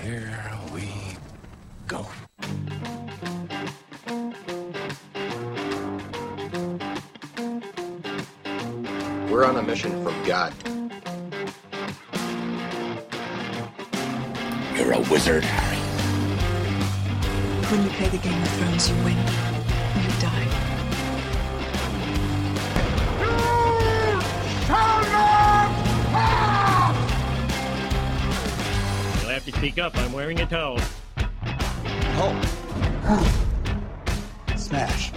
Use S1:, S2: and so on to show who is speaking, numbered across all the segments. S1: here we go.
S2: We're on a mission from God.
S1: You're a wizard, Harry.
S3: When you play the Game of Thrones, you win or you die.
S4: You'll have to speak up. I'm wearing a towel.
S5: Smash.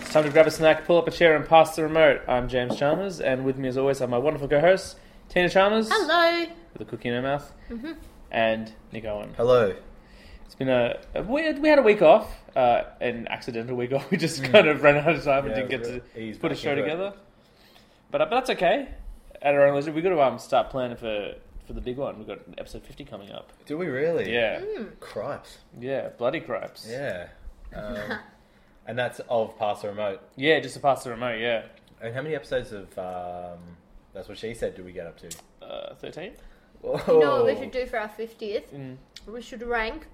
S6: It's time to grab a snack, pull up a chair, and pass the remote. I'm James Chalmers, and with me, as always, are my wonderful co-hosts Tina Chalmers,
S7: Hello.
S6: with a cookie in her mouth, and Nick Owen.
S8: Hello.
S6: It's been a, a weird. We had a week off, uh, an accidental week off. We just kind of ran out of time
S8: Mm. Yeah,
S6: and didn't
S8: it was
S6: get
S8: really
S6: to
S8: eased
S6: put a
S8: back
S6: show
S8: into it.
S6: together. But uh, but that's okay. At our own leisure, we got to um, start planning for for the big one. We've got episode fifty coming up.
S8: Do we really?
S6: Yeah,
S8: Cripes.
S6: yeah, bloody gripes.
S8: Yeah. Um, and that's of Pass the Remote.
S6: yeah, just to pass the remote. Yeah,
S8: And how many episodes of um, That's What She Said do we get up to?
S6: uh, thirteen.
S7: You know what we should do for our 50th? We should rank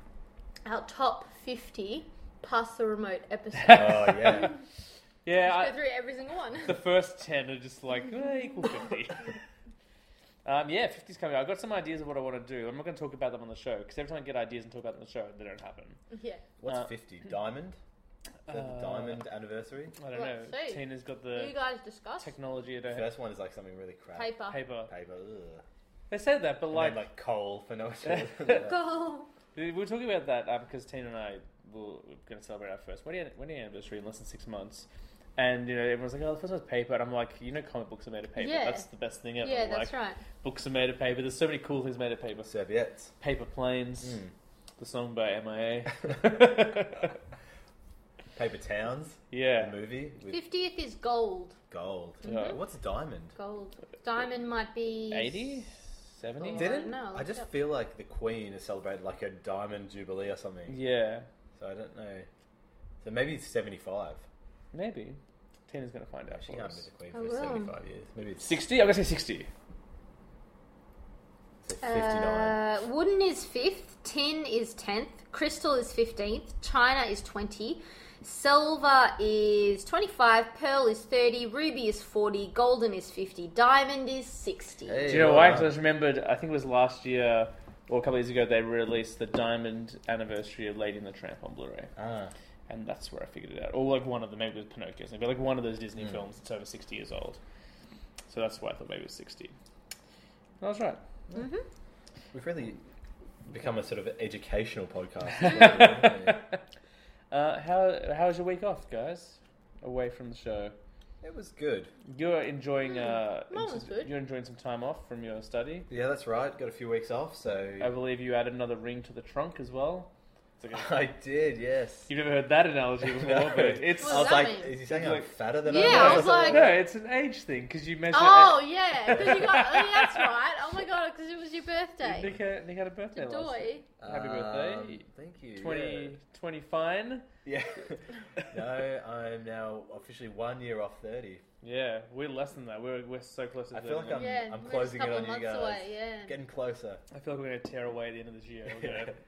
S7: our top 50 pass the remote episodes.
S8: Oh,
S7: Uh,
S8: yeah.
S6: Yeah, I-
S7: Go through every single one.
S6: the first 10 are just like eh, equal 50 um, yeah 50's coming up. i've got some ideas of what i want to do i'm not going to talk about them on the show because every time i get ideas and talk about them on the show they don't happen
S7: yeah.
S8: What's
S6: Uh,
S8: 50? Diamond? Is that
S7: uh,
S8: the Diamond anniversary?
S6: i don't
S7: Let's
S6: know
S7: see.
S6: tina's got
S7: You
S6: the
S7: guys discuss.
S6: technology at her
S8: The
S6: head.
S8: first one is like something really crap.
S7: Paper.
S6: paper
S8: Paper. Ugh.
S6: they said that but
S8: And then,
S6: like,
S8: like coal for no reason.
S7: Go.
S6: we were talking about that because tina and i will, we're going to celebrate our first wedding, wedding anniversary in less than six months and you know everyone's like, "Oh, the first one's paper," and I'm like, "You know, comic books are made of paper.
S7: Yeah.
S6: That's the best thing ever.
S7: Yeah,
S6: like,
S7: that's right.
S6: Books are made of paper. There's so many cool things made of paper.
S8: Serviettes.
S6: Paper Planes,
S8: Hmm.
S6: the song by MIA.
S8: Paper Towns.
S6: yeah.
S8: The movie with
S7: 50th is gold.
S8: gold.
S7: Mm-hmm.
S6: Mhm.
S8: What's diamond?
S7: Gold. Diamond might be.
S6: 80? 70?
S7: Oh.
S8: Didn't
S7: no,
S8: I
S7: look
S8: just
S7: up.
S8: feel like the Queen is celebrated like a diamond jubilee or something.
S6: Yeah.
S8: So I don't know. So maybe it's 75.
S6: Maybe. Tina's going to find out
S8: She
S6: for
S8: can't be
S6: us.
S8: the Queen
S7: I
S8: for
S7: will.
S8: 75 years. Maybe it's
S6: 60? I'm going to say 60.
S8: say 59.
S7: Uh, wooden is fifth, tin is tenth, crystal is fifteenth, china is twenty, silver is twenty-five, pearl is thirty, ruby is forty, golden is fifty, diamond is sixty.
S8: Hey, uh,
S6: Do you know
S8: well
S6: why?
S8: done.
S6: Because I just remembered, I think it was last year or a couple of years ago, they released the Diamond Anniversary of Lady and the Tramp on Blu ray.
S8: Ah,
S6: And that's where I figured it out. Or like one of them, maybe it was Pinocchio, or something, but like one of those Disney
S8: Hmm.
S6: films that's over 60 years old. So that's why I thought maybe it was 60. And I was right.
S8: we've really become a sort of educational podcast. Yeah.
S6: Uh, how how was your week off, guys? Away from the show,
S8: it was good.
S6: you're enjoying. Uh,
S7: Mm. mine was
S6: into-
S7: good.
S6: You're enjoying some time off from your study.
S8: Yeah, that's right. Got a few weeks off,
S6: I
S8: so
S6: believe you added another ring to the trunk as well. It's like a-
S8: I did. Yes.
S6: you've never heard that analogy before,
S8: No.
S6: but it's
S8: I
S7: What does
S8: was
S7: that
S8: like,
S7: mean?
S8: is he saying
S6: It's
S8: I'm
S6: like-
S8: fatter than
S7: Yeah,
S8: I
S7: I was like-
S6: no, it's an age thing because you measure.
S7: Oh yeah, because you got oh, that's right. Oh my god, because it was your birthday.
S6: Nick had, Nick had a birthday last night.
S7: Joy.
S6: Happy birthday.
S8: Um, thank you.
S6: 20, 20 fine.
S8: Yeah. yeah. no, I'm now officially one year off 30.
S6: Yeah, we're less than that. We're we're so close to.
S8: I feel like
S6: 30.
S8: I'm,
S7: Yeah,
S8: I'm
S7: we're
S8: closing
S7: just
S8: it
S7: a
S8: on
S7: couple
S8: you guys.
S7: months away, yeah.
S8: Getting closer.
S6: I feel like we're gonna tear away at the end of this year. We're gonna-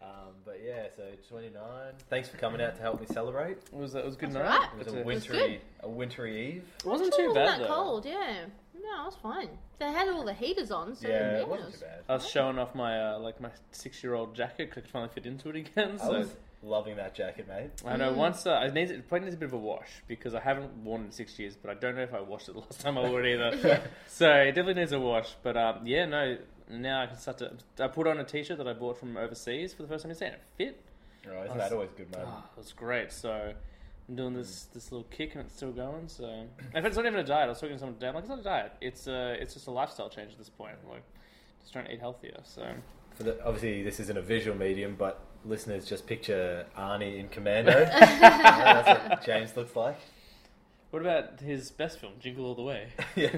S8: Um, but yeah, so 29. Thanks for coming out to help me celebrate.
S6: it was it was a good
S7: That's
S6: night.
S7: right.
S8: It was
S6: Good
S8: a
S6: to-
S8: wintry, a wintry eve.
S6: It wasn't
S7: It
S6: too
S7: wasn't
S6: bad
S7: that
S6: though.
S7: cold, yeah. No, it was fine. They had all the heaters on, so
S8: yeah,
S7: yeah,
S8: it wasn't too bad.
S6: I was showing off my uh, like my six year old jacket 'cause I could finally fit into it again.
S8: I
S6: So
S8: was loving that jacket, mate.
S6: I know once uh, I need it probably needs a bit of a wash because I haven't worn it in six years, but I don't know if I washed it the last time I wore it either. so it definitely needs a wash. But um, yeah, no, now I can start to. I put on a t shirt that I bought from overseas for the first time yesterday. and It fit.
S8: Oh, isn't that always good, mate?
S6: Oh, it was great. So. I'm doing this this little kick and it's still going. So, in fact, it's not even a diet. I was talking to someone today. I'm like, it's not a diet. It's uh, it's just a lifestyle change at this point. Like, just trying to eat healthier. So,
S8: For the, obviously, this isn't a visual medium, but listeners just picture Arnie in Commando. Yeah, that's what James looks like.
S6: What about his best film, Jingle All the Way?
S8: Yeah.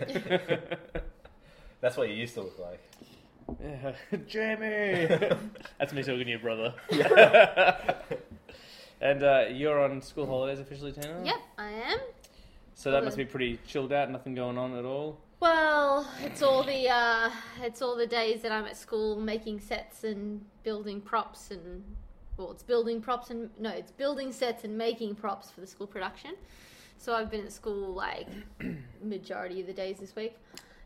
S8: that's what you used to look like.
S6: Yeah. Jamie! That's me talking to your brother. and uh, you're on school holidays officially, Tina?
S7: Yep, I am.
S6: So that must be pretty chilled out. Nothing going on at all.
S7: Well, it's all the uh, it's all the days that I'm at school making sets and building props and well, it's building props and no, it's building sets and making props for the school production. So I've been at school like majority of the days this week,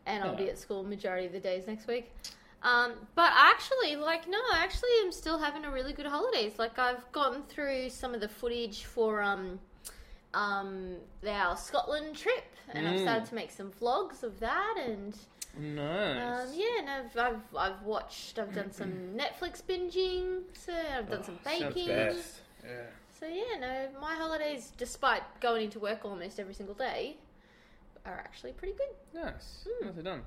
S7: and I'll be at school majority of the days next week. Um, but actually, like no, actually, I'm still having a really good holidays. Like I've gotten through some of the footage for um, um, our Scotland trip, and I've
S6: Mm.
S7: started to make some vlogs of that. And
S6: Nice.
S7: um, yeah, and I've, I've I've watched. I've done some Netflix binging. So I've done some
S6: Oh, sounds
S7: baking.
S8: Best.
S7: So yeah, no, my holidays, despite going into work almost every single day, are actually pretty good.
S6: Nice. Nicely done.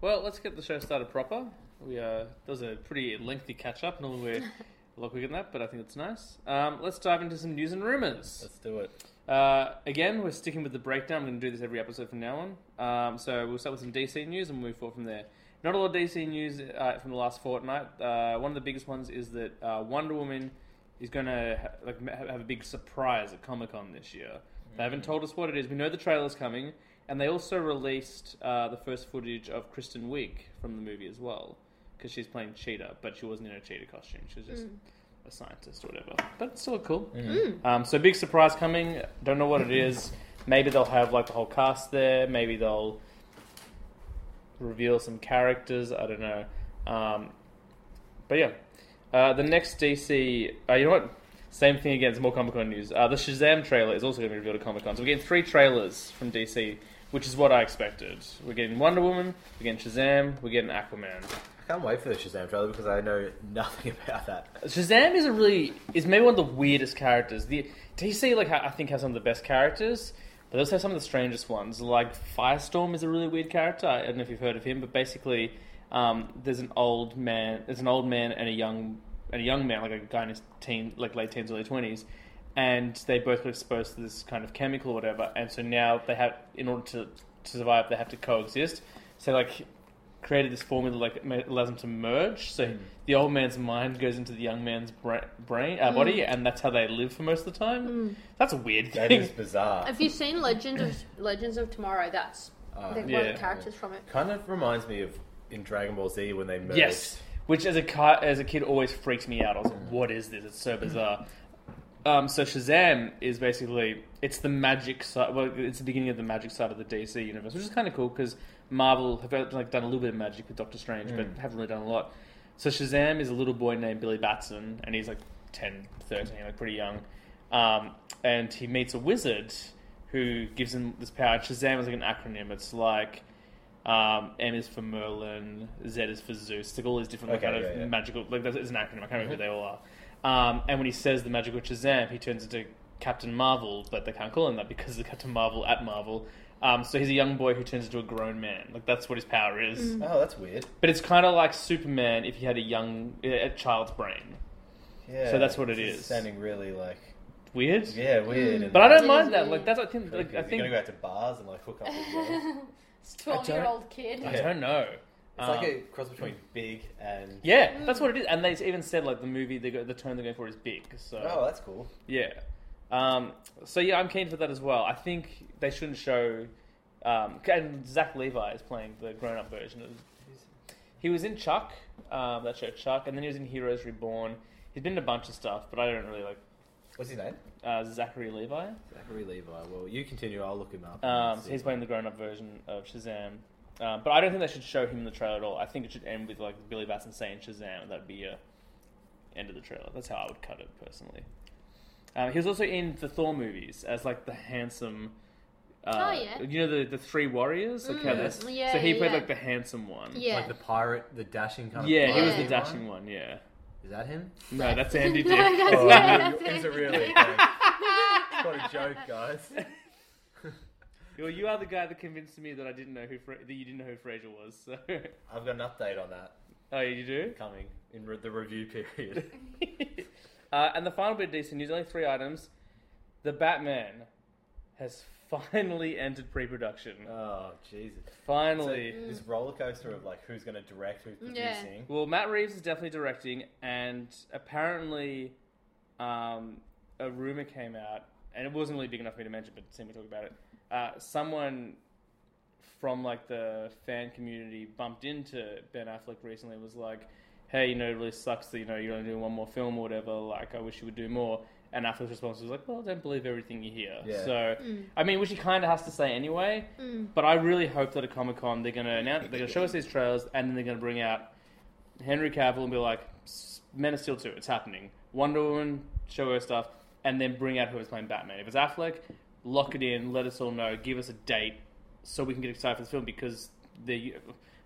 S6: Well, let's get the show started proper. We uh, that was a pretty lengthy catch up. Normally we're a lot quicker than that, but I think it's nice. Um, let's dive into some news and rumors.
S8: Let's do it.
S6: Uh, again, we're sticking with the breakdown. I'm going to do this every episode from now on. Um, so we'll start with some DC news and move forward from there. Not a lot of DC news uh, from the last fortnight. Uh, one of the biggest ones is that uh, Wonder Woman is going to ha- like ma- have a big surprise at Comic Con this year. They haven't told us what it is. We know the trailer's coming, and they also released uh, the first footage of Kristen Wiig from the movie as well, because she's playing Cheetah, but she wasn't in a cheetah costume. She was just a scientist or whatever. But it's still cool. Um, so big surprise coming. Don't know what it is. Maybe they'll have like the whole cast there. Maybe they'll reveal some characters. I don't know. Um, but yeah, uh, the next DC. Uh, you know what? Same thing again. It's more Comic Con news. Uh, the Shazam trailer is also going to be revealed at Comic Con. So we're getting three trailers from DC, which is what I expected. We're getting Wonder Woman. We're getting Shazam. We're getting Aquaman.
S8: I can't wait for the Shazam trailer because I know nothing about that.
S6: Shazam is a really is maybe one of the weirdest characters. The DC like ha- I think has some of the best characters, but they also have some of the strangest ones. Like Firestorm is a really weird character. I don't know if you've heard of him, but basically, um, there's an old man, there's an old man and a young and a young man, like a guy in his teen, like late teens, early twenties, and they both got exposed to this kind of chemical or whatever, and so now they have in order to, to survive, they have to coexist. So like created this formula like ma- allows them to merge. So
S8: Hmm.
S6: the old man's mind goes into the young man's bra- brain, uh, body, and that's how they live for most of the time. That's a weird
S8: That
S6: thing.
S8: is bizarre.
S7: Have you seen Legend of Legends of Tomorrow? That's they're one of
S6: Uh, yeah.
S7: the characters from it.
S8: Um, Kind of reminds me of in Dragon Ball Z when they merged.
S6: yes, which as a ki- as a kid always freaks me out. I was like, "What is this? It's so bizarre." Um, so Shazam is basically it's the magic side. Well, it's the beginning of the magic side of the DC universe, which is kind of cool because Marvel have uh, like done a little bit of magic with Doctor Strange, but haven't really done a lot. So Shazam is a little boy named Billy Batson, and he's like 10, 13, like pretty young. Um, and he meets a wizard who gives him this power. Shazam is like an acronym. It's like um, M is for Merlin, Z is for Zeus. It's like all these different like,
S8: Okay,
S6: kind of
S8: yeah, Mm-hmm. yeah.
S6: magical. Like that's, it's an acronym. I can't remember who they all are. Um, and when he says the magical Shazam, he turns into Captain Marvel, but they can't call him that because of Captain Marvel at Marvel. Um, so he's a young boy who turns into a grown man. Like that's what his power is.
S7: Mm.
S8: Oh, that's weird.
S6: But it's kind of like Superman if he had a young a child's brain.
S8: Yeah.
S6: So that's what it
S8: it is.
S6: is.
S8: Sounding really like
S6: Weird.
S8: yeah weird. and
S6: But I
S8: like,
S6: don't
S7: It
S6: mind
S7: is
S6: that.
S7: weird.
S6: Like that's I think like, I
S8: creepy. You're
S6: think
S8: gonna go out to bars and like hook up. As well. It's
S7: It's twelve year old kid.
S6: I don't know.
S8: like
S6: Um,
S8: a cross between big and
S6: yeah,
S7: Mm.
S6: that's what it is. And they even said like the movie they go, the tone they're going for is big. So
S8: oh, that's cool.
S6: Yeah. Um, so yeah, I'm keen for that as well. I think they shouldn't show. Um, and Zach Levi is playing the grown-up version of. He was in Chuck, um, that show Chuck, and then he was in Heroes Reborn. He's been in a bunch of stuff, but I don't really like
S8: What's his name?
S6: uh, Zachary Levi.
S8: Zachary Levi. Well, you continue. I'll look him up.
S6: Um, he's playing the grown-up version of Shazam, um, but I don't think they should show him in the trailer at all. I think it should end with like Billy Batson saying Shazam, and that'd be a end of the trailer. That's how I would cut it personally. Um, he was also in the Thor movies as like the handsome. Uh,
S7: Oh, yeah. Mm.
S6: You know the the three warriors. Like how this-
S7: yeah,
S6: so he
S7: yeah,
S6: played
S7: yeah.
S6: like the handsome one.
S7: Yeah,
S8: like the pirate, the dashing kind of.
S6: Yeah, he was
S7: Yeah.
S6: the dashing one. Yeah.
S8: Is that him? Oh,
S6: No, that's Andy
S7: No,
S6: Dick.
S7: that's- yeah, that's
S8: Is
S7: it.
S8: it really? what a joke, guys.
S6: Well, you are the guy that convinced me that I didn't know who Fra- that you didn't know who Fraser was. So.
S8: I've got an update on that
S6: oh, you do.
S8: coming in re- the review period.
S6: Uh, and the final bit of DC news, only three items. The Batman has finally entered pre-production.
S8: oh Jesus! So,
S6: finally.
S8: this roller coaster of like who's going to direct, who's
S7: Yeah.
S8: producing.
S6: Well, Matt Reeves is definitely directing, and apparently, um, a rumor came out, and it wasn't really big enough for me to mention, but Sam will talk about it. uh, someone from like the fan community bumped into Ben Affleck recently and was like, "Hey, you know, it really sucks that you know you're only doing one more film or whatever. Like, I wish you would do more." And Affleck's response was like, "Well, don't believe everything you hear."
S8: Yeah.
S6: So, I mean, which he kind of has to say anyway. But I really hope that at Comic Con they're gonna announce, they're gonna show us these trailers, and then they're gonna bring out Henry Cavill and be like, "S- "Men of Steel two, it's happening." Wonder Woman, show her stuff, and then bring out whoever's playing Batman. If it's Affleck, lock it in, let us all know, give us a date, so we can get excited for this film because the I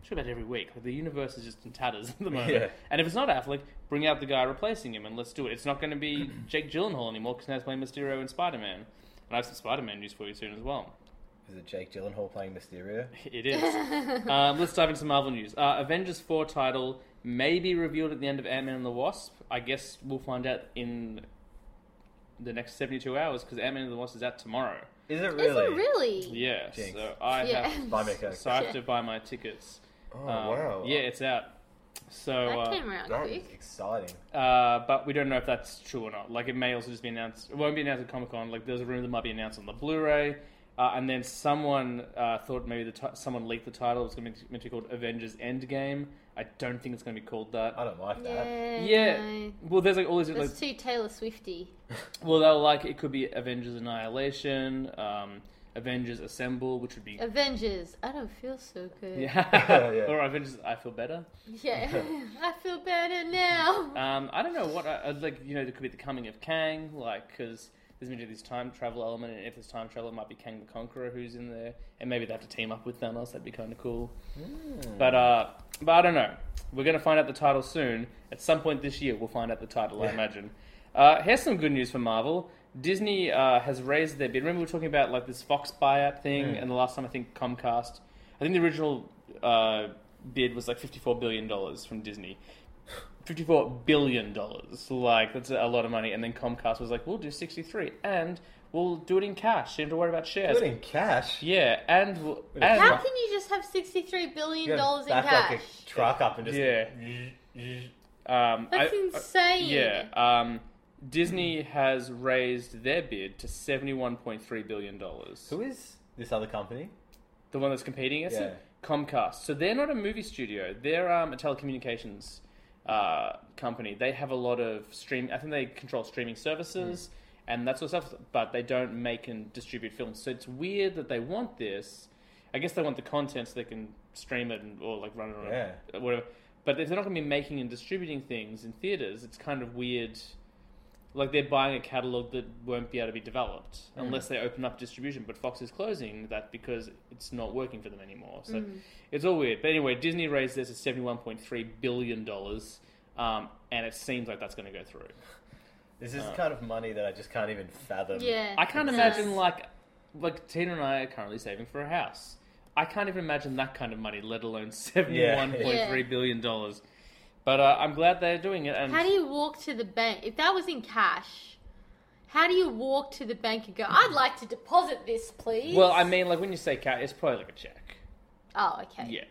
S6: talk about it every week. Like, the universe is just in tatters at the moment.
S8: Yeah.
S6: And if it's not Affleck, bring out the guy replacing him and let's do it. It's not going to be Jake Gyllenhaal anymore because now he's playing Mysterio and Spider Man. And I have some Spider Man news for you soon as well.
S8: Is it Jake Gyllenhaal playing Mysterio?
S6: It is. um, let's dive into some Marvel news. Uh, Avengers 4 title may be revealed at the end of Ant Man and the Wasp. I guess we'll find out in the next 72 hours because Ant Man and the Wasp is out tomorrow.
S8: Is it
S7: Is
S8: really?
S7: it really?
S6: Yeah,
S8: Jinx.
S6: so I
S7: Yeah.
S6: have
S8: By Mecca.
S6: so I have to buy my tickets.
S8: oh
S6: Um,
S8: wow!
S6: Yeah, it's out. So,
S7: That
S6: uh,
S7: came around
S8: that is
S7: quick.
S8: exciting.
S6: uh, but we don't know if that's true or not. Like, it may also just be announced. It won't be announced at Comic Con. Like, there's a rumor that might be announced on the Blu-ray. Uh, and then someone uh, thought maybe the t- someone leaked the title. It was going to be meant to be called Avengers Endgame. I don't think it's going to be called that.
S8: I don't like that.
S7: Yeah.
S6: yeah.
S7: no.
S6: Well, there's like all these like
S7: That's too Taylor Swifty.
S6: well, they're like it could be Avengers Annihilation, um, Avengers Assemble, which would be
S7: Avengers. I don't feel so good.
S6: yeah,
S8: Yeah.
S6: or Avengers I Feel Better.
S7: Yeah. I feel better now.
S6: Um, I don't know what I, I'd like. You know, there could be the coming of Kang, like because there's going to be this time travel element, and if there's time travel, it might be Kang the Conqueror who's in there, and maybe they have to team up with Thanos. That'd be kind of cool. But uh, but I don't know. We're going to find out the title soon. At some point this year, we'll find out the title. I imagine. Uh, here's some good news for Marvel. Disney uh, has raised their bid. Remember, we were talking about like this Fox buyout thing, and the last time I think Comcast. I think the original uh, bid was like fifty-four billion dollars from Disney. 54 billion dollars like that's a lot of money and then comcast was like we'll do 63 and we'll do it in cash you don't have to worry about shares
S8: Good in cash.
S6: yeah and we'll,
S8: Wait,
S6: and
S7: How can you just have sixty-three
S8: You
S7: billion
S8: gotta
S7: dollars in
S8: back
S7: cash?
S8: like a truck up and just
S6: yeah um
S7: That's
S6: I-
S7: insane.
S6: yeah um disney has raised their bid to 71.3 billion dollars
S8: Who is this other company?
S6: the one that's competing against it comcast so they're not a movie studio they're um, a telecommunications uh, company they have a lot of stream i think they control streaming services and that sort of stuff but they don't make and distribute films so it's weird that they want this i guess they want the content so they can stream it and, or like run it on a-
S8: Yeah.
S6: whatever but if they're not going to be making and distributing things in theaters it's kind of weird like they're buying a catalog that won't be able to be developed unless they open up distribution. But Fox is closing that because it's not working for them anymore. So it's all weird. But anyway, Disney raised this to seventy-one point three billion dollars, um, and it seems like that's going to go through.
S8: This
S6: Uh.
S8: is kind of money that I just can't even fathom.
S7: Yeah.
S6: I can't
S7: It's uh,
S6: imagine
S7: nuts.
S6: like like Tina and I are currently saving for a house. I can't even imagine that kind of money, let alone seventy-one point three billion dollars. But uh, I'm glad they're doing it. And
S7: How do you walk to the bank? If that was in cash, how do you walk to the bank and go, I'd like to deposit this, please?
S6: well, I mean, like when you say cat, it's probably like a check.
S7: Oh, okay.
S6: Yeah.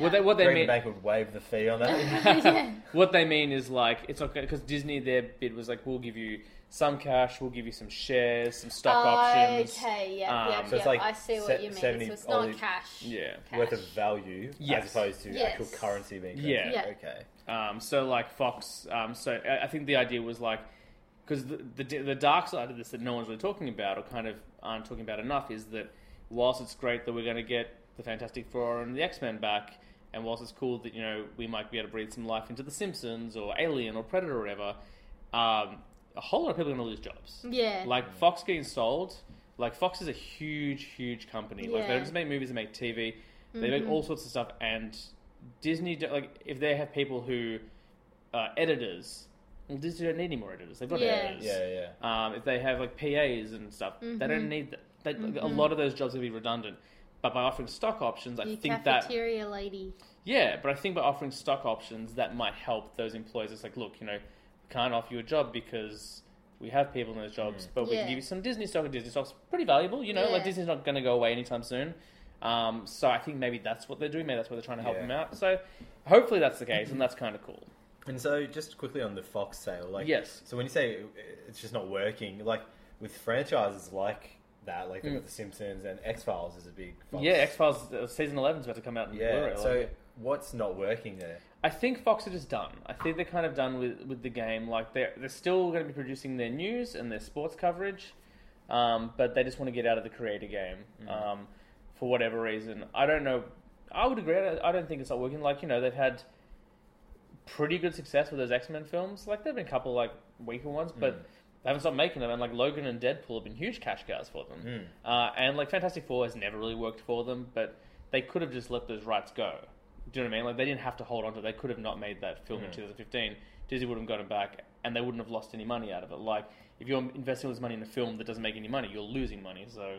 S6: What they what they
S8: Green
S6: mean
S8: Bank would waive the fee on that.
S6: what they mean is like it's not because Disney their bid was like we'll give you some cash, we'll give you some shares, some stock options.
S7: Oh, Okay, yeah, yeah,
S6: Um,
S8: so it's
S7: yeah,
S8: like
S7: I see
S8: se-
S7: what you mean.
S8: 70
S7: So it's not
S8: Aussie-
S7: cash.
S6: Yeah.
S7: Cash.
S8: Worth of value
S6: Yes.
S8: as opposed to
S7: Yes.
S8: actual currency being
S6: Yeah.
S8: transferred. Okay.
S6: Um, so like Fox, um, so I, I think the idea was like because the, the the dark side of this that no one's really talking about or kind of aren't talking about enough is that whilst it's great that we're going to get the Fantastic Four and the X Men back, and whilst it's cool that you know we might be able to breathe some life into The Simpsons or Alien or Predator or whatever, um, a whole lot of people are going to lose jobs.
S7: Yeah.
S6: Like Fox getting sold, like Fox is a huge, huge company. Like they
S7: Yeah. Mm-hmm.
S6: don't just make movies; they make TV. They make all sorts of stuff. And Disney, don't- like if they have people who are editors, well, Disney don't need any more editors. They've got
S7: Yeah.
S6: editors.
S8: Yeah, yeah.
S6: Um, if they have like PAs and stuff, they
S7: Mm-hmm.
S6: don't need that. They, A lot of those jobs will be redundant. But by offering stock options, I
S7: Your
S6: think that
S7: cafeteria lady.
S6: yeah, but I think by offering stock options, that might help those employers. It's like, look, you know, we can't offer you a job because we have people in those
S8: Hmm.
S6: jobs, but we
S7: Yeah.
S6: can give you some Disney stock, and Disney stock's pretty valuable. You know, like
S7: Yeah.
S6: Disney's not going to go away anytime soon. Um, so I think maybe that's what they're doing. Maybe that's what they're trying to help
S8: Yeah.
S6: them out. So hopefully that's the case, and that's kind of cool.
S8: And so, just quickly on the Fox sale, like
S6: Yes.
S8: So when you say it's just not working, like with franchises like that. Like they've got The Simpsons and X Files is a big. Fox.
S6: Mm. Yeah, X Files uh, season 11 is about to come out. In
S8: Yeah.
S6: Blu-ray,
S8: so
S6: like-
S8: what's not working there?
S6: I think Fox are just done. I think they're kind of done with, with the game. Like they're they're still going to be producing their news and their sports coverage, um, but they just want to get out of the creator game um, for whatever reason. I don't know. I would agree. I don't- I don't think it's not working. Like you know, they've had pretty good success with those X Men films. Like there've been a couple like weaker ones, but they haven't stopped making them. And like Logan and Deadpool have been huge cash cows for them. Uh, and like Fantastic Four has never really worked for them, but they could have just let those rights go. Do you know what I mean? Like they didn't have to hold on to. it. They could have not made that film in 2015. Disney would have gotten back, and they wouldn't have lost any money out of it. Like if you're investing all this money in a film that doesn't make any money, you're losing money. So.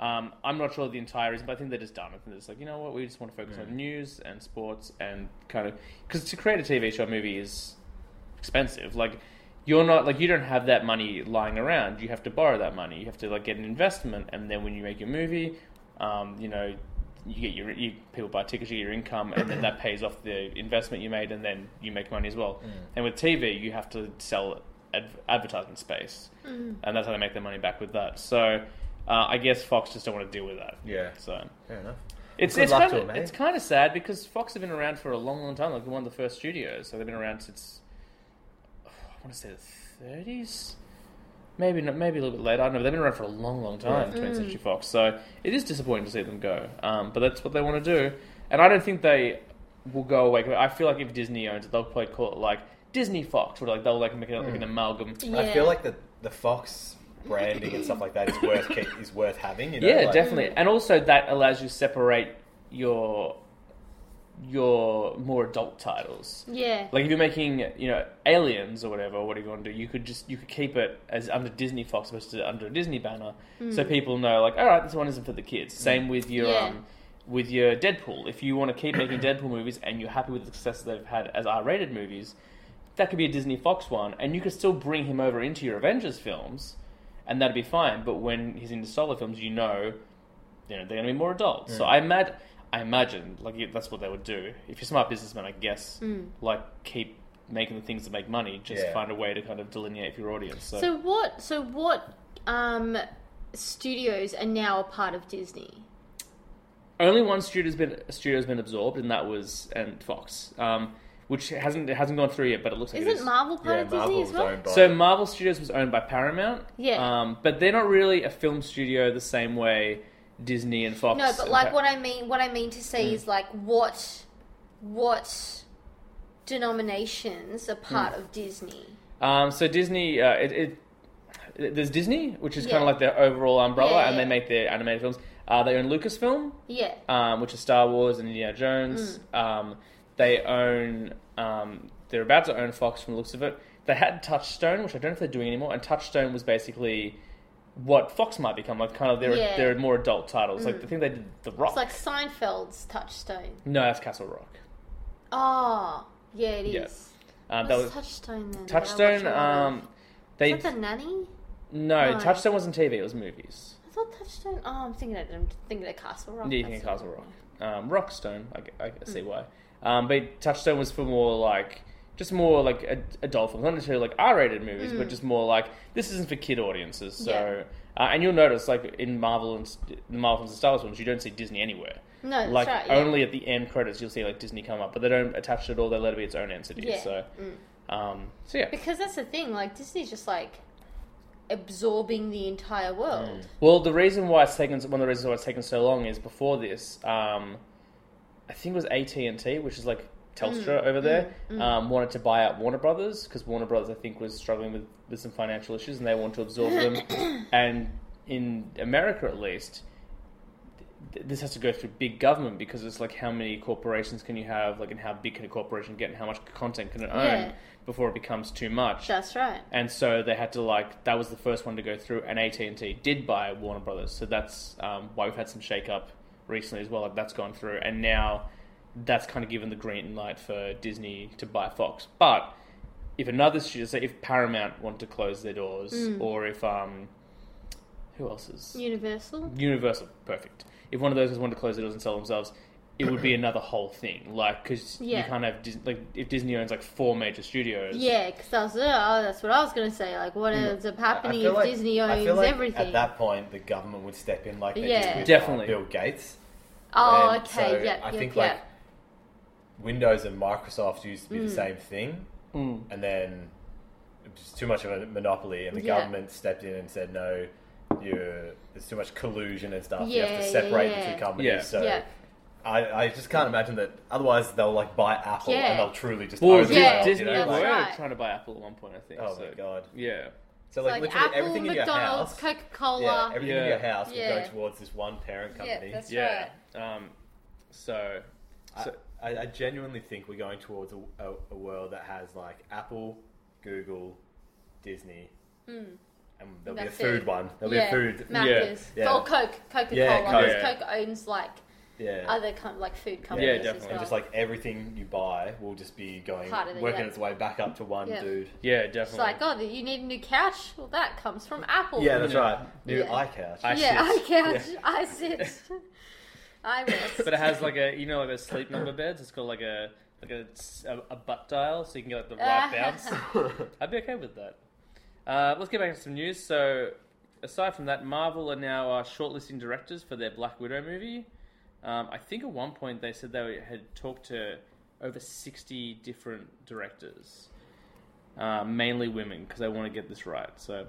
S6: Um, I'm not sure the entire reason, but I think they're just done. I think they're just like, you know what, we just want to focus on news and sports and kind of because to create a TV show, movie is expensive. Like you're not like you don't have that money lying around. You have to borrow that money. You have to like get an investment, and then when you make your movie, um, you know, you get your you, people buy tickets, you get your income, and then that pays off the investment you made, and then you make money as well. And with TV, you have to sell adv- advertising space, and that's how they make their money back with that. So. Uh, I guess Fox just don't want to deal with that.
S8: Yeah.
S6: So
S8: Fair enough.
S6: it's
S8: Good
S6: it's
S8: luck
S6: kind,
S8: to
S6: of,
S8: them, eh?
S6: it's kind of sad because Fox have been around for a long, long time. Like they're one of the first studios, so they've been around since I want to say the 30s, maybe not, maybe a little bit later. I don't know. They've been around for a long, long time, 20th Century Fox. So it is disappointing to see them go, um, but that's what they want to do. And I don't think they will go away. I feel like if Disney owns it, they'll probably call it like Disney Fox, or like they'll like make it like an amalgam.
S8: I
S7: Yeah.
S8: feel like the the Fox branding and stuff like that is worth keep, is worth having. You know,
S6: Yeah,
S8: like- mm.
S6: definitely. And also that allows you to separate your your more adult titles.
S7: Yeah.
S6: Like if you're making, you know, aliens or whatever, what are you going to do? You could just you could keep it as under Disney Fox opposed to under a Disney banner, so people know like, all right, this one isn't for the kids. Same with your
S7: Hmm. Yeah.
S6: um, with your Deadpool. If you want to keep making Deadpool movies and you're happy with the success they've had as R-rated movies, that could be a Disney Fox one, and you could still bring him over into your Avengers films, and that'd be fine. But when he's into solo films, you know, you know they're going to be more adult. So I mad, I imagine like yeah, that's what they would do. If you're a smart businessman, I guess,
S7: Mm.
S6: like keep making the things that make money. Just
S8: Yeah.
S6: find a way to kind of delineate your audience. So,
S7: So what? So what? Um, studios are now a part of Disney.
S6: only one studio's been studio's been absorbed, and that was and Fox, um, which hasn't it hasn't gone through yet, but it looks like it
S7: Isn't
S6: is.
S7: Marvel part
S8: yeah,
S7: of Disney
S8: Marvel's
S7: as well?
S8: owned by
S6: So Marvel Studios was owned by Paramount.
S7: Yeah.
S6: Um, but they're not really a film studio the same way Disney and Fox.
S7: No, but
S6: and
S7: like
S6: Pa-
S7: what I mean, what I mean to say
S6: Mm.
S7: is like what, what denominations are
S6: Mm.
S7: part of Disney?
S6: Um, so Disney, uh, it, it there's Disney, which is
S7: Yeah.
S6: kind of like their overall umbrella,
S7: Yeah,
S6: and they
S7: yeah.
S6: make their animated films. Uh, they own Lucasfilm,
S7: Yeah,
S6: um, which is Star Wars and Indiana Jones.
S7: Mm.
S6: Um, they own, um, they're about to own Fox from the looks of it. They had Touchstone, which I don't know if they're doing anymore, and Touchstone was basically what Fox might become, like kind of their
S7: Yeah. Mm.
S6: their more adult titles. Like the thing they did, The Rock.
S7: it's like Seinfeld's touchstone.
S6: No, that's Castle Rock.
S7: Oh, yeah, it is.
S6: Yeah. Um, that
S7: What's
S6: was
S7: touchstone then. that I watch
S6: Touchstone.
S7: a lot of?
S6: Um, they
S7: is that the nanny?
S6: no,
S7: No.
S6: Touchstone wasn't TV; it was movies.
S7: I thought touchstone. Oh, I'm thinking of I'm thinking of Castle Rock.
S6: Yeah, you
S7: that's Mm.
S6: think
S7: what-
S6: Castle Rock. Um, Rockstone, I, g- I can see why. Um, but Touchstone was for more like, just more like a, adult films, not necessarily like R-rated movies,
S7: Mm.
S6: but just more like this isn't for kid audiences. So, uh, and you'll notice like in Marvel and st- the Marvel films and Star Wars films, you don't see Disney anywhere.
S7: No, that's
S6: like
S7: right, yeah.
S6: only at the end credits you'll see like Disney come up, but they don't attach it at all. They let it be its own entity.
S7: Yeah. Mm.
S6: So, um, so yeah.
S7: Because that's the thing. Like Disney's just like absorbing the entire world.
S8: Mm.
S6: Well, the reason why it's taken one of the reasons why it's taken so long is before this, um, I think it was AT and T, which is like Telstra over there, Um, wanted to buy out Warner Brothers because Warner Brothers I think was struggling with, with some financial issues and they wanted to absorb them. And in America, at least, th- this has to go through big government because it's like how many corporations can you have, like, and how big can a corporation get, and how much content can it own
S7: Yeah.
S6: before it becomes too much
S7: That's right.
S6: and so they had to like that was the first one to go through and AT&T did buy Warner Brothers so that's um, why we've had some shake up recently as well like that's gone through and now that's kind of given the green light for Disney to buy Fox but if another studio say if Paramount wanted to close their doors or if um who else is
S7: Universal.
S6: Universal perfect if one of those guys wanted to close their doors and sell themselves it would be another whole thing. Like, because
S7: Yeah.
S6: you can't have Dis- like if Disney owns like four major studios.
S7: Yeah, because I was, oh, that's what I was going to say. Like, what ends up happening
S8: feel
S7: if
S8: like-
S7: Disney
S8: Mm. I
S7: owns
S8: feel like
S7: everything?
S8: At that point, the government would step in like they
S7: Yeah.
S8: did with uh,
S6: Definitely.
S8: Bill Gates.
S7: oh,
S8: And
S7: okay,
S8: so
S7: yep,
S8: I
S7: yep,
S8: think
S7: yep.
S8: like Windows and Microsoft used to be the
S7: Mm.
S8: same thing,
S6: Mm.
S8: and then it was too much of a monopoly, and the
S7: Yeah.
S8: government stepped in and said no. You're, there's too much collusion and stuff. you
S7: Yeah,
S8: have
S7: yeah,
S8: to separate the
S7: yeah.
S8: two companies.
S6: Yeah.
S8: So
S7: Yeah.
S8: I, I just can't imagine that. Otherwise, they'll like buy Apple
S7: Yeah.
S8: and they'll truly just
S6: Well,
S8: own the
S6: Dis-
S7: Yeah,
S8: world,
S6: Disney
S8: you know,
S7: that's
S6: were
S8: like-
S7: right.
S6: trying to buy Apple at one point, I think.
S8: Oh
S6: so.
S8: my god!
S6: Yeah.
S8: So like,
S7: It's like
S8: literally
S7: Apple,
S8: everything in your
S7: McDonald's,
S8: house,
S7: Coca
S8: yeah,
S7: Cola. Yeah,
S8: everything in
S6: Yeah.
S8: your house would
S7: Yeah.
S8: go towards this one parent company.
S7: that's
S6: Yeah.
S7: right.
S6: Um, so,
S8: I-
S6: so
S8: I, I genuinely think we're going towards a, a, a world that has like Apple, Google, Disney, and there'll
S7: Hmm. That's
S8: be a food
S7: it.
S8: one. There'll
S7: yeah,
S8: be a food.
S7: Macca's.
S8: Yeah.
S7: Or Coke, Coca Cola.
S8: Yeah,
S7: Coke.
S6: Coke.
S7: owns like
S8: Yeah.
S7: other com- like food companies.
S6: Yeah,
S7: as
S6: definitely.
S7: well.
S8: and just like everything you buy will just be going
S7: Part of it,
S8: working
S7: yeah.
S8: its way back up to one
S7: Yeah.
S8: dude.
S6: yeah,
S7: It's
S6: definitely.
S7: like, oh, you need a new couch? Well, that comes from Apple.
S8: Yeah, that's
S6: Yeah.
S8: right. New
S7: Yeah.
S8: iCouch.
S6: I-
S7: yeah, I
S6: sit.
S7: couch. I sit. I rest.
S6: but it has like a you know like those sleep number beds. It's got like a like a, a, a butt dial, so you can get like the right bounce. I'd be okay with that. Uh, let's get back to some news. So, aside from that, Marvel are now uh, shortlisting directors for their Black Widow movie. Um, I think at one point they said they had talked to over sixty different directors, uh, mainly women, because they want to get this right. So.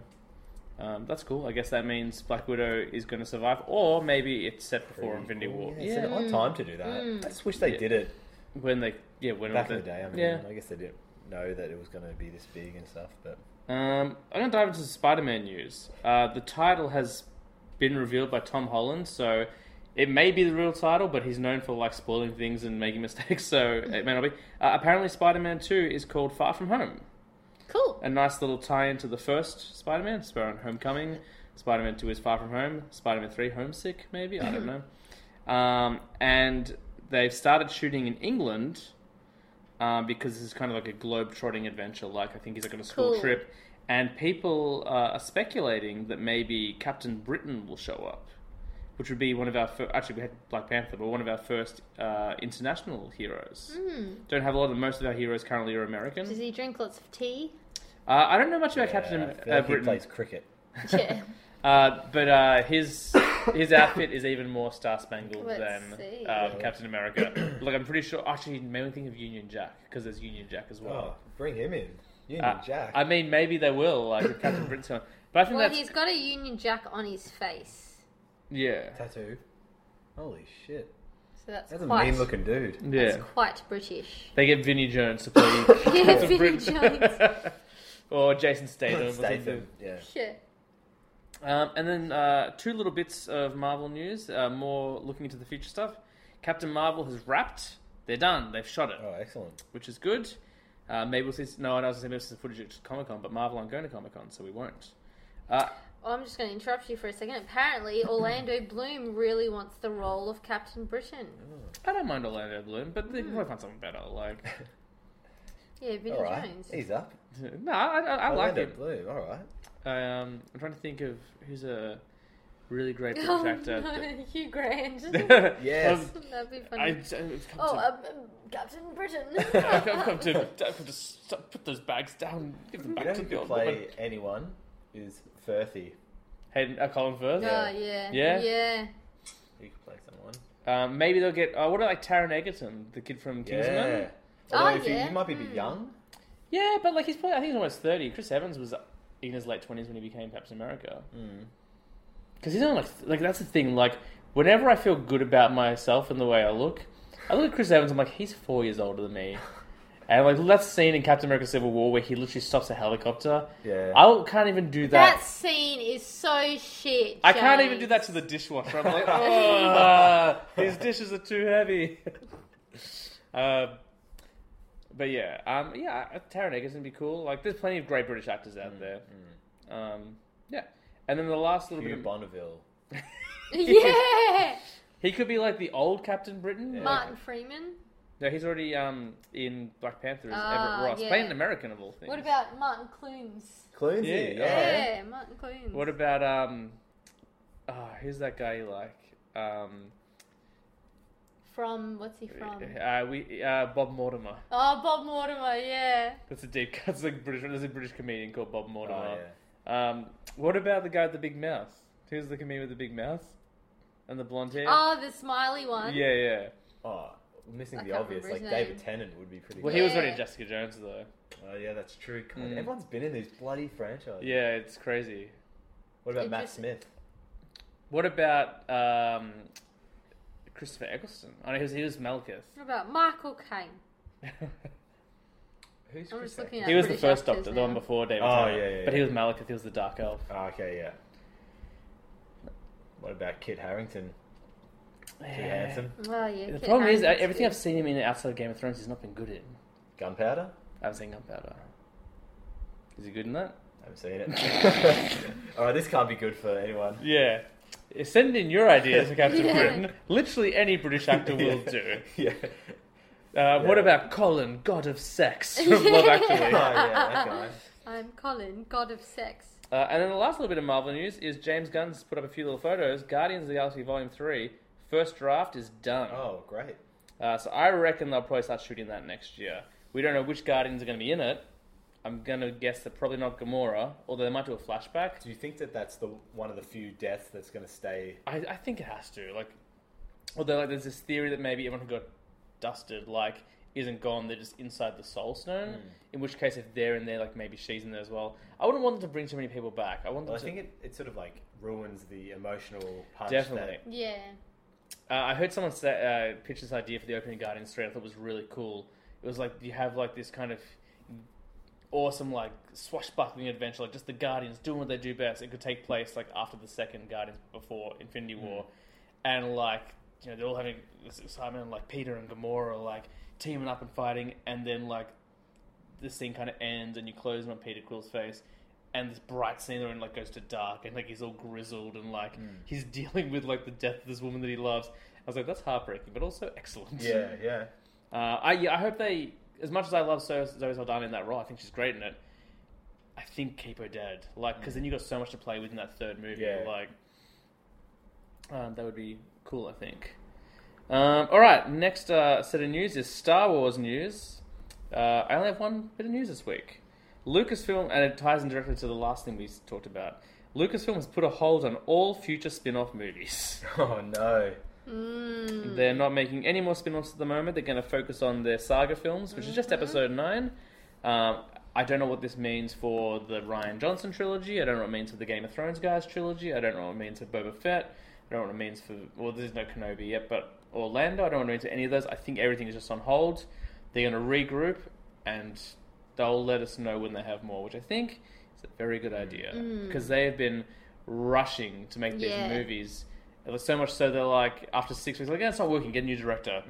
S6: Um, that's cool. I guess that means Black Widow is going to survive, or maybe it's set before Infinity War.
S8: Yeah, it's an odd time to do that.
S7: Hmm.
S8: I just wish they
S6: Yeah.
S8: did it
S6: when they yeah when
S8: back in
S6: it-
S8: the day. I mean,
S6: yeah
S8: I guess they didn't know that it was going to be this big and stuff, but
S6: um i'm gonna dive into the spider-man news uh the title has been revealed by tom holland so it may be the real title but he's known for like spoiling things and making mistakes so it may not be uh, apparently spider-man 2 is called far from home
S7: cool.
S6: a nice little tie into the first Spider-Man, Spider-Man: Homecoming. Spider-Man Two is Far From Home. Spider-Man Three: Homesick, maybe I don't know. Um, and they've started shooting in England um, because this is kind of like a globe-trotting adventure. Like I think he's like on a school
S7: Cool.
S6: trip, and people uh, are speculating that maybe Captain Britain will show up, which would be one of our fir- actually we had Black Panther, but one of our first uh, international heroes. Don't have a lot of most of our heroes currently are American.
S7: Does he drink lots of tea?
S6: Uh, I don't know much about Captain
S8: Yeah, I feel like he
S6: uh, Britain,
S8: plays cricket.
S7: Yeah.
S6: uh, but uh, his his outfit is even more star spangled
S7: Let's
S6: than
S7: see.
S6: um, Captain America. like I'm pretty sure. Actually, made me think of Union Jack because there's Union Jack as
S8: Oh,
S6: well.
S8: bring him in. You
S6: Uh,
S8: and Jack.
S6: I mean, maybe they will. Like if Captain Britain's on. But I think
S7: Well,
S6: that's
S7: he's got a Union Jack on his face,
S6: yeah,
S8: Tattoo. Holy shit.
S7: so that's,
S8: That's a
S7: quite
S8: mean looking dude.
S6: yeah.
S7: quite British.
S6: They get Vinnie Jones to play
S7: Yeah, Vinny
S6: Britain.
S7: Jones.
S6: or Jason Statham. or something.
S8: Statham. Yeah.
S7: Yeah.
S6: Um, and then uh, two little bits of Marvel news, uh, more looking into the future stuff. Captain Marvel has wrapped. They're done. They've shot it,
S8: Oh, excellent.
S6: which is good. Uh, maybe we'll see. No, I was going to see some footage at Comic Con, but Marvel aren't going to Comic Con, so we won't. Uh,
S7: Well, I'm just going to interrupt you for a second. Apparently, Orlando Bloom really wants the role of Captain Britain.
S6: I don't mind Orlando Bloom, but they can probably find something better. Like,
S7: Yeah, Vinny
S8: All right.
S7: Jones.
S8: He's up.
S6: no, I, I, I like
S8: Orlando
S6: him.
S8: Bloom. All right.
S6: I, um, I'm trying to think of who's a really great British
S7: Oh,
S6: actor.
S7: no, Hugh Grant.
S6: that-
S8: Yes.
S6: Um,
S7: That'd be funny.
S6: I, I've come
S7: oh,
S6: to-
S7: um, um, Captain Britain.
S6: I've come to, I've come to stop- put those bags down. Give them
S8: You
S6: back
S8: know
S6: to
S8: who
S6: the
S8: could
S6: old
S8: play
S6: woman.
S8: anyone is Firthy.
S6: Hayden, uh, Colin Firth.
S7: Oh, yeah.
S6: Yeah?
S7: Yeah.
S8: He could play someone.
S6: Um, maybe they'll get. Uh, what about like Taron Egerton, the kid from Kingsman?
S7: Oh,
S8: Although if he-
S7: yeah.
S8: he might be a bit young.
S6: Yeah. but like he's probably. I think he's almost thirty. Chris Evans was in his late twenties when he became Captain America. Because he's only like like that's the thing. Like whenever I feel good about myself and the way I look, I look at Chris Evans. I'm like he's four years older than me. And like that scene in Captain America: Civil War where he literally stops a helicopter.
S8: Yeah.
S6: I can't even do
S7: That scene is so shit.
S6: I can't even
S7: James.
S6: do that to the dishwasher. I'm like, oh, these dishes are too heavy. um, but yeah, um, yeah, uh, Taron Egerton would be cool. Like, there's plenty of great British actors out there. Um, yeah, and then the last little
S8: Hugh
S6: bit, of-
S8: Bonneville.
S7: yeah.
S6: he could be like the old Captain Britain.
S8: Yeah.
S6: Like,
S7: Martin Freeman.
S6: no, he's already um in Black Panther as
S7: Ah,
S6: Everett Ross,
S7: yeah.
S6: playing an American of all things.
S7: What about Martin Clunes?
S8: Clooney.
S6: Yeah,
S8: Yeah.
S7: Yeah, Martin Clunes.
S6: What about ah, um? Oh, who's that guy you like? Um,
S7: From what's he from?
S6: Uh, we uh, Bob Mortimer.
S7: Oh, Bob Mortimer. Yeah.
S6: That's a deep. That's a British. There's a British comedian called Bob
S8: Oh,
S6: Mortimer. Um, what about the guy with the big mouth? Who's the comedian with the big mouth and the blonde hair?
S7: Oh, the smiley one.
S6: yeah, yeah.
S8: yeah. Oh, missing
S7: I
S8: the
S7: can't
S8: obvious.
S7: remember
S8: Like
S7: his
S8: David
S7: name.
S8: Tennant would be pretty.
S6: Well,
S8: good.
S6: he was
S7: Yeah.
S6: already Jessica Jones though.
S8: Oh yeah, that's true. God,
S6: Mm.
S8: Everyone's been in these bloody franchises.
S6: Yeah, it's crazy.
S8: What about
S7: It
S8: Matt
S7: just-
S8: Smith?
S6: What about um, Christopher Eccleston? I know he was, he was Malekith.
S7: What about Michael Caine?
S8: Who's
S7: I'm
S8: Chris
S7: just looking
S8: Evans?
S7: at
S6: he was the
S7: British
S6: first
S7: actors
S6: Doctor, the
S7: now.
S6: one before David.
S8: Oh,
S6: Tennant.
S8: yeah, yeah,
S6: But he
S8: yeah.
S6: was Malekith. He was the Dark Elf.
S8: Oh, okay, yeah. What about Kit Harrington? Too handsome.
S7: Oh yeah.
S6: The
S7: Kit
S6: problem is, uh,
S7: Harington's
S6: everything
S7: good.
S6: I've seen him in outside of Game of Thrones, he's not been good in.
S8: Gunpowder?
S6: I haven't seen Gunpowder. Is he good in that?
S8: Haven't seen it. All right, this can't be good for anyone.
S6: Yeah. Send in your ideas for Captain
S7: Yeah.
S6: Britain. Literally any British actor will do.
S8: yeah.
S6: Uh, What about Colin, God of Sex from Love
S8: Oh,
S6: Actually?
S8: yeah, that guy.
S7: I'm Colin, God of Sex.
S6: Uh, and then the last little bit of Marvel news is James Gunn's put up a few little photos. Guardians of the Galaxy Volume 3, first draft is done.
S8: Oh, great.
S6: Uh, so I reckon they'll probably start shooting that next year. We don't know which Guardians are going to be in it. I'm going to guess they're probably not Gamora, although they might do a flashback.
S8: Do you think that that's the one of the few deaths that's going to stay?
S6: I, I think it has to. Like, although like, there's this theory that maybe everyone who got dusted like isn't gone; they're just inside the Soul Stone.
S8: Hmm.
S6: In which case, if they're in there, like maybe she's in there as well. I wouldn't want them to bring too many people back. I want them
S8: Well, I
S6: to.
S8: think it, it sort of like ruins the emotional punch.
S6: Definitely.
S7: Yeah.
S6: Uh, I heard someone say, uh, pitch this idea for the opening Guardian Street. I thought was really cool. It was like you have like this kind of awesome like swashbuckling adventure, like just the Guardians doing what they do best. It could take place like after the second Guardians before Infinity War, and like you know they're all having this excitement, and, like Peter and Gamora like teaming up and fighting, and then like this thing kind of ends, and you close in on Peter Quill's face. And this bright scene and like goes to dark, and like he's all grizzled, and like he's dealing with like the death of this woman that he loves. I was like, that's heartbreaking, but also excellent.
S8: Yeah, yeah.
S6: Uh, I yeah, I hope they, as much as I love Zoe, Zoe Saldana in that role, I think she's great in it. I think keep her dead, like because then you got so much to play with in that third movie.
S8: Yeah.
S6: Like um, that would be cool, I think. Um, all right, next uh, set of news is Star Wars news. Uh, I only have one bit of news this week. Lucasfilm, and it ties in directly to the last thing we s- talked about. Lucasfilm has put a hold on all future spin-off movies.
S8: Oh no.
S6: They're not making any more spin-offs at the moment. They're going to focus on their saga films, which is just episode nine. Um, I don't know what this means for the Ryan Johnson trilogy. I don't know what it means for the Game of Thrones guys trilogy. I don't know what it means for Boba Fett. I don't know what it means for well, there's no Kenobi yet, but Orlando. I don't want to into any of those. I think everything is just on hold. They're going to regroup, and they'll let us know when they have more, which I think is a very good idea because they have been rushing to make these
S7: Yeah.
S6: movies. It was so much so they're like, after six weeks, like, yeah, it's not working, get a new director,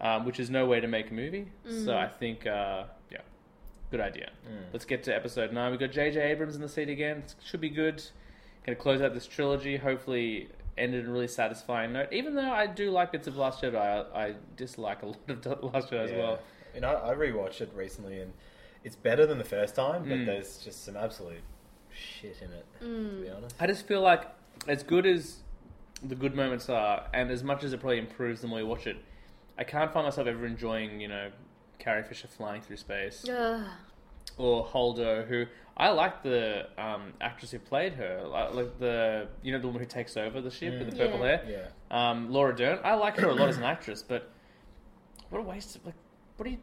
S6: um, which is no way to make a movie. So I think, uh, yeah, good idea. Let's get to episode nine. We've got J.J. Abrams in the seat again. It should be good. Going to close out this trilogy, hopefully end in a really satisfying note. Even though I do like bits of Last Jedi, I, I dislike a lot of the Last Jedi as
S8: Yeah.
S6: well.
S8: And I, I rewatched it recently, and it's better than the first time, but there's just some absolute shit in it. To be honest.
S6: I just feel like as good as the good moments are, and as much as it probably improves the more you watch it, I can't find myself ever enjoying, you know, Carrie Fisher flying through space
S7: Ugh.
S6: or Holdo, who I like the um, actress who played her, like, like the you know the woman who takes over the ship with the purple
S7: Yeah.
S6: hair,
S8: Yeah.
S6: um, Laura Dern. I like her a lot as an actress, but what a waste! Of, like, what do you?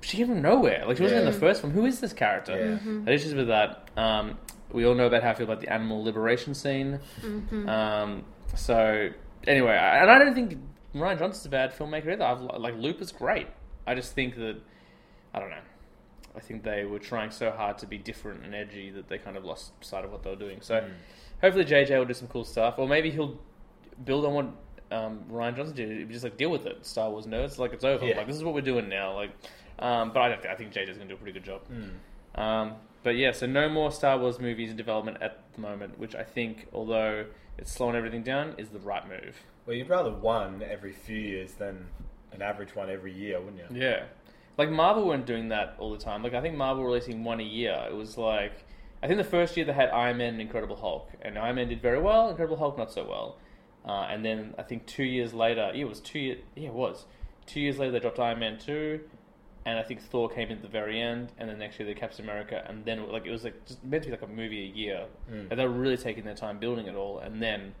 S6: She came from nowhere. Like she wasn't in
S8: Yeah.
S6: the first one. Who is this character?
S8: Yeah.
S6: I had issues with that. Um, we all know about how I feel about the animal liberation scene. Um, so anyway, I, and I don't think Ryan Johnson's a bad filmmaker either. I've, li- like Loop is great. I just think that I don't know. I think they were trying so hard to be different and edgy that they kind of lost sight of what they were doing. So hopefully JJ will do some cool stuff, or maybe he'll build on what um, Ryan Johnson did. He'll Just like deal with it, Star Wars nerds. Like it's over.
S8: Yeah.
S6: Like this is what we're doing now. Like, um, but I, don't, I think JJ's gonna do a pretty good job. Um, but yeah, so no more Star Wars movies in development at the moment, which I think, although it's slowing everything down, is the right move.
S8: Well, you'd rather one every few years than an average one every year, wouldn't you?
S6: Yeah. Like Marvel weren't doing that all the time. Like I think Marvel were releasing one a year. It was like I think the first year they had Iron Man and Incredible Hulk, and Iron Man did very well. Incredible Hulk not so well. Uh, and then I think two years later, yeah, it was two years. Yeah, it was two years later they dropped Iron Man two, and I think Thor came in at the very end, and then next year they Captain America, and then like it was like just meant to be like a movie a year, and they were really taking their time building it all, and then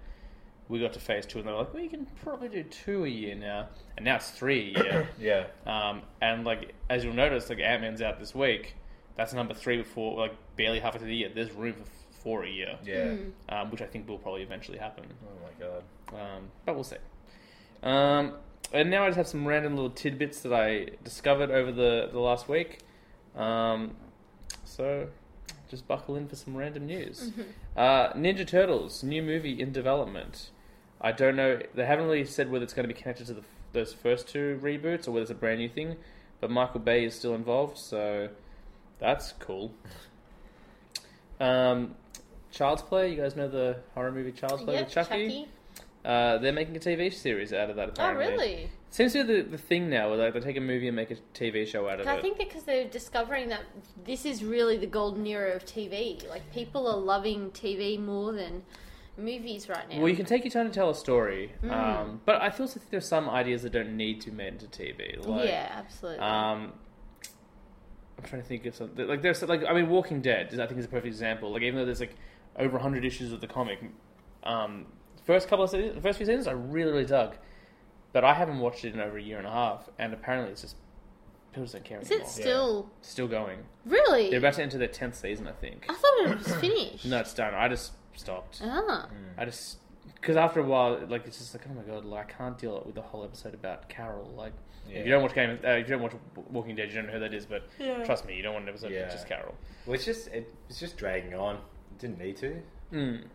S6: we got to phase two, and they were like, we can probably do two a year now, and now it's three a year.
S8: Yeah.
S6: Um, and like as you'll notice, like Ant Man's out this week. That's number three before like barely halfway through the year. There's room for four a year,
S8: Yeah.
S6: um, which I think will probably eventually happen.
S8: Oh my god.
S6: Um, but we'll see. Um, and now I just have some random little tidbits that I discovered over the, the last week. Um, so just buckle in for some random news. Uh, Ninja Turtles, new movie in development. I don't know, they haven't really said whether it's going to be connected to the, those first two reboots or whether it's a brand new thing, but Michael Bay is still involved, so that's cool. Um, Child's Play, you guys know the horror movie Child's Play
S5: Yep,
S6: with Chucky? Uh, they're making a TV series out of that.
S5: Oh,
S6: Apparently,
S5: really?
S6: Seems to be the, the thing now, where like, they take a movie and make a TV show out of
S5: I
S6: it.
S5: think because they're discovering that this is really the golden era of TV. Like people are loving TV more than movies right now.
S6: Well, you can take your time to tell a story,
S5: Mm.
S6: um, but I also think there's some ideas that don't need to be made into TV. Like,
S5: yeah, absolutely.
S6: Um, I'm trying to think of something. Like there's like I mean, Walking Dead is I think is a perfect example. Like even though there's like over 100 issues of the comic, um, first couple of seasons, the first few seasons I really really dug, but I haven't watched it in over a year and a half, and apparently it's just people just don't care
S5: is
S6: anymore.
S5: it still
S6: Still going.
S5: really?
S6: They're about to enter their tenth season, I think.
S7: Oh.
S5: I thought it was finished.
S6: No, it's done. I just stopped.
S5: Ah,
S6: I just because after a while, like it's just like oh my god, like I can't deal with the whole episode about Carol. Like if
S8: Yeah.
S6: you don't watch Game, of, uh, if you don't watch Walking Dead, you don't know who that is. But trust me, you don't want an episode
S8: Yeah.
S6: of just Carol.
S8: Well, it's just it, it's just dragging on. It didn't need to.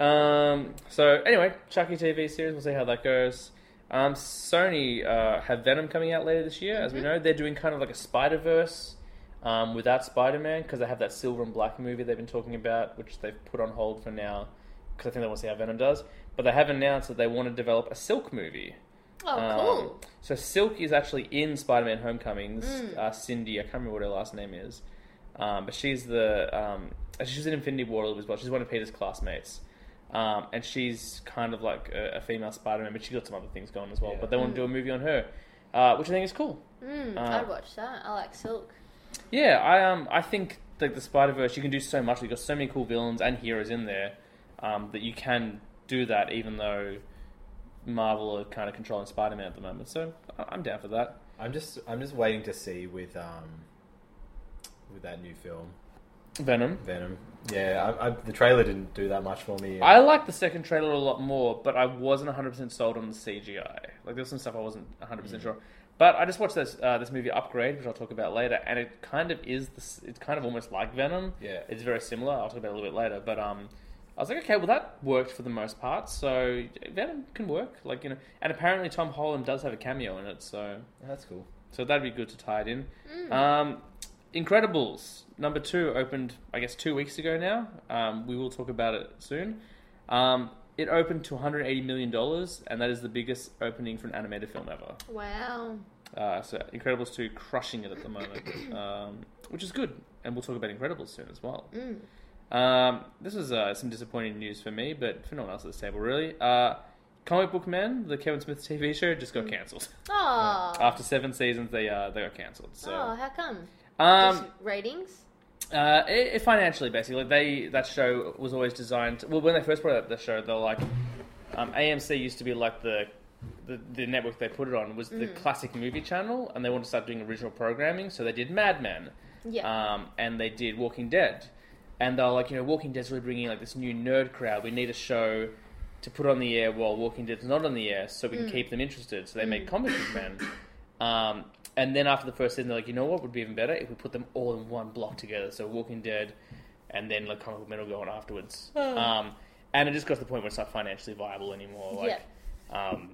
S6: Um. So anyway, Chucky TV series. We'll see how that goes. Um, Sony uh, have Venom coming out later this year. As we know, they're doing kind of like a Spider Verse um, without Spider Man because they have that Silver and Black movie they've been talking about, which they've put on hold for now because I think they want to see how Venom does. But they have announced that they want to develop a Silk movie.
S5: oh,
S6: Um,
S5: cool. Hmm.
S6: So Silk is actually in Spider-Man: Homecoming. This uh, Cindy, I can't remember what her last name is, um, but she's the um, she's in Infinity War as well. She's one of Peter's classmates, um, and she's kind of like a, a female Spider-Man, but she's got some other things going as well.
S8: Yeah.
S6: But they want
S5: Hmm.
S6: to do a movie on her, uh, which I think is cool.
S5: Mm,
S6: uh,
S5: I'd watch that. I like Silk.
S6: Yeah, I um I think like the Spider Verse, you can do so much. You've got so many cool villains and heroes in there um, that you can do that, even though Marvel are kind of controlling Spider Man at the moment. So I- I'm down for that.
S8: I'm just I'm just waiting to see with um with that new film
S6: Venom.
S8: Venom. Yeah, I, I, the trailer didn't do that much for me.
S6: I liked the second trailer a lot more, but I wasn't 100% sold on the CGI. Like, there's some stuff I wasn't 100% sure. But I just watched this uh, this movie Upgrade, which I'll talk about later, and it kind of is this. It's kind of almost like Venom.
S8: Yeah.
S6: it's very similar. I'll talk about it a little bit later. But um, I was like, okay, well that worked for the most part. So Venom can work, like you know. And apparently Tom Holland does have a cameo in it, so
S8: That's cool.
S6: so that'd be good to tie it in. Um, Incredibles number two opened, I guess, two weeks ago now. Um, we will talk about it soon. Um, it opened to 180 million dollars, and that is the biggest opening for an animated film ever.
S5: Wow.
S6: Uh, so Incredibles two crushing it at the moment, um, which is good. And we'll talk about Incredibles soon as well. Um, this is uh, some disappointing news for me, but for no one else at this table, really. Uh, Comic Book Man, the Kevin Smith TV show, just got cancelled.
S5: Oh.
S7: Ah.
S6: After seven seasons, they uh, they got cancelled. So
S5: Oh, how come? Just
S6: um,
S5: ratings?
S6: uh, it, it financially, basically, like they that show was always designed. well, when they first brought out the show, they're like, um, AMC used to be like the, the the network they put it on was the classic movie channel, and they wanted to start doing original programming, so they did Mad Men,
S5: Yeah.
S6: um, and they did Walking Dead, and they're like, you know, Walking Dead's really bringing like this new nerd crowd. We need a show to put on the air while Walking Dead's not on the air, so we can keep them interested. So they made Comic Book Men. Um, and then after the first season, they're like, you know what would be even better if we put them all in one block together. So Walking Dead, and then like Comic Book Men will go on afterwards. Um, and it just got to the point where it's not financially viable anymore. Like, um,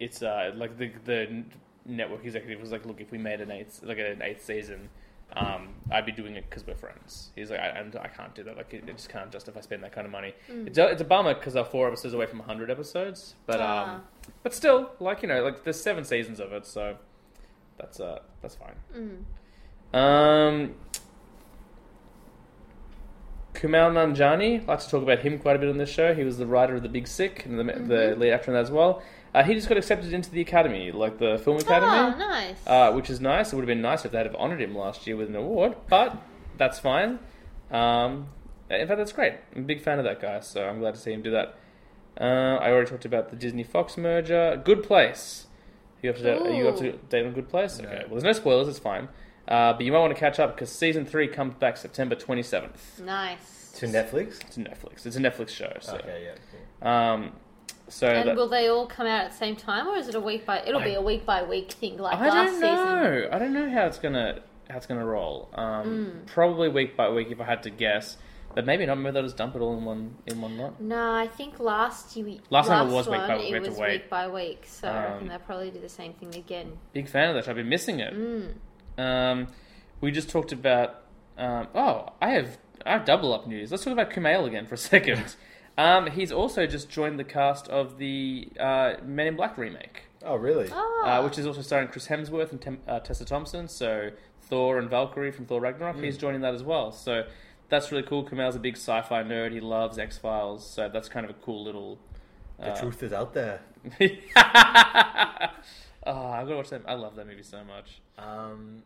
S6: it's uh, like the the network executive was like, look, if we made an eighth like an eighth season, um, I'd be doing it because we're friends. He's like, I, I'm, I can't do that. Like, I just can't justify spending that kind of money. It's a, it's a bummer because they're four episodes away from 100 episodes, but
S5: Ah.
S6: um, but still, like you know, like there's seven seasons of it, so that's uh that's fine. Um. Kumail Nanjiani. I like to talk about him quite a bit on this show. He was the writer of The Big Sick and the, the lead actor in that as well. Uh, he just got accepted into the Academy, like the Film Academy,
S7: Ah,
S5: Oh, nice.
S6: uh, which is nice. It would have been nice if they'd have honoured him last year with an award, but that's fine. Um, in fact, that's great. I'm a big fan of that guy, so I'm glad to see him do that. Uh, I already talked about the Disney Fox merger. Good Place. You have to. Are you up to date on Good Place? Okay. Well, there's no spoilers. It's fine. Uh, but you might want to catch up because season three comes back September 27th
S5: nice.
S8: To Netflix?
S6: to Netflix. It's a Netflix show. So,
S8: Okay, yeah. cool.
S6: um, so
S5: And
S6: that-
S5: will they all come out at the same time, or is it a week by? It'll be a week by week thing, like
S6: I
S5: last
S6: don't
S5: season.
S6: know. I don't know how it's gonna how it's gonna roll. Um,
S5: Mm.
S6: Probably week by week, if I had to guess. But maybe not. Maybe they'll just dump it all in one in one lot.
S5: No, I think last year,
S6: Last time it was week by
S5: one,
S6: week, we
S5: It
S6: had to
S5: was
S6: wait.
S5: week by week, so I reckon
S6: Um,
S5: they'll probably do the same thing again.
S6: Big fan of that. show. I've been missing it.
S5: Mm.
S6: Um, we just talked about. Um, oh, I have I have double up news. Let's talk about Kumail again for a second. um, he's also just joined the cast of the uh, Men in Black remake.
S8: Oh, really?
S5: Oh,
S6: uh, which is also starring Chris Hemsworth and Tem- uh, Tessa Thompson. So Thor and Valkyrie from Thor Ragnarok, he's joining that as well. So that's really cool. Kumail's a big sci-fi nerd. He loves X Files, so that's kind of a cool little.
S8: The truth is out there.
S6: oh, Ah, I've got to watch that. I love that movie so much.
S8: Um,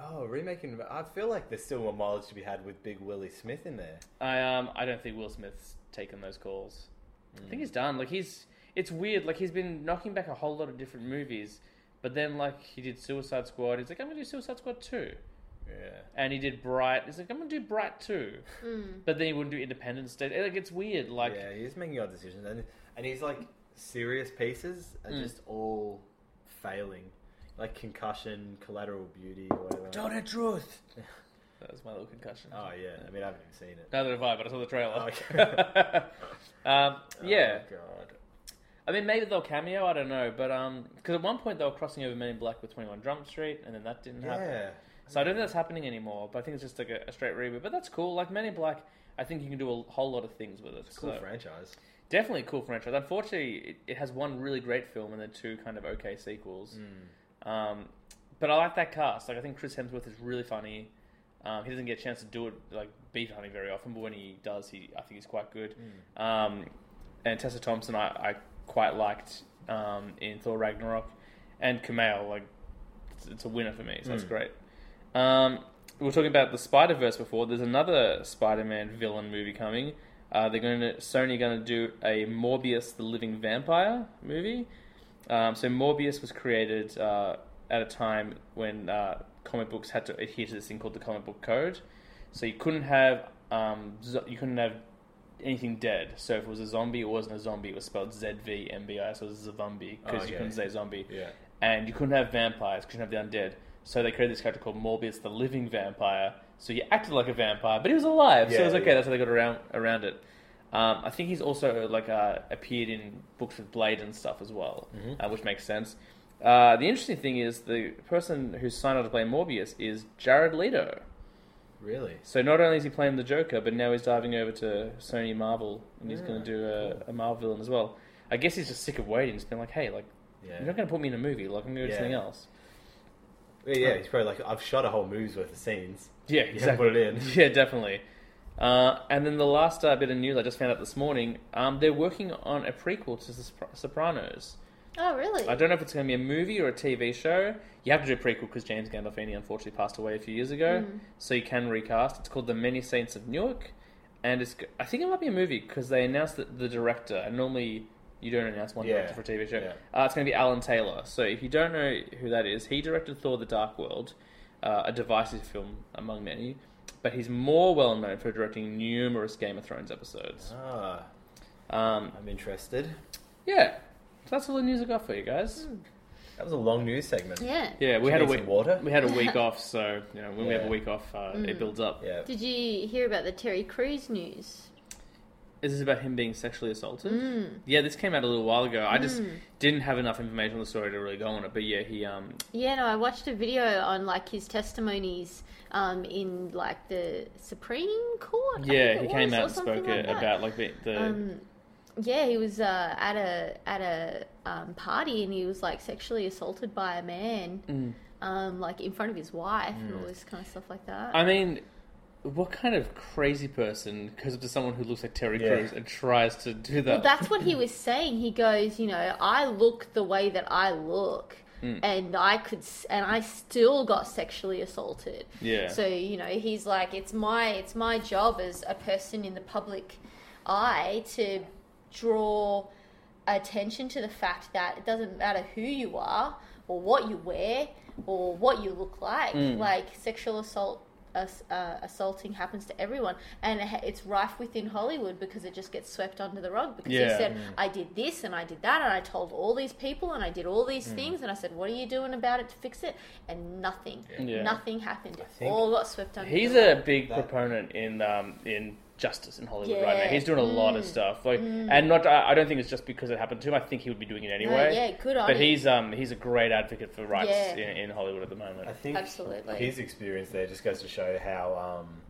S8: oh, remaking. I feel like there's still more mileage to be had with Big Willie Smith in there.
S6: I um, I don't think Will Smith's taken those calls. I think he's done. Like he's, it's weird. Like he's been knocking back a whole lot of different movies, but then like he did Suicide Squad. He's like, I'm gonna do Suicide Squad two.
S8: Yeah.
S6: and he did Bright. He's like, I'm gonna do Bright too, but then he wouldn't do Independence Day. Like it's weird. Like
S8: yeah, he's making odd decisions, and and he's like serious pieces are
S6: Mm.
S8: just all failing, like concussion, collateral beauty, or whatever.
S6: the truth. that was my little concussion.
S8: Oh yeah, I mean I haven't even seen it.
S6: Neither have I, but I saw the trailer.
S8: Oh, okay.
S6: um, yeah,
S8: Oh, God.
S6: I mean maybe they'll cameo. I don't know, but um, because at one point they were crossing over Men in Black with Twenty One Jump Street, and then that didn't happen.
S8: Yeah.
S6: So I don't think that's happening anymore. But I think it's just like a, a straight reboot. But that's cool. Like Men in Black, I think you can do a whole lot of things with it.
S8: Cool
S6: so.
S8: franchise.
S6: Definitely a cool franchise. Unfortunately, it, it has one really great film and then two kind of okay sequels. Um, but I like that cast. Like I think Chris Hemsworth is really funny. Um, he doesn't get a chance to do it like beef hunting very often, but when he does, he I think he's quite good. Um, and Tessa Thompson, I, I quite liked um, in Thor Ragnarok, and Kumail, like it's, it's a winner for me. So that's great. Um, we were talking about the Spider Verse before. There's another Spider-Man villain movie coming. Uh, they're going to Sony going to do a Morbius the Living Vampire movie. Um, so Morbius was created uh, at a time when uh, comic books had to adhere to this thing called the comic book code. So you couldn't have um, zo- you couldn't have anything dead. So if it was a zombie, it wasn't a zombie. It was spelled Z V M B I, so it was a zombie because
S8: Okay.
S6: you couldn't say zombie
S8: Yeah.
S6: and you couldn't have vampires, couldn't have the undead. So they created this character called Morbius, the living vampire. So he acted like a vampire, but he was alive, so it
S8: Yeah,
S6: was okay.
S8: yeah.
S6: That's how they got around around it. Um, I think he's also like uh, appeared in books with Blade and stuff as well,
S8: Mm-hmm.
S6: uh, which makes sense. Uh, the interesting thing is the person who's signed on to play Morbius is Jared Leto.
S8: Really.
S6: So not only is he playing the Joker, but now he's diving over to Sony Marvel, and he's
S8: Ah,
S6: going to do a, a Marvel villain as well. I guess he's just sick of waiting. He's been like, hey, like
S8: Yeah.
S6: you're not going to put me in a movie. Like I'm going to do
S8: Yeah.
S6: something else.
S8: Yeah, yeah, he's probably like, I've shot a whole movie's worth of scenes.
S6: Yeah,
S8: Yeah,
S6: Oh. exactly.
S8: put it in.
S6: Yeah, definitely. Uh, and then the last uh, bit of news I just found out this morning, um, they're working on a prequel to The Sopr- Sopranos.
S5: oh really?
S6: I don't know if it's going to be a movie or a TV show. You have to do a prequel because James Gandolfini unfortunately passed away a few years ago, so you can recast. It's called The Many Saints of Newark, and it's. g- I think it might be a movie because they announced that the director, and normally you don't announce one
S8: Yeah,
S6: director for a TV show.
S8: yeah.
S6: Uh, it's going to be Alan Taylor. So if you don't know who that is, he directed Thor: The Dark World, uh, a divisive film among many, but he's more well known for directing numerous Game of Thrones episodes.
S8: Ah,
S6: Um,
S8: I'm interested.
S6: yeah, so that's all the news I got for you guys.
S8: That was a long news segment.
S5: yeah.
S6: Yeah, we
S8: Should
S6: had a
S8: need
S6: week.
S8: some water?
S6: We had a week off, so you know when we have a
S8: Yeah.
S6: week off, uh,
S5: Mm.
S6: it builds up.
S8: Yeah.
S5: Did you hear about the Terry Crews news? Hmm.
S6: Is this about him being sexually assaulted?
S5: Mm.
S6: Yeah, this came out a little while ago. I just didn't have enough information on the story to really go on it. But yeah, he um
S5: Yeah, no, I watched a video on like his testimonies um, in like the Supreme Court. I
S6: yeah
S5: think
S6: he
S5: it
S6: came
S5: was,
S6: out
S5: or
S6: and spoke
S5: something like
S6: uh,
S5: that. Um,
S6: about like the, the
S5: Yeah, he was uh, at a at a um, party and he was like sexually assaulted by a man, um, like in front of his wife and all this kind of stuff like that.
S6: Mm. I mean, what kind of crazy person goes up to someone who looks like Terry
S8: Yeah.
S6: Crews and tries to do
S7: Well,
S6: that?
S7: that's what he was saying. He goes, you know, I look the way that I look,
S6: Mm.
S7: and I could, s- and I still got sexually assaulted.
S6: Yeah.
S7: So you know, he's like, it's my, it's my job as a person in the public eye to draw attention to the fact that it doesn't matter who you are or what you wear or what you look like.
S6: Mm.
S7: Like sexual assault. ass- Uh, assaulting happens to everyone, and it ha- it's rife within Hollywood because it just gets swept under the rug. Because he
S6: Yeah. Mm.
S7: said, "I did this and I did that, and I told all these people and I did all these
S6: Mm.
S7: things," and I said, "What are you doing about it to fix it?" And nothing,
S6: Yeah.
S7: nothing happened. It
S8: think
S7: all got swept under.
S6: He's
S7: the rug.
S6: a big
S8: That-
S6: proponent in um, in justice in Hollywood right now.
S7: Yeah. Mm.
S6: He's doing a lot of stuff, like, and not. I I don't think it's just because it happened to him. I think he would be doing it
S7: No,
S6: anyway.
S7: yeah, good on
S6: But
S7: him.
S6: he's um he's a great advocate for rights
S7: Yeah.
S6: in, in Hollywood at the moment.
S8: I think
S7: Absolutely.
S8: his experience there just goes to show how um,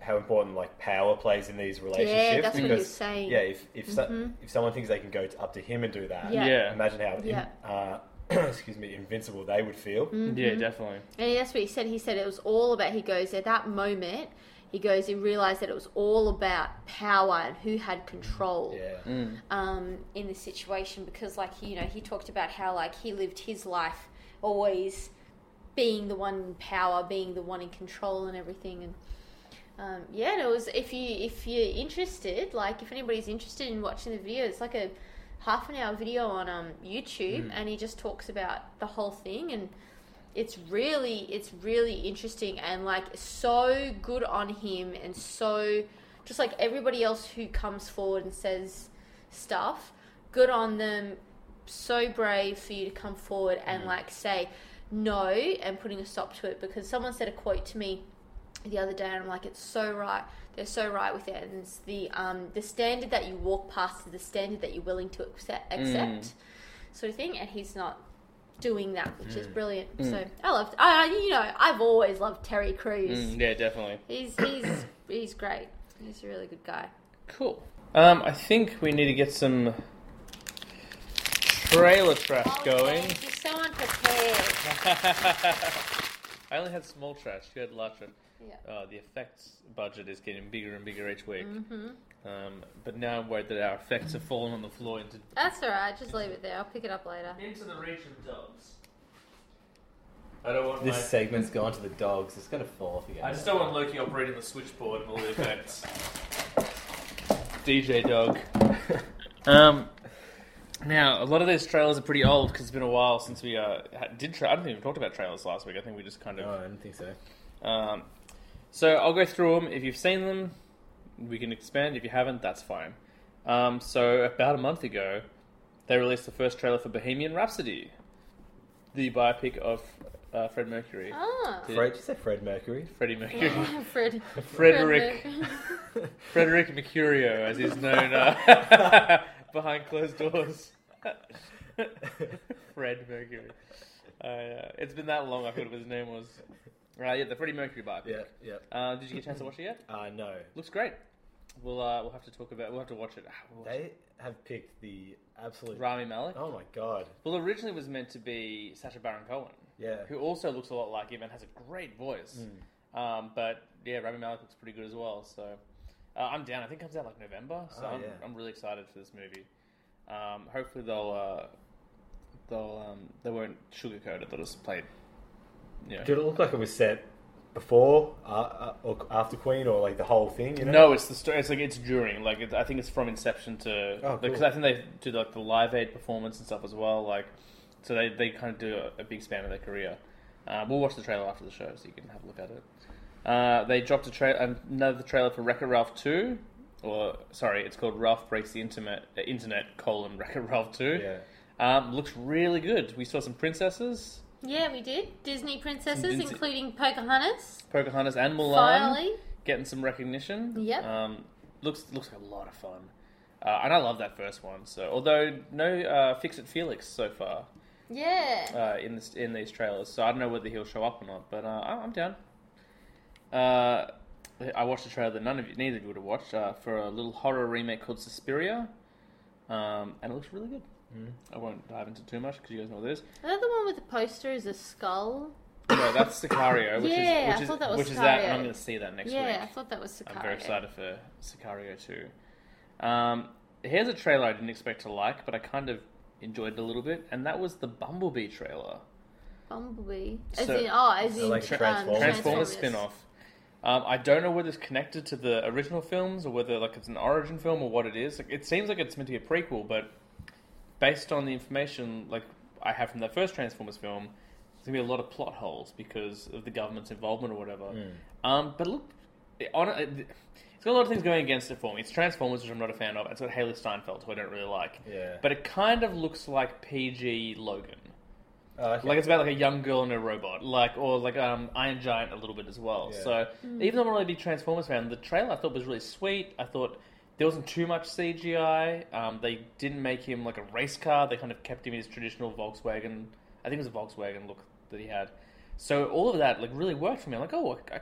S8: how important like power plays in these relationships.
S7: that's what he
S8: because,
S7: was saying. Mm-hmm.
S8: Yeah, if if, so, if someone thinks they can go to, up to him and do that,
S7: Yeah.
S6: Yeah.
S8: imagine how
S7: Yeah. Mm.
S8: in, uh, excuse me invincible they would feel.
S7: Mm-hmm.
S6: Yeah, definitely. Mm,
S7: And that's what he said. He said it was all about. He goes at that moment. He goes. He realized that it was all about power and who had control.
S8: Yeah,
S6: Mm.
S7: um, in the situation because like you know he talked about how like he lived his life always being the one in power being the one in control and everything and um, yeah and it was if you if you're interested like if anybody's interested in watching the video it's like a half an hour video on um, youtube and he just talks about the whole thing and it's really it's really interesting and like so good on him and so just like everybody else who comes forward and says stuff good on them so brave for you to come forward and like say no and putting a stop to it because someone said a quote to me the other day and I'm like it's so right they're so right with it and it's the um the standard that you walk past is the standard that you're willing to accept, accept sort of thing and he's not doing that, which is brilliant.
S6: Mm.
S7: So I loved. I, I- you know, I've always loved Terry Crews.
S6: Mm, yeah, definitely.
S7: He's he's he's great. He's a really good guy.
S6: Cool. Um, I think we need to get some trailer trash going.
S7: You're Oh, so unprepared.
S6: I only had small trash. You had large trash.
S7: Yeah.
S6: Uh, the effects budget is getting bigger and bigger each week.
S7: Mm-hmm.
S6: Um, but now I'm worried that our effects have fallen on the floor into
S7: That's all right. Just leave it there. I'll pick it up later.
S6: into the reach of dogs. I don't want
S8: this segment's gone to the dogs. It's gonna fall off again.
S6: I just don't want Loki operating the switchboard and all the effects. DJ Dog. um, now a lot of those trailers are pretty old because it's been a while since we uh, ha- did. Tra- I don't think we talked about trailers last week. I think we just kind
S8: No,
S6: of.
S8: Oh, I don't think so.
S6: Um, so I'll go through them. If you've seen them, we can expand. If you haven't, that's fine. Um, so about a month ago, they released the first trailer for Bohemian Rhapsody, the biopic of uh, Fred Mercury,
S7: Ah,
S6: Yeah.
S8: Fred, did you say Fred Mercury?
S6: Freddie Mercury.
S7: Fred.
S6: Frederick
S7: Fred-
S6: Frederick Mercurio, as he's known uh, behind closed doors. Fred Mercury. Uh, yeah. it's been that long. I forgot what his name was. Right, yeah, the Freddie Mercury biopic.
S8: Yeah, yeah.
S6: Uh, did you get a chance to watch it yet?
S8: Uh, no,
S6: Looks great. We'll uh, we'll have to talk about. We'll have to watch it. Ah, we'll watch
S8: they have picked the absolute.
S6: it. Rami Malek.
S8: Oh my god.
S6: Well, originally it was meant to be Sacha Baron Cohen,
S8: Yeah. Hmm.
S6: who also looks a lot like him and has a great voice. Um, but yeah, Rami Malek looks pretty good as well. So uh, I'm down. I think it comes out like November. So
S8: Oh,
S6: I'm,
S8: yeah.
S6: I'm really excited for this movie. Um, hopefully they'll uh, they'll um, they won't sugarcoat it. They'll just play it. Yeah.
S8: Did it look like it was set before uh, uh, or after Queen or like the whole thing? You know?
S6: No, it's the story. It's like it's during. Like it, I think it's from Inception
S8: Oh,
S6: to
S8: cool.
S6: because I think they do like the Live Aid performance and stuff as well. Like so they, they kind of do a, a big span of their career. Uh, we'll watch the trailer after the show so you can have a look at it. Uh, they dropped a tra- another trailer for Wreck-It Ralph Two, or sorry, it's called Ralph Breaks the Internet. uh, Internet colon Wreck-It Ralph Two.
S8: Yeah.
S6: Um, looks really good. We saw some princesses,
S7: yeah, we did Disney princesses,
S6: Disney-
S7: including Pocahontas.
S6: Pocahontas and Mulan.
S7: Finally,
S6: getting some recognition.
S7: Yep.
S6: Um, looks looks like a lot of fun, uh, and I love that first one. So, although no uh, Fix It Felix so far
S7: yeah.
S6: uh, in this in these trailers, so I don't know whether he'll show up or not. But uh, I- I'm down. Uh, I watched a trailer that none of you, neither of you would have watched uh, for a little horror remake called Suspiria, um, and it looks really good. I won't dive into too much because you guys know what it is.
S7: Is that the one with the poster is a skull?
S6: No, that's Sicario, which
S7: Yeah,
S6: is
S7: I
S6: which is
S7: thought that was
S6: which is that, and
S7: Sicario.
S6: I'm going to see that next
S7: yeah,
S6: week.
S7: I thought that was Sicario.
S6: I'm very excited for Sicario 2. Um, here's a trailer I didn't expect to like, but I kind of enjoyed it a little bit, and that was the Bumblebee trailer.
S7: Bumblebee. As
S6: So-
S7: in, oh, as in
S8: like
S7: tra-
S8: Transformers.
S7: Um,
S6: Transformers
S7: Transformers
S6: spin off. Um, I don't know whether it's connected to the original films or whether like it's an origin film or what it is. Like, it seems like it's meant to be a prequel, but based on the information like I have from the first Transformers film, there's gonna be a lot of plot holes because of the government's involvement or whatever. Um, but look, it- on it, it's got a lot of things going against it for me. It's Transformers, which I'm not a fan of. It's got Haley Steinfeld, who I don't really like.
S8: Yeah.
S6: But it kind of looks like PG Logan.
S8: Oh, okay.
S6: Like it's about like a young girl and a robot, like or like um, Iron Giant a little bit as well.
S8: Yeah.
S6: So even though I'm not really a big Transformers fan, the trailer I thought was really sweet. I thought there wasn't too much CGI. Um, they didn't make him like a race car. They kind of kept him in his traditional Volkswagen. I think it was a Volkswagen look that he had. So all of that like really worked for me. I'm like, oh, I, I,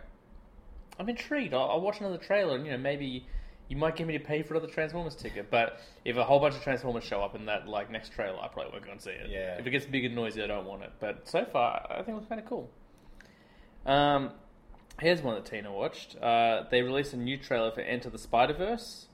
S6: I'm intrigued. I'll, I'll watch another trailer, and you know maybe you might get me to pay for another Transformers ticket. But if a whole bunch of Transformers show up in that like next trailer, I probably won't go and see it.
S8: Yeah.
S6: If it gets big and noisy, I don't want it. But so far, I think it looks kind of cool. Um, here's one that Tina watched. Uh, they released a new trailer for Enter the Spider Verse.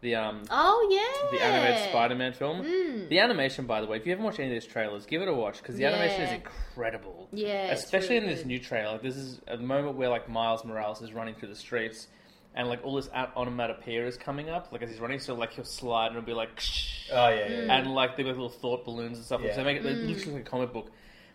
S6: The um,
S7: Oh, yeah. Hmm.
S6: the animated Spider-Man film. The animation, by the way, if you haven't watched any of these trailers, give it a watch because the animation is
S7: Yeah.
S6: incredible.
S7: Yeah, it's
S6: especially
S7: really
S6: in this
S7: good.
S6: new trailer. This is a moment where like Miles Morales is running through the streets, and like all this a- onomatopoeia is coming up. Like as he's running, so like he'll slide and it'll be like,
S7: Hmm.
S8: Oh yeah, yeah, yeah.
S6: and like they have little thought balloons and stuff.
S8: Yeah.
S6: So they make it they looks like a comic book.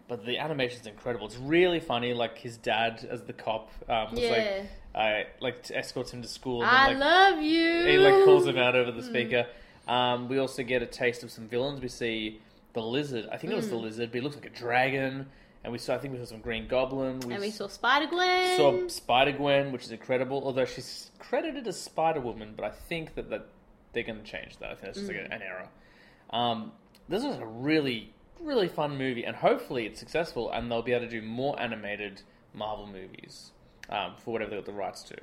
S6: But the animation's incredible. It's really funny. Like his dad as the cop um, was
S7: Yeah.
S6: like, I like escorts him to school. And
S7: I
S6: then, like,
S7: love you.
S6: he like calls him out over
S7: Mm.
S6: the speaker. Um, we also get a taste of some villains. We see the lizard. I think it was
S7: Mm.
S6: the lizard, but he looks like a dragon. And we saw. I think we saw some Green Goblin.
S7: And we
S6: s-
S7: saw Spider Gwen.
S6: saw Spider Gwen, which is incredible. Although she's credited as Spider Woman, but I think that, that they're going to change that. I think that's just
S7: Mm.
S6: like an error. Um, this is a really, really fun movie, and hopefully it's successful, and they'll be able to do more animated Marvel movies um, for whatever they got the rights to.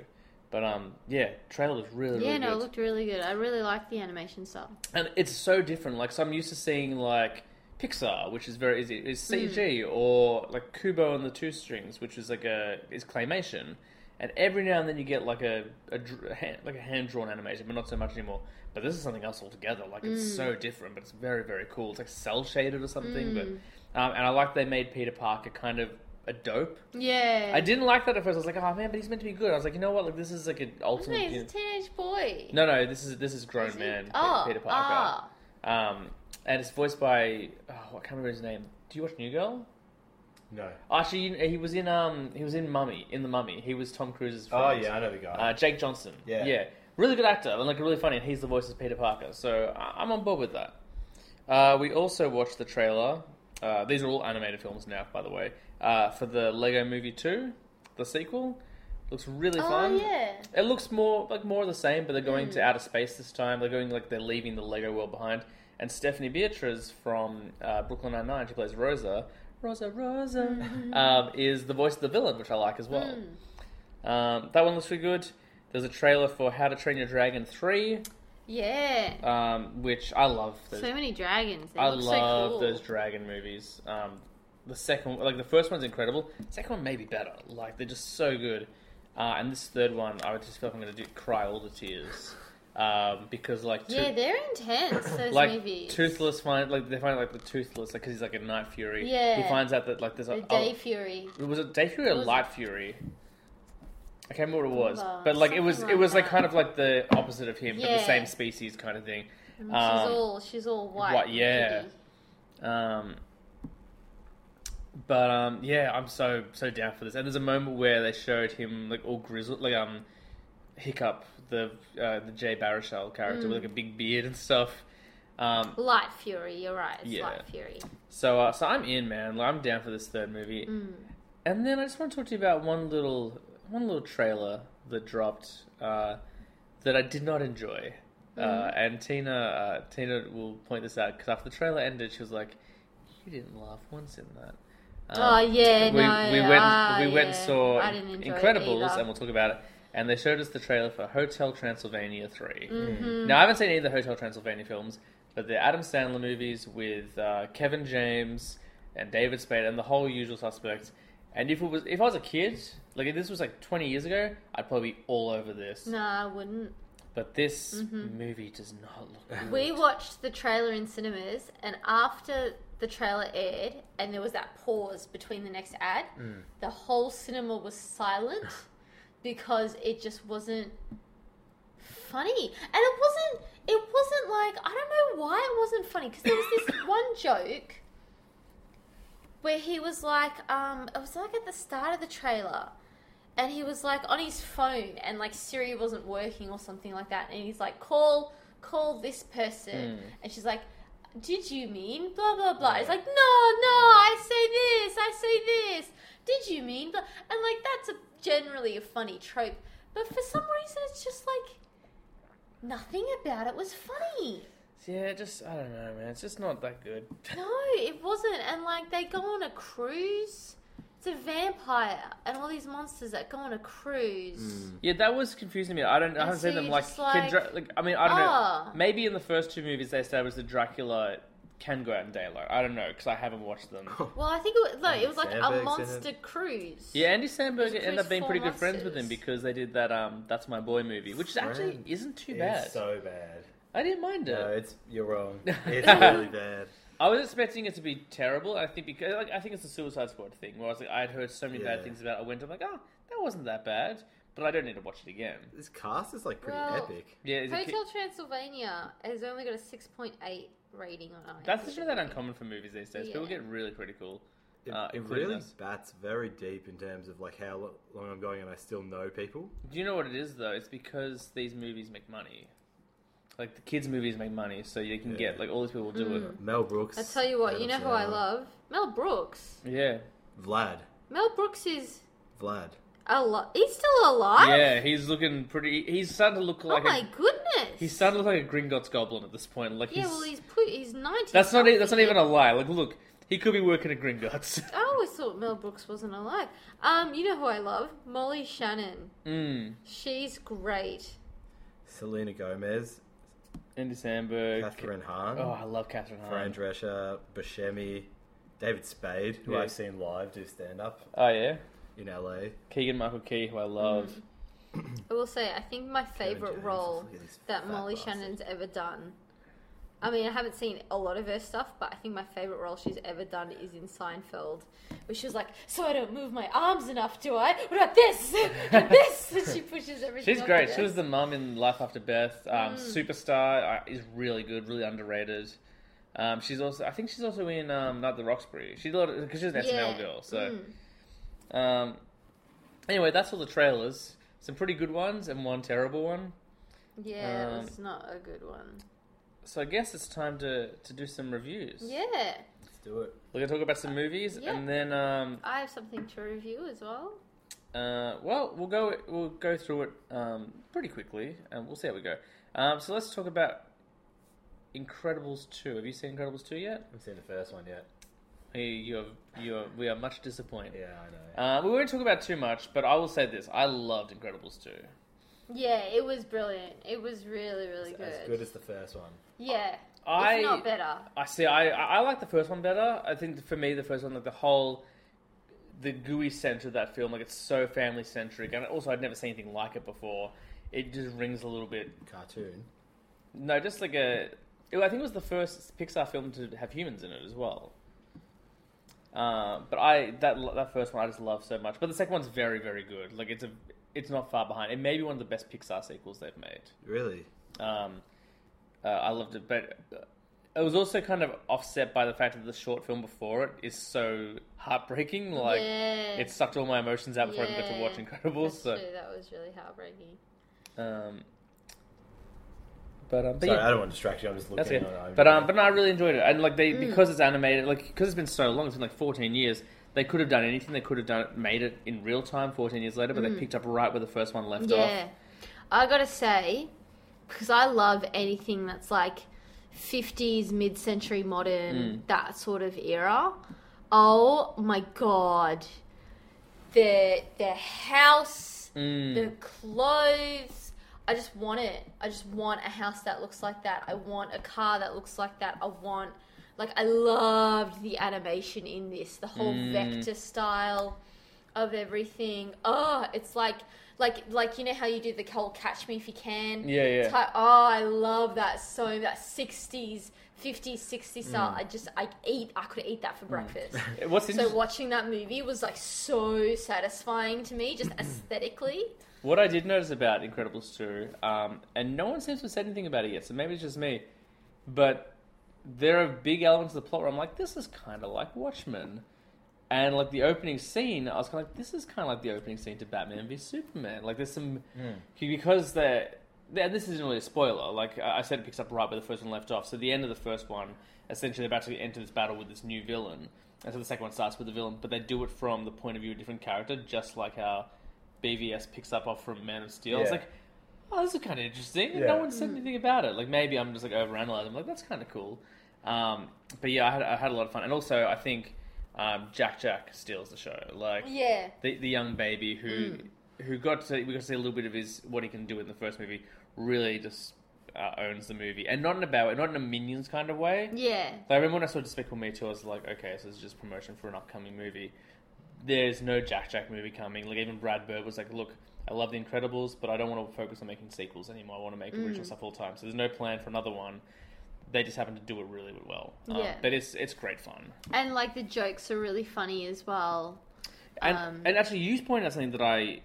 S6: But um, yeah, trailer was really,
S7: yeah,
S6: really
S7: no,
S6: good.
S7: it looked really good. I really liked the animation style.
S6: and it's so different. Like, so I'm used to seeing like Pixar, which is very easy, is CG,
S7: Mm.
S6: or like Kubo and the Two Strings, which is like a is claymation. And every now and then you get like a, a dr- hand, like a hand drawn animation, but not so much anymore. But this is something else altogether. Like it's so
S7: Mm.
S6: different, but it's very very cool. It's like cell shaded or something. But um, and I like they made Peter Parker kind of a dope.
S7: Yeah.
S6: I didn't like that at first. I was like, oh man, but he's meant to be good. I was like, you know what? Like this is like an
S7: No,
S6: ultimate.
S7: he's a teenage boy.
S6: No, no, this is this is grown
S7: Is he?
S6: man Pe-
S7: Oh,
S6: Peter Parker,
S7: ah.
S6: um, and it's voiced by oh, I can't remember his name. Do you watch New Girl?
S7: Hmm.
S8: No.
S6: Actually, you- he was in um he was in Mummy in the Mummy. He was Tom Cruise's friend.
S8: Oh yeah, I know the guy.
S6: uh, Jake Johnson.
S8: Yeah.
S6: yeah, really good actor and like really funny. And he's the voice of Peter Parker, so I- I'm on board with that. Uh, we also watched the trailer. Uh, these are all animated films now, by the way. Uh, for the Lego Movie Two, the sequel, looks really
S7: Oh,
S6: fun.
S7: yeah.
S6: It looks more like more of the same, but they're going to outer space this time. They're going like they're leaving the Lego world behind. And Stephanie Beatriz from uh, Brooklyn Nine Nine, she plays Rosa. Rosa, Rosa um, is the voice of the villain, which I like as well. Um, that one looks really good. There's a trailer for How to Train Your Dragon Three,
S7: Yeah.
S6: um, which I love. Those,
S7: So many dragons. They
S6: I
S7: look
S6: love
S7: so cool.
S6: those dragon movies. Um, the second, like the first one's incredible. Second one may be better. Like they're just so good. Uh, and this third one, I just feel like I'm gonna do, cry all the tears um, because like two,
S7: yeah, they're intense. Those
S6: like
S7: movies.
S6: toothless find like they find like the toothless like because he's like a night fury.
S7: Yeah.
S6: he finds out that like there's
S7: The
S6: a
S7: Day Fury.
S6: uh, oh, was it day fury or
S7: was
S6: light fury. I can't remember what it was,
S7: Remember,
S6: but like it was,
S7: something
S6: it
S7: like
S6: was like
S7: that.
S6: kind of like the opposite of him, but the
S7: Yeah.
S6: same species kind of thing.
S7: She's
S6: Um,
S7: all she's all white.
S6: white, yeah.
S7: kitty.
S6: Um, but um, yeah, I'm so so down for this. And there's a moment where they showed him like all grizzled, like um, Hiccup, the uh, the Jay Baruchel character with like a big beard and stuff. Um,
S7: Light Fury. You're right. It's
S6: Yeah.
S7: Light Fury.
S6: so uh, so I'm in, man. Like, I'm down for this third movie. And then I just want to talk to you about one little one little trailer that dropped uh, that I did not enjoy. Uh, and Tina uh, Tina will point this out because after the trailer ended, she was like, "You didn't laugh once in that."
S7: oh
S6: Um,
S7: yeah,
S6: we,
S7: no.
S6: we went
S7: ah,
S6: we went and
S7: yeah.
S6: saw
S7: I didn't enjoy it
S6: Incredibles,
S7: either.
S6: and we'll talk about it. And they showed us the trailer for Hotel Transylvania 3
S7: Mm-hmm.
S6: Now I haven't seen any of the Hotel Transylvania films, but the Adam Sandler movies with uh, Kevin James and David Spade and the whole usual suspects. And if it was, if I was a kid, like if this was like twenty years ago, I'd probably be all over this.
S5: No, I wouldn't.
S6: But this
S7: Mm-hmm.
S6: movie does not look. Good.
S5: We watched the trailer in cinemas, and after the trailer aired, and there was that pause between the next ad, the whole cinema was silent because it just wasn't funny, and it wasn't. It wasn't like I don't know why it wasn't funny because there was this one joke where he was like, um, it was like at the start of the trailer, and he was like on his phone, and like Siri wasn't working or something like that, and he's like, call, call this person, and she's like, did you mean blah blah blah? It's like, no, no, I say this, I say this. Did you mean blah? And like that's a generally a funny trope, but for some reason it's just like nothing about it was funny.
S6: Yeah, just I don't know, man. It's just not that good.
S5: No, it wasn't. And like they go on a cruise. It's a vampire and all these monsters that go on a cruise.
S6: Yeah, that was confusing me. I don't. I haven't
S5: so
S6: seen them
S5: you're
S6: like,
S5: just
S6: can
S5: like,
S6: Dra- like. I mean, I don't
S5: ah.
S6: know. Maybe in the first two movies they established that Dracula can go out in daylight. I don't know because I haven't watched them.
S5: Well, I think it was, no, it was like
S8: Sandberg's in
S5: a
S8: it.
S5: monster cruise.
S6: yeah, Andy Samberg
S5: Cruise
S6: ended up being
S5: for
S6: pretty good friends with him
S5: Monsters.
S6: because they did that. Um, that's my boy movie, which actually
S8: Friends.
S6: isn't too bad.
S8: It's so bad.
S6: I didn't mind it.
S8: No, it's you're wrong. It's really bad.
S6: I was expecting it to be terrible. I think because like, I think it's the Suicide Squad thing where I was like I had heard so many bad
S8: Yeah.
S6: things about. it. I went I'm like oh that wasn't that bad, but I don't need to watch it again.
S8: This cast is like pretty
S7: Well-
S8: epic.
S6: Yeah, is it,
S7: Hotel Transylvania has only got a 6.8 rating on IMDb.
S6: that's actually not that uncommon for movies these days. People
S7: Yeah.
S6: get really critical.
S8: It,
S6: Uh,
S8: it
S6: including
S8: really
S6: us.
S8: bats very deep in terms of like how lo- long I'm going and I still know people.
S6: Do you know what it is though? It's because these movies make money. Like the kids' movies make money, so you can
S8: Yeah.
S6: get like all these people do
S7: Mm.
S6: it.
S8: Mel Brooks.
S7: I tell you what, you know
S8: Adam
S7: who I
S8: Sandler,
S7: love? Mel Brooks.
S6: Yeah,
S8: Vlad.
S7: Mel Brooks is
S8: Vlad.
S7: a lot. He's still alive.
S6: yeah. He's looking pretty. He's starting to look
S7: Oh
S6: like
S7: my
S6: a,
S7: goodness.
S6: he's starting to look like a Gringotts goblin at this point. Like
S7: yeah,
S6: he's,
S7: well, he's put. He's ninety.
S6: that's not e- that's not
S7: something.
S6: even a lie. Like look, he could be working at Gringotts.
S7: I always thought Mel Brooks wasn't alive. Um, you know who I love? Molly Shannon.
S6: Mm.
S7: She's great.
S8: Selena Gomez.
S6: Andy Samberg.
S8: Catherine Hahn.
S6: Oh, I love Catherine
S8: Fran
S6: Hahn.
S8: Drescher. Buscemi. David Spade, who
S6: Yeah.
S8: I've seen live do stand up
S6: Oh yeah,
S8: in LA.
S6: Keegan Michael Key, who I love.
S7: I will say, I think my favorite
S8: James,
S7: role
S8: look at this
S7: that
S8: fat
S7: Molly
S8: bastard.
S7: Shannon's ever done. I mean, I haven't seen a lot of her stuff, but I think my favorite role she's ever done is in Seinfeld, where she was like, "So I don't move my arms enough, do I? What about this? And this?" And she pushes everything.
S6: She's
S7: onto
S6: great. She
S7: this.
S6: was the mum in Life After Beth. Um,
S7: Mm.
S6: Superstar uh, is really good, really underrated. Um, she's also, I think she's also in um, Not the Roxbury. She's a lot because she's an
S7: Yeah. Mm.
S6: SNL girl. So, um, anyway, that's all the trailers. Some pretty good ones and one terrible one.
S7: Yeah,
S6: Um,
S7: it's not a good one.
S6: So I guess it's time to, to do some reviews.
S7: Yeah,
S8: Let's do it.
S6: We're gonna talk about some movies
S7: Yeah.
S6: and then um,
S7: I have something to review as well.
S6: Uh, well, we'll go we'll go through it um, pretty quickly, and we'll see how we go. Um, so let's talk about Incredibles two. Have you seen Incredibles two yet?
S8: haven't seen the first one yet.
S6: You you are, you are, we are much disappointed.
S8: Yeah, I know.
S6: Uh, we won't talk about it too much, but I will say this: I loved Incredibles two.
S7: Yeah, it was brilliant. It was really, really good.
S8: As good as the first one.
S7: yeah,
S6: I-
S7: it's not better.
S6: I see. I I I like the first one better. I think for me the first one, like the whole, the gooey center of that film, like it's so family centric, and also I'd never seen anything like it before. It just rings a little bit
S8: Cartoon.
S6: No, just like a. it- I think it was the first Pixar film to have humans in it as well. Uh, but I that that first one I just love so much. But the second one's very very good. Like it's a it's not far behind. It may be one of the best Pixar sequels they've made.
S8: Really?
S6: Um, uh, I loved it, but uh, it was also kind of offset by the fact that the short film before it is so heartbreaking. Like
S7: yeah,
S6: it sucked all my emotions out before I even got to
S7: Yeah.
S6: watch Incredibles.
S7: That's
S6: so,
S7: true, That was really heartbreaking.
S6: um, but um, but
S8: Sorry,
S6: yeah.
S8: I don't want to distract you. I'm just
S6: That's
S8: looking
S6: okay.
S8: on
S6: But um, but no, I really enjoyed it, and like they because it's animated, like because it's been so long, it's been like fourteen years. They could have done anything. They could have done it, made it in real time, fourteen years later. But they picked up right where the first one left
S7: Yeah, I gotta say, because I love anything that's like fifties, mid-century modern,
S6: Hmm.
S7: that sort of era. Oh my god,
S5: The the house,
S6: Mm.
S5: the clothes. I just want it. I just want a house that looks like that. I want a car that looks like that. I want like I loved the animation in this, the whole
S6: Mm.
S5: vector style.
S6: off.
S5: of everything. Oh, it's like like like you know how you do the whole catch me if you can.
S6: Yeah, yeah.
S5: Type, oh, I love that so that 60s, 50s, 60s
S6: Mm.
S5: style. I just I eat I could eat that for breakfast.
S6: What's
S5: so
S6: interesting,
S5: watching that movie was like so satisfying to me just aesthetically.
S6: what I did notice about Incredibles 2, um, and no one seems to have said anything about it yet, so maybe it's just me, but there are big elements of the plot where I'm like, this is kind of like Watchmen. And like the opening scene, I was kind of like, this is kind of like the opening scene to Batman v Superman. Like there's some
S8: Hmm.
S6: because they're, they and this isn't really a spoiler. Like I I said, it picks up right where the first one left off. So the end of the first one, essentially, they're about to enter this battle with this new villain, and so the second one starts with the villain, but they do it from the point of view of a different character, just like how BVS picks up off from Man of Steel. It's
S8: Yeah.
S6: like. Oh, this is kind of interesting.
S8: Yeah.
S6: No one said anything about it. Like maybe I'm just like overanalyzing. Like that's kind of cool. Um, but yeah, I had, I had a lot of fun, and also I think um, Jack Jack steals the show. Like
S5: Yeah.
S6: the, the young baby who who got to we got to see a little bit of his what he can do in the first movie really just uh, owns the movie and not in a bad way, not in a minions kind of way.
S7: Yeah.
S6: Like, I remember when I saw Despicable Me too, I was like, okay, so this is just promotion for an upcoming movie. There's no Jack Jack movie coming. Like even Brad Bird was like, look, I love The Incredibles, but I don't want to focus on making sequels anymore. I want to make
S7: Mm.
S6: original stuff all the time. So there's no plan for another one. They just happen to do it really well. Um,
S7: Yeah.
S6: But it's it's great fun.
S7: And like the jokes are really funny as well.
S6: And,
S7: Um,
S6: and actually, you pointed out something that I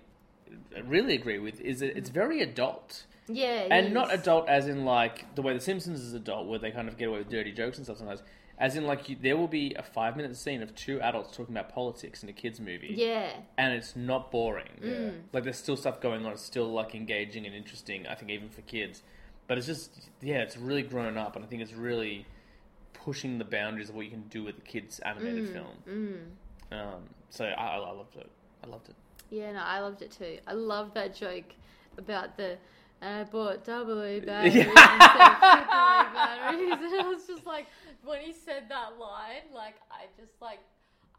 S6: really agree with is that
S7: Mm.
S6: it's very adult.
S7: Yeah. it
S6: and
S7: is.
S6: not adult as in like the way the Simpsons is adult, where they kind of get away with dirty jokes and stuff sometimes. As in, like you, there will be a five minute scene of two adults talking about politics in a kids movie,
S7: Yeah.
S6: and it's not boring.
S5: Mm.
S6: Like there's still stuff going on, it's still like engaging and interesting. I think even for kids, but it's just yeah, it's really grown up, and I think it's really pushing the boundaries of what you can do with a kids
S5: Mm.
S6: animated film. Um, so I, I loved it. I loved it.
S7: Yeah, no, I loved it too. I loved that joke about the I bought double A batteries instead of triple A batteries. And I was just like,
S5: when he said that line, like I just like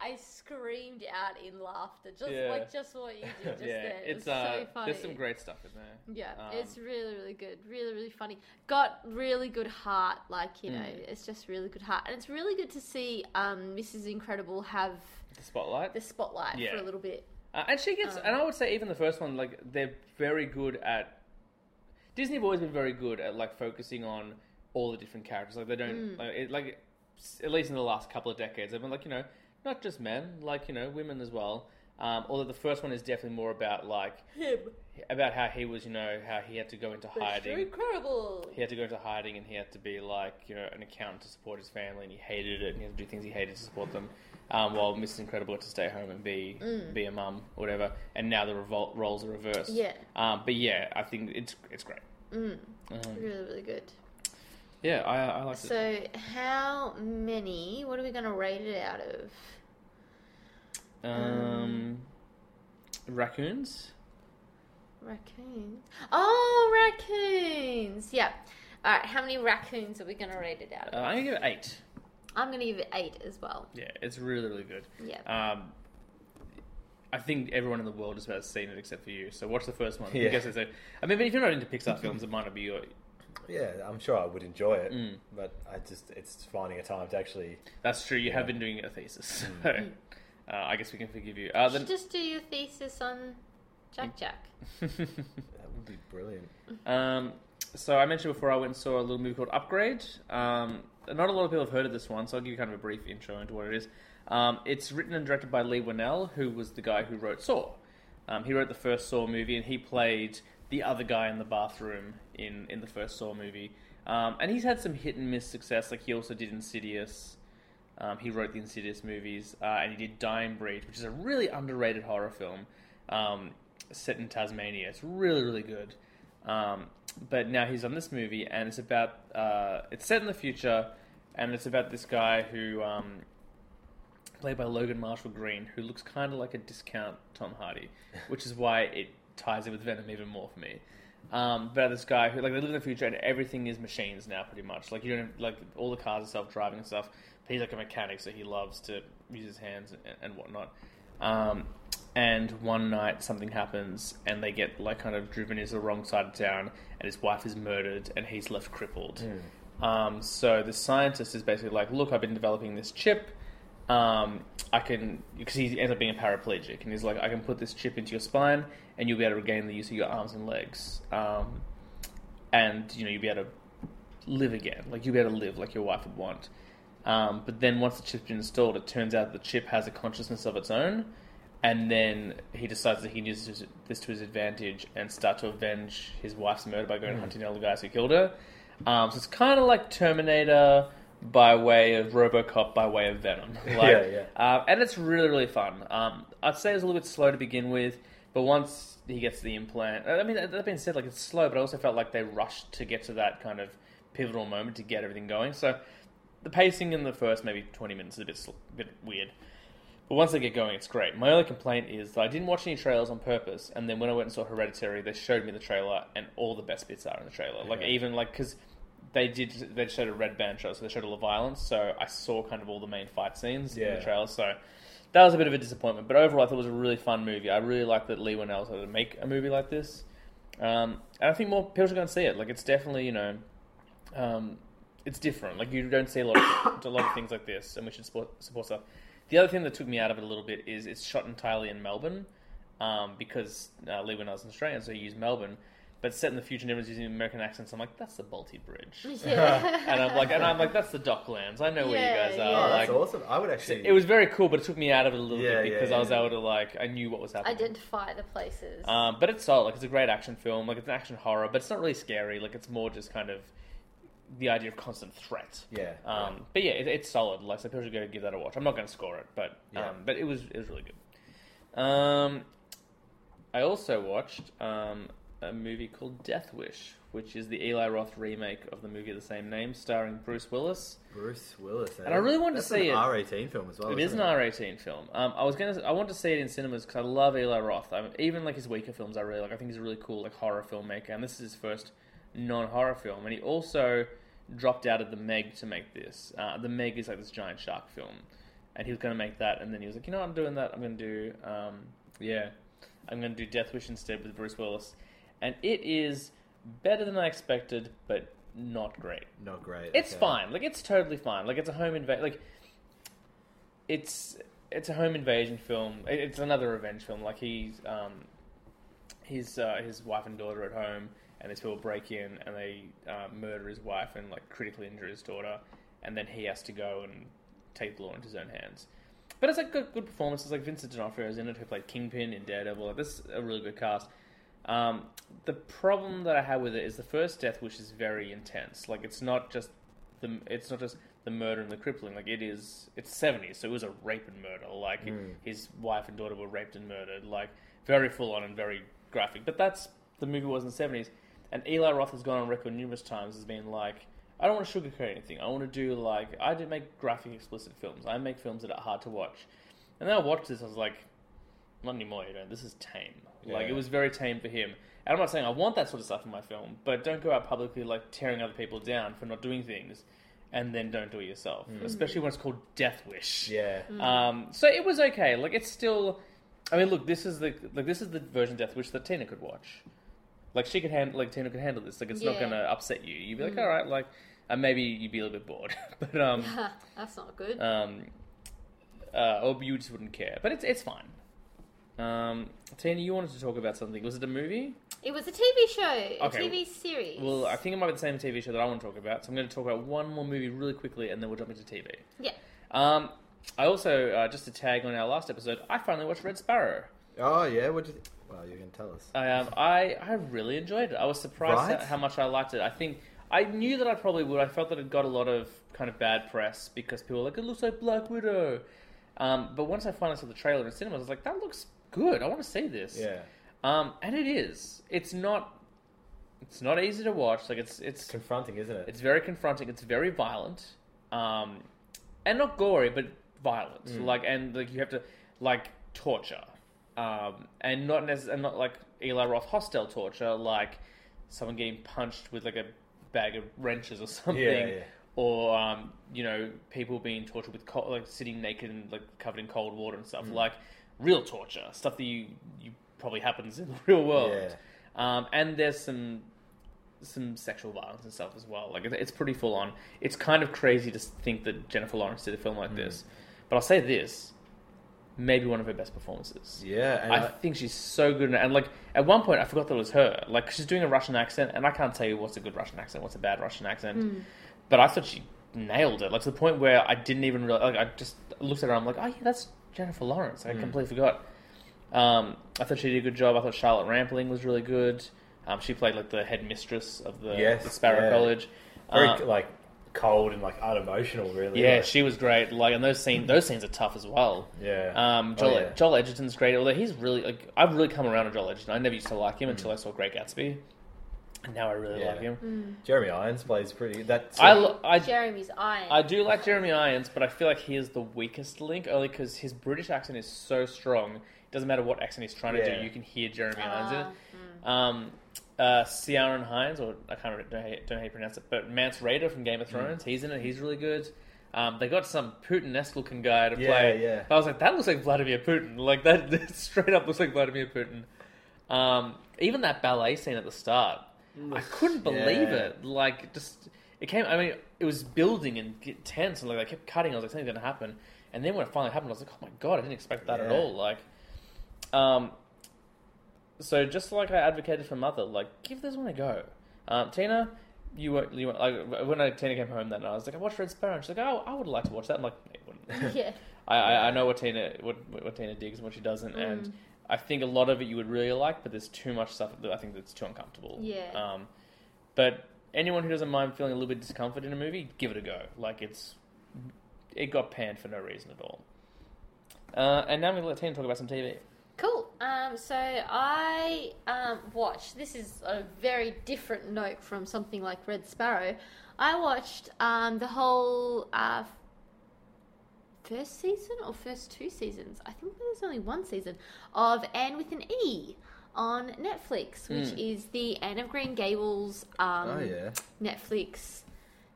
S5: I screamed out in laughter, just
S6: Yeah.
S5: like just what you did just
S6: yeah,
S5: then.
S6: it's
S5: it was
S6: uh,
S5: so funny.
S6: there's some great stuff in there.
S7: yeah,
S6: Um,
S7: it's really, really good. Really, really funny. Got really good heart. Like, you know,
S6: Mm.
S7: it's just really good heart. And it's really good to see um, Mrs. Incredible have
S6: The spotlight.
S7: the spotlight for
S6: Yeah.
S7: a little bit.
S6: Uh, and she gets, and I would say even the first one, like they're very good at. Disney have always been very good at like focusing on all the different characters. Like they don't like, it, like s- at least in the last couple of decades, they've been like you know not just men, like you know women as well. Um, although the first one is definitely more about like
S5: him.
S6: about how he was, you know, how he had to go into
S5: They're
S6: hiding.
S5: incredible.
S6: He had to go into hiding, and he had to be like you know an accountant to support his family, and he hated it, and he had to do things he hated to support them. Um, while Mrs. Incredible had to stay home and be be a mum or whatever, and now the revolt roles are reversed.
S7: Yeah.
S6: Um, but yeah, I think it's it's great.
S7: Mm,
S6: Uh-huh.
S7: Really, really good.
S6: Yeah, I I liked it.
S7: So, how many? What are we going to rate it out of?
S6: Um, raccoons.
S7: Raccoons. Oh, raccoons. Yeah. All right. How many raccoons are we going to rate it out
S6: Uh,
S7: of?
S6: I'm gonna give it eight.
S7: I'm going to give it eight as well.
S6: Yeah, it's really really good.
S7: Yeah.
S6: Um, I think everyone in the world has about seen it except for you. So watch the first one.
S8: Yeah.
S6: I guess it's a, I mean, but if you're not into Pixar films, it might not be your.
S8: Yeah, I'm sure I would enjoy it,
S6: Mm.
S8: but I just it's finding a time to actually.
S6: That's true. You have been doing a thesis. So, uh, I guess we can forgive you. Uh,
S7: You should
S6: then,
S7: just do your thesis on Jack Jack.
S8: That would be brilliant.
S6: um, so I mentioned before I went and saw a little movie called Upgrade. Um, not a lot of people have heard of this one, so I'll give you kind of a brief intro into what it is. Um, it's written and directed by Lee Winnell, who was the guy who wrote Saw. Um, he wrote the first Saw movie, and he played the other guy in the bathroom in, in the first Saw movie. Um, and he's had some hit and miss success. Like he also did Insidious. Um, he wrote the Insidious movies, uh, and he did Dying Breed, which is a really underrated horror film um, set in Tasmania. It's really, really good. Um, but now he's on this movie, and it's about uh, it's set in the future, and it's about this guy who um, played by Logan Marshall Green, who looks kind of like a discount Tom Hardy, which is why it ties it with Venom even more for me. Um, but this guy who like they live in the future and everything is machines now, pretty much. Like you don't have, like all the cars are self driving and stuff. But he's like a mechanic, so he loves to use his hands and, and whatnot. Um, and one night something happens, and they get like kind of driven into the wrong side of town, and his wife is murdered, and he's left crippled. Um, so the scientist is basically like, look, I've been developing this chip um, I can because he ends up being a paraplegic, and he's like, I can put this chip into your spine, and you'll be able to regain the use of your arms and legs, um, and you know you'll be able to live again, like you'll be able to live like your wife would want. Um, but then once the chip's been installed, it turns out the chip has a consciousness of its own, and then he decides that he can use this to his advantage and start to avenge his wife's murder by going
S8: Hmm.
S6: and hunting down the guys who killed her. Um, so it's kind of like Terminator by way of RoboCop by way of Venom. Like,
S8: Yeah,
S6: Uh, and it's really really fun. Um, I'd say it's a little bit slow to begin with, but once he gets the implant, I mean that being said, like it's slow, but I also felt like they rushed to get to that kind of pivotal moment to get everything going. So the pacing in the first maybe 20 minutes is a bit, sl- bit weird. But once they get going, it's great. My only complaint is that I didn't watch any trailers on purpose, and then when I went and saw Hereditary, they showed me the trailer, and all the best bits are in the trailer. Like even like because they did they showed a red band show, so they showed all the violence. So I saw kind of all the main fight scenes in
S8: Yeah.
S6: the trailer. So that was a bit of a disappointment. But overall, I thought it was a really fun movie. I really like that Lee Winnell had to make a movie like this, um, and I think more people should go and see it. Like it's definitely you know. Um, it's different. Like you don't see a lot of a lot of things like this, and we should support, support stuff. The other thing that took me out of it a little bit is it's shot entirely in Melbourne, um, because uh, Lee when I was in Australia, so he used Melbourne. But set in the future, and everyone's using American accents. I'm like, that's the Balti Bridge,
S5: Yeah.
S6: and I'm like, and I'm like, that's the Docklands. I know where
S5: Yeah,
S6: you guys
S5: yeah.
S6: are.
S8: Oh,
S6: like,
S8: that's awesome. I would actually.
S6: it was very cool, but it took me out of it a little
S8: Yeah,
S6: bit
S8: yeah,
S6: because I was
S8: yeah.
S6: able to like, I knew what was happening.
S7: Identify the places.
S6: Um, but it's solid. Like it's a great action film. Like it's an action horror, but it's not really scary. Like it's more just kind of the idea of constant threat.
S8: Yeah.
S6: Um, But yeah, it, it's solid. Like so people should go give that a watch. I'm not going to score it, but
S8: Yeah.
S6: um, but it was it was really good. Um, I also watched um, a movie called Death Wish, which is the Eli Roth remake of the movie of the same name, starring Bruce Willis.
S8: Bruce Willis. eh?
S6: And I really wanted
S8: That's
S6: to see
S8: an
S6: it.
S8: R18 film as well.
S6: It is an
S8: isn't
S6: R eighteen film. Um, I was gonna, I want to see it in cinemas because I love Eli Roth. I even like his weaker films, I really like. I think he's a really cool like horror filmmaker, and this is his first non horror film. And he also dropped out of the Meg to make this. Uh, the Meg is like this giant shark film, and he was gonna make that, and then he was like, you know, what, I'm doing that. I'm gonna do, um, yeah, I'm gonna do Death Wish instead with Bruce Willis, and it is better than I expected, but not great.
S8: Not great.
S6: It's
S8: okay.
S6: fine. Like it's totally fine. Like it's a home invasion. Like it's it's a home invasion film. It- It's another revenge film. Like he's um his uh, his wife and daughter at home, and these people break in and they uh, murder his wife and like critically injure his daughter, and then he has to go and take the law into his own hands. But it's like good, good performances. Like Vincent D'Onofrio is in it, who played Kingpin in Daredevil. Like, this is a really good cast. Um, the problem that I had with it is the first death wish is very intense. Like it's not just the it's not just the murder and the crippling. Like it is it's seventies, so it was a rape and murder. Like his wife and daughter were raped and murdered. Like very full on and very graphic. But that's the movie was in the seventies. And Eli Roth has gone on record numerous times as being like, I don't want to sugarcoat anything. I want to do like I do make graphic explicit films. I make films that are hard to watch. And then I watched this, I was like, not anymore, you know, this is tame. Like,
S8: Yeah.
S6: it was very tame for him. And I'm not saying I want that sort of stuff in my film, but don't go out publicly, like, tearing other people down for not doing things, and then don't do it yourself. Especially when it's called Death Wish.
S8: Yeah.
S6: Um, so it was okay. Like, it's still. I mean, look, this is the like this is the version of Death Wish that Tina could watch. Like she could handle, like Tina could handle this. Like it's not
S7: Yeah.
S6: gonna upset you. You'd be like, all right, like, and maybe you'd be a little bit bored, but um,
S7: That's not good.
S6: um, uh, or you just wouldn't care. But it's it's fine. Um, Tina, you wanted to talk about something. Was it a movie?
S7: it was a TV show, a
S6: Okay.
S7: TV series.
S6: Well, I think it might be the same TV show that I want to talk about. So I'm going to talk about one more movie really quickly, and then we'll jump into TV.
S7: yeah.
S6: Um, I also uh, just to tag on our last episode, I finally watched Red Sparrow.
S8: Oh yeah. What? You th- well, you can tell us.
S6: I um, I I really enjoyed it. I was surprised
S8: Right?
S6: at how much I liked it. I think I knew that I probably would. I felt that it got a lot of kind of bad press because people were like, "It looks like Black Widow," um, but once I finally saw the trailer in cinemas, I was like, "That looks good. I want to see this."
S8: Yeah.
S6: Um, and it is. It's not. It's not easy to watch. Like it's it's
S8: Confronting, isn't it?
S6: it's very confronting. It's very violent, um, and not gory, but violent.
S8: Mm.
S6: Like and like you have to like torture, um, and not nec- and not like Eli Roth hostile torture, like someone getting punched with like a bag of wrenches or something,
S8: yeah.
S6: or um, you know people being tortured with co- like sitting naked and like covered in cold water and stuff. Like real torture, stuff that you you probably happens in the real world.
S8: Yeah.
S6: Um, and there's some some sexual violence and stuff as well. Like it- it's pretty full on. It's kind of crazy to think that Jennifer Lawrence did a film like this, But I'll say this: maybe one of her best performances.
S8: Yeah, and
S6: I think she's so good, in it. and like at one point I forgot that it was her. Like she's doing a Russian accent, and I can't tell you what's a good Russian accent, what's a bad Russian accent. But I thought she nailed it, like to the point where I didn't even realize. Like I just looked at her, I'm like, oh yeah, that's Jennifer Lawrence.
S8: Hmm.
S6: I completely forgot. Um, I thought she did a good job. I thought Charlotte Rampling was really good. Um, she played like the headmistress of the,
S8: Yes,
S6: the Sparrow
S8: yeah.
S6: College.
S8: very
S6: Um,
S8: like cold and like unemotional, really.
S6: yeah,
S8: Like,
S6: she was great. Like, and those scenes, those scenes are tough as well.
S8: yeah.
S6: Um,
S8: Oh,
S6: Joel,
S8: yeah.
S6: Joel Edgerton's great, although he's really like I've really come around on Joel Edgerton. I never used to like him until I saw Great Gatsby, and now I really
S8: Mm. Yeah.
S6: like him.
S8: Jeremy Irons plays pretty. That's
S6: I, lo- I
S7: Jeremy's iron.
S6: I do like Jeremy Irons, but I feel like he is the weakest link only because his British accent is so strong. It doesn't matter what accent he's trying to
S8: Yeah. Ah, hmm.
S6: do, you can hear Jeremy Irons in it. Um, uh, Ciaran Hines, or I can't remember, don't, know how you- don't know how you pronounce it, but Mance Raider from Game of
S8: Hmm.
S6: Thrones, he's in it. He's really good. Um, they got some Putin-esque looking guy to
S8: Yeah,
S6: play.
S8: yeah.
S6: I was like, that looks like Vladimir Putin. Like that, that straight up looks like Vladimir Putin. Um, even that ballet scene at the start, I couldn't believe
S8: Yeah.
S6: it. Like, just it came. I mean, it was building and get tense, and like I kept cutting. I was like, something's gonna happen, and then when it finally happened, I was like, oh my god, I didn't expect that at
S8: Yeah.
S6: all. Like, um, so just like I advocated for Mother, like give this one a go. Um, Tina, you weren't, you weren't like when I, Tina came home that night, I was like, I watched Red Sparrow. And she's like, oh, I would like to watch that. I'm like, "No, you wouldn't."
S7: yeah. Mm.
S6: I, I, I know what Tina what, what Tina digs and what she doesn't, and I think a lot of it you would really like, but there's too much stuff that I think that's too uncomfortable.
S7: Yeah.
S6: Um, but anyone who doesn't mind feeling a little bit discomfort in a movie, give it a go. Like it's it got panned for no reason at all. Uh, and now we let Tina talk about some TV.
S7: Cool. Um, so I um, watched. This is a very different note from something like Red Sparrow. I watched um, the whole uh, first season or first two seasons. I think there's only one season of Anne with an E on Netflix, which is the Anne of Green Gables. Um,
S8: Hmm. oh yeah.
S7: Netflix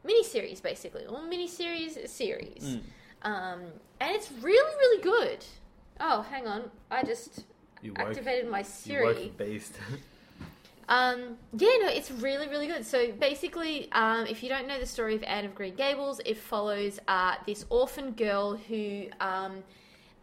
S7: miniseries, basically, or miniseries series.
S8: Hmm.
S7: Um, and it's really, really good. Oh, hang on, I just
S8: You woke-
S7: activated my
S8: You
S7: Siri.
S8: woke beast.
S7: Um, yeah, no, it's really, really good. So basically, um, if you don't know the story of Anne of Green Gables, it follows uh, this orphan girl who um,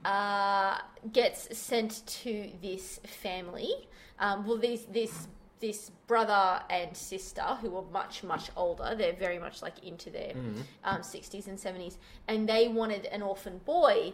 S7: uh, gets sent to this family. Um, well, these this this brother and sister who are much much older. They're very much like into their
S8: Mm-hmm.
S7: um, sixties and seventies, and they wanted an orphan boy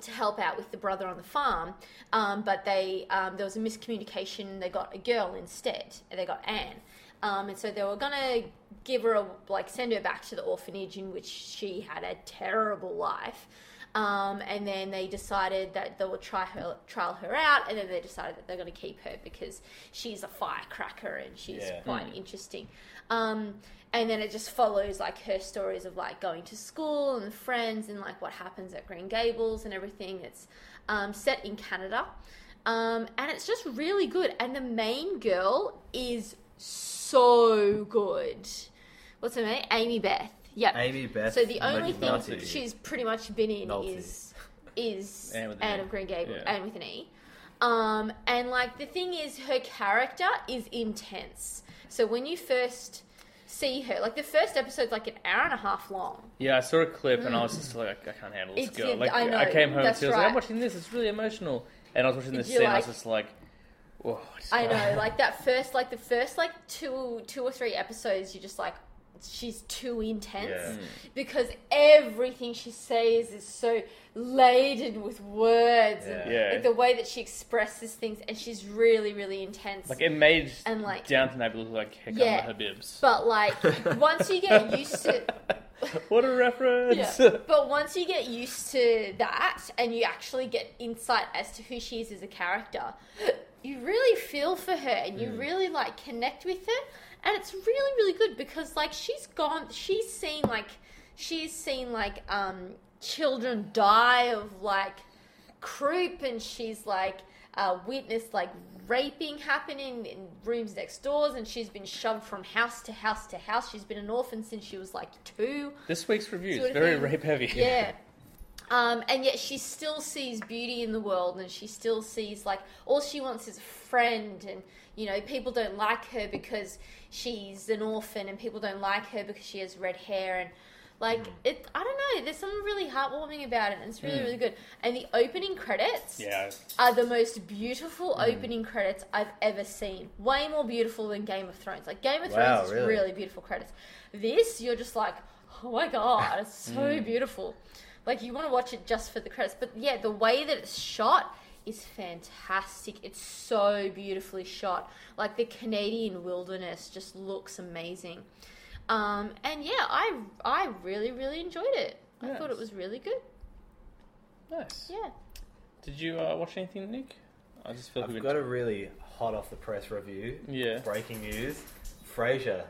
S7: to help out with the brother on the farm, um, but they um, there was a miscommunication. They got a girl instead. and They got Anne, um, and so they were gonna give her a, like send her back to the orphanage in which she had a terrible life. Um, and then they decided that they would try her, trial her out, and then they decided that they're going to keep her because she's a firecracker and she's
S8: Yeah.
S7: quite interesting. Um, and then it just follows like her stories of like going to school and friends and like what happens at Green Gables and everything. It's um, set in Canada. Um, and it's just really good. And the main girl is so good. What's her name? Amy Beth. Yeah.
S8: Amy Beth
S7: So the only thing
S8: McNulty.
S7: she's pretty much been in
S8: Nulty.
S7: is is
S6: Anne with an
S7: Anne
S6: E.
S7: of Green Gables
S6: Yeah.
S7: Anne with an E. Um, and like the thing is, her character is intense. So when you first see her, like the first episode's like an hour and a half long.
S6: Yeah, I saw a clip and I was just like, I can't handle this
S7: Mm. It's-
S6: girl. Like,
S7: I know,
S6: came home and
S7: that's
S6: she was like, I'm
S7: right.
S6: watching this. It's really emotional. And I was watching this
S7: You're
S6: scene. I was
S7: like-
S6: just like, whoa. it's
S7: I
S6: fine."
S7: know, like that first, like the first like two, two or three episodes, you're just like, she's too intense
S8: Yeah.
S7: because everything she says is so laden with words and
S6: Yeah.
S7: like the way that she expresses things, and she's really, really intense.
S6: Like it made
S7: And, like-
S6: Downton Abbey look like heck
S7: Yeah.
S6: under her bibs.
S7: but like once you get used to
S6: what a reference!
S7: Yeah. But once you get used to that and you actually get insight as to who she is as a character, you really feel for her and you really like connect with her. And it's really, really good because like she's gone, she's seen like, she's seen like, um, children die of like croup and she's like, uh, witnessed like raping happening in rooms next doors and she's been shoved from house to house to house she's been an orphan since she was like two
S6: This week's review
S7: Sort
S6: is
S7: of
S6: very
S7: thing.
S6: rape heavy.
S7: yeah. Um, and yet she still sees beauty in the world and she still sees like all she wants is a friend and you know people don't like her because she's an orphan and people don't like her because she has red hair and
S6: Mm.
S7: Like it, I don't know. There's something really heartwarming about it, and it's really, really good. And the opening credits
S6: Yeah.
S7: are the most beautiful
S8: Mm.
S7: opening credits I've ever seen. Way more beautiful than Game of Thrones. Like Game of
S8: Wow,
S7: Thrones is
S8: really?
S7: really beautiful credits. This, you're just like, oh my god, it's so
S8: Mm.
S7: beautiful. Like you want to watch it just for the credits. But yeah, the way that it's shot is fantastic. It's so beautifully shot. Like the Canadian wilderness just looks amazing. Um, and yeah, I I really really enjoyed it. I thought it
S6: Nice.
S7: was really good.
S6: Nice.
S7: Yeah.
S6: Did you uh, watch anything, Nick? I just feel like
S8: I've
S6: we've
S8: got
S6: been...
S8: a really hot off the press review.
S6: Yeah.
S8: Breaking news. Frasier.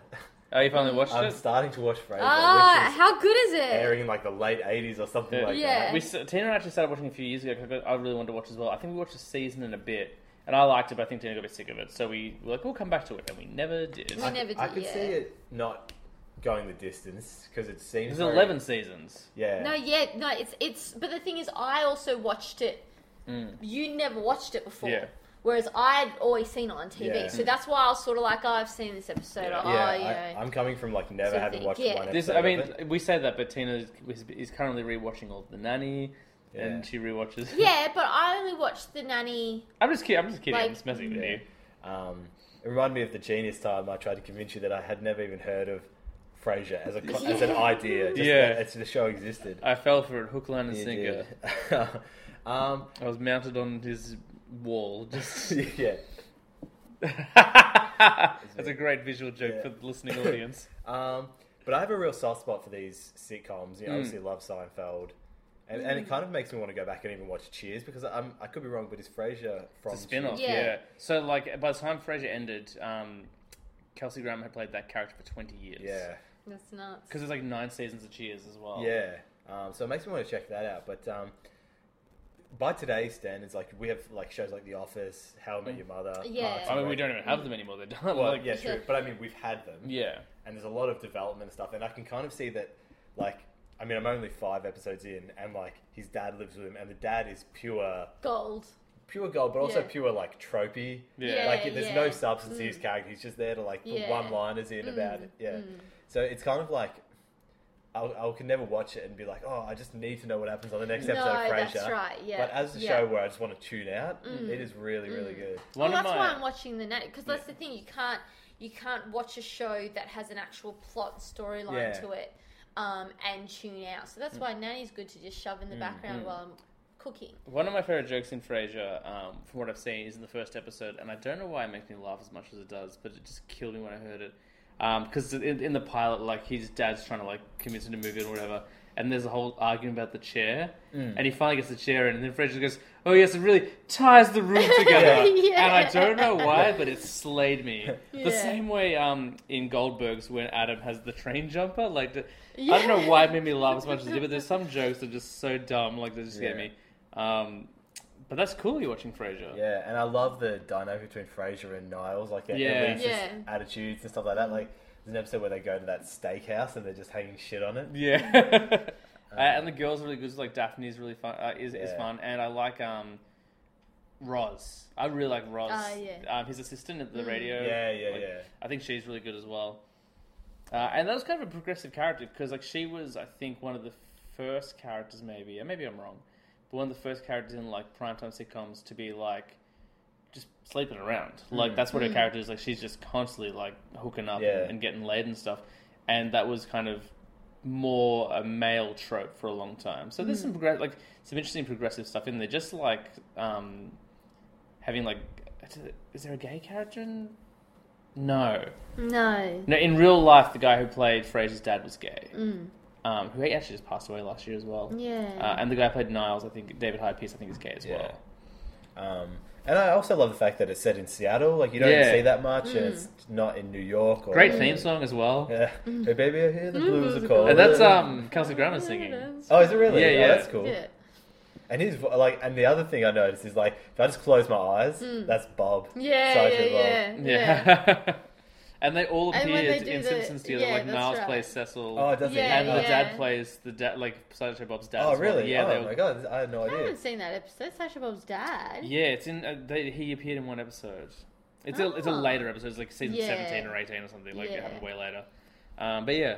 S6: Oh, you finally watched
S8: I'm
S6: it?
S8: starting to watch Frasier,
S9: Ah,
S8: which is
S9: how good is it?
S8: airing in like the late 80s or something
S6: Yeah.
S8: like
S9: Yeah.
S6: We s- Tina and I actually started watching a few years ago. 'cause I got- I really wanted to watch as well. I think we watched a season and a bit, and I liked it, but I think Tina got a bit sick of it. So we were like, we'll come back to it, and we never did.
S9: We
S8: that. I,
S9: never
S8: I
S9: did,
S8: could
S9: yeah.
S8: see it not going the distance because it seems.
S6: There's
S8: very-
S6: 11 seasons.
S8: Yeah.
S7: No, yeah, no, it's it's. But the thing is, I also watched it. You never watched it before.
S6: Mm. Yeah.
S7: Whereas I'd always seen it on TV,
S8: Yeah.
S7: so that's why I was sort of like, oh, I've seen this episode.
S6: Yeah.
S7: or,
S8: yeah,
S7: oh, you
S8: I,
S7: know.
S8: I'm coming from like never
S7: Sort of
S8: having
S7: thing,
S8: watched
S7: yeah.
S8: one
S6: This,
S8: episode.
S6: I mean,
S8: of it.
S6: we say that, but Tina is, is currently rewatching all of The Nanny,
S8: Yeah.
S6: and she rewatches.
S7: Yeah, but I only watched the nanny.
S6: I'm just kidding. I'm just kidding.
S7: Like-
S6: I'm just messing with you.
S8: Um, it reminded me of the genius time I tried to convince you that I had never even heard of Frasier as a co- as an idea. Just
S6: Yeah.
S8: that it's the show existed.
S6: I fell for it, hook, line, and
S8: You
S6: sinker.
S8: did. um,
S6: I was mounted on his wall. Just
S8: yeah.
S6: that's a great visual joke
S8: Yeah.
S6: for the listening audience.
S8: Um, but I have a real soft spot for these sitcoms.
S6: Hmm.
S8: You know, obviously love Seinfeld, and, and it kind of makes me want to go back and even watch Cheers because I'm I could be wrong, but is Frasier from
S6: It's a spin-off,
S9: Yeah.
S6: yeah. So like by the time Frasier ended, um, Kelsey Grammer had played that character for twenty years.
S8: Cheers? Yeah.
S9: That's nuts.
S6: Because there's like nine seasons of Cheers as well.
S8: Yeah. Um, so it makes me want to check that out. But um, by today's standards, like we have like shows like The Office, How I Met Your Mother.
S9: Yeah.
S8: Parks and
S6: Hmm. I mean, we
S8: Rec.
S6: don't even have them anymore. They're done.
S8: Well,
S6: like,
S8: yeah, true. But I mean, we've had them,
S6: yeah.
S8: and there's a lot of development and stuff, and I can kind of see that, like. I mean, I'm only five episodes in, and like his dad lives with him, and the dad is pure,
S7: Gold.
S8: pure gold, but also
S7: Yeah.
S8: pure like tropey.
S6: Yeah.
S8: like there's
S7: yeah. Mm.
S8: no substance to his character. He's just there to like put
S7: Yeah. Mm.
S8: one-liners in about it. Yeah. So it's kind of like I can never watch it and be like, oh, I just need to know what happens on the next
S7: No,
S8: episode of Frasier.
S7: that's right. Yeah.
S8: But as a
S7: yeah. Mm.
S8: show where I just want to tune out, it is really, really good.
S7: Well,
S6: One
S7: that's
S6: of
S7: why
S6: my
S7: I'm watching the nanny because that's the thing. You can't you can't watch a show that has an actual plot storyline
S8: Yeah.
S7: to it um, and tune out. So
S6: Mm.
S7: that's why nanny's good to just shove in the background while I'm cooking.
S6: one of my favorite jokes in Frasier, um, from what I've seen, is in the first episode, and I don't know why it makes me laugh as much as it does, but it just killed me when I heard it. Because in, in the pilot, like his dad's trying to like convince him to move in or whatever, and there's a whole argument about the chair,
S7: Mm.
S6: and he finally gets the chair in, and then Frasier goes, "Oh yes, it really ties the room together."
S7: Yeah.
S6: And I don't know why, but it slayed me.
S7: Yeah.
S6: The same way um, in Goldberg's when Adam has the train jumper, like the, I don't know why it made me laugh as much as it did, but there's some jokes that are just so dumb, like they just get
S8: Yeah.
S6: me. Um, but that's cool. You're watching Frasier.
S8: Yeah, and I love the dynamic between Frasier and Niles, like their
S6: Yeah.
S8: elitist
S7: Yeah.
S8: attitudes and stuff like that. Like there's an episode where they go to that steakhouse and they're just hanging shit on it.
S6: Yeah. Uh, and the girls are really good. So, like Daphne's really fun. Uh, is is
S8: Um, Yeah.
S6: fun, and I like um, Roz. I really like Roz.
S7: Ah, yeah. Mm.
S6: Um, his assistant at the radio.
S8: Yeah, yeah,
S6: Like,
S8: yeah.
S6: I think she's really good as well. Uh, and that was kind of a progressive character because like she was, I think, one of the first characters, maybe, and maybe I'm wrong, but one of the first characters in like primetime sitcoms to be like. Just sleeping around, like that's what her character is. Like she's just constantly like hooking up
S8: Yeah.
S6: and, and getting laid and stuff, and that was kind of more a male trope for a long time. So there's some progress, like some interesting progressive stuff in there. Just like um, having like, is there a gay character? in... No,
S7: No.
S6: no. In real life, the guy who played Fraser's dad was gay. Um, who actually just passed away last year as well.
S7: Hmm.
S6: Uh,
S7: Yeah.
S6: and the guy who played Niles, I think David Hyde Pierce, I think is gay as well.
S8: Um, and I also love the fact that it's set in Seattle. Like you don't
S6: Yeah.
S8: see that much,
S7: Mm.
S8: and it's not in New York. Or
S6: Great theme song as well.
S8: Yeah.
S7: Mm.
S8: Hey baby, I hear the blues are calling.
S6: And that's um, Kelsey Grammer singing.
S8: Oh, is it really?
S6: Yeah,
S8: Oh,
S6: yeah.
S8: that's cool.
S7: Yeah.
S8: And his vo- like, and the other thing I noticed is like, if I just close my eyes, that's Bob.
S7: Mm. Yeah,
S8: Sergeant
S7: yeah, yeah, yeah.
S6: Yeah. and they all
S7: And when they
S6: appeared
S7: do
S6: in
S7: the-
S6: Simpsons together.
S7: yeah,
S6: like
S7: that's
S6: Niles
S7: right.
S6: plays Cecil.
S8: Bob. Oh, does
S7: Yeah,
S8: he?
S6: and the
S7: yeah.
S6: dad plays the dad, like Sideshow Bob's dad.
S8: Oh,
S6: as well.
S8: really?
S6: Yeah, they
S8: oh
S6: were-
S8: my god, I had no
S7: I
S8: idea.
S7: haven't seen that episode. Sasha Bob's dad.
S6: yeah. It's in. Uh, they, he appeared in one episode. It's a it's a
S7: Ah.
S6: later episode. It's like season
S7: Yeah.
S6: seventeen or eighteen or something. Like it
S7: Yeah.
S6: happened way later. Um, but yeah,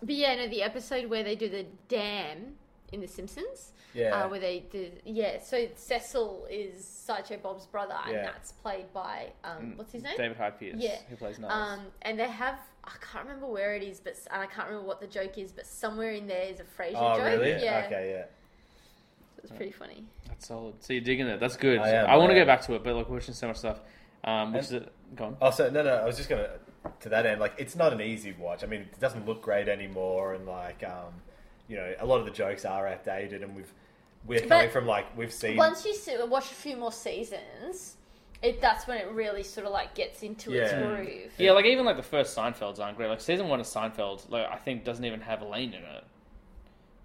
S7: But yeah, no, the episode where they do the dam in The Simpsons.
S8: Yeah.
S7: Uh, where they do, yeah, so Cecil is Sideshow Bob's brother, and
S8: Yeah. Mm,
S7: that's played by, um, what's his name?
S6: David Hyde Pierce,
S7: Yeah.
S6: who plays Niles.
S7: Um, and they have, I can't remember where it is, but and I can't remember what the joke is, but somewhere in there is a Frasier
S8: Oh,
S7: joke.
S8: really?
S7: Yeah,
S8: Okay,
S7: it's pretty funny.
S6: That's solid. So you're digging it. That's good.
S8: I am,
S6: want to
S8: I
S6: go
S8: am.
S6: back to it, but like we're watching so much stuff. Um, which is
S8: And-
S6: it? Go on.
S8: yeah. Oh, so no, no. I was just gonna to that end. Like, it's not an easy watch. I mean, it doesn't look great anymore, and like, um, you know, a lot of the jokes are outdated, and we've we're coming from like we've seen.
S7: Once you see, watch a few more seasons, it that's when it really sort of like gets into its
S8: Yeah.
S7: groove.
S6: Yeah, like even like the first Seinfelds aren't great. Like season one of Seinfeld, like I think doesn't even have Elaine in it.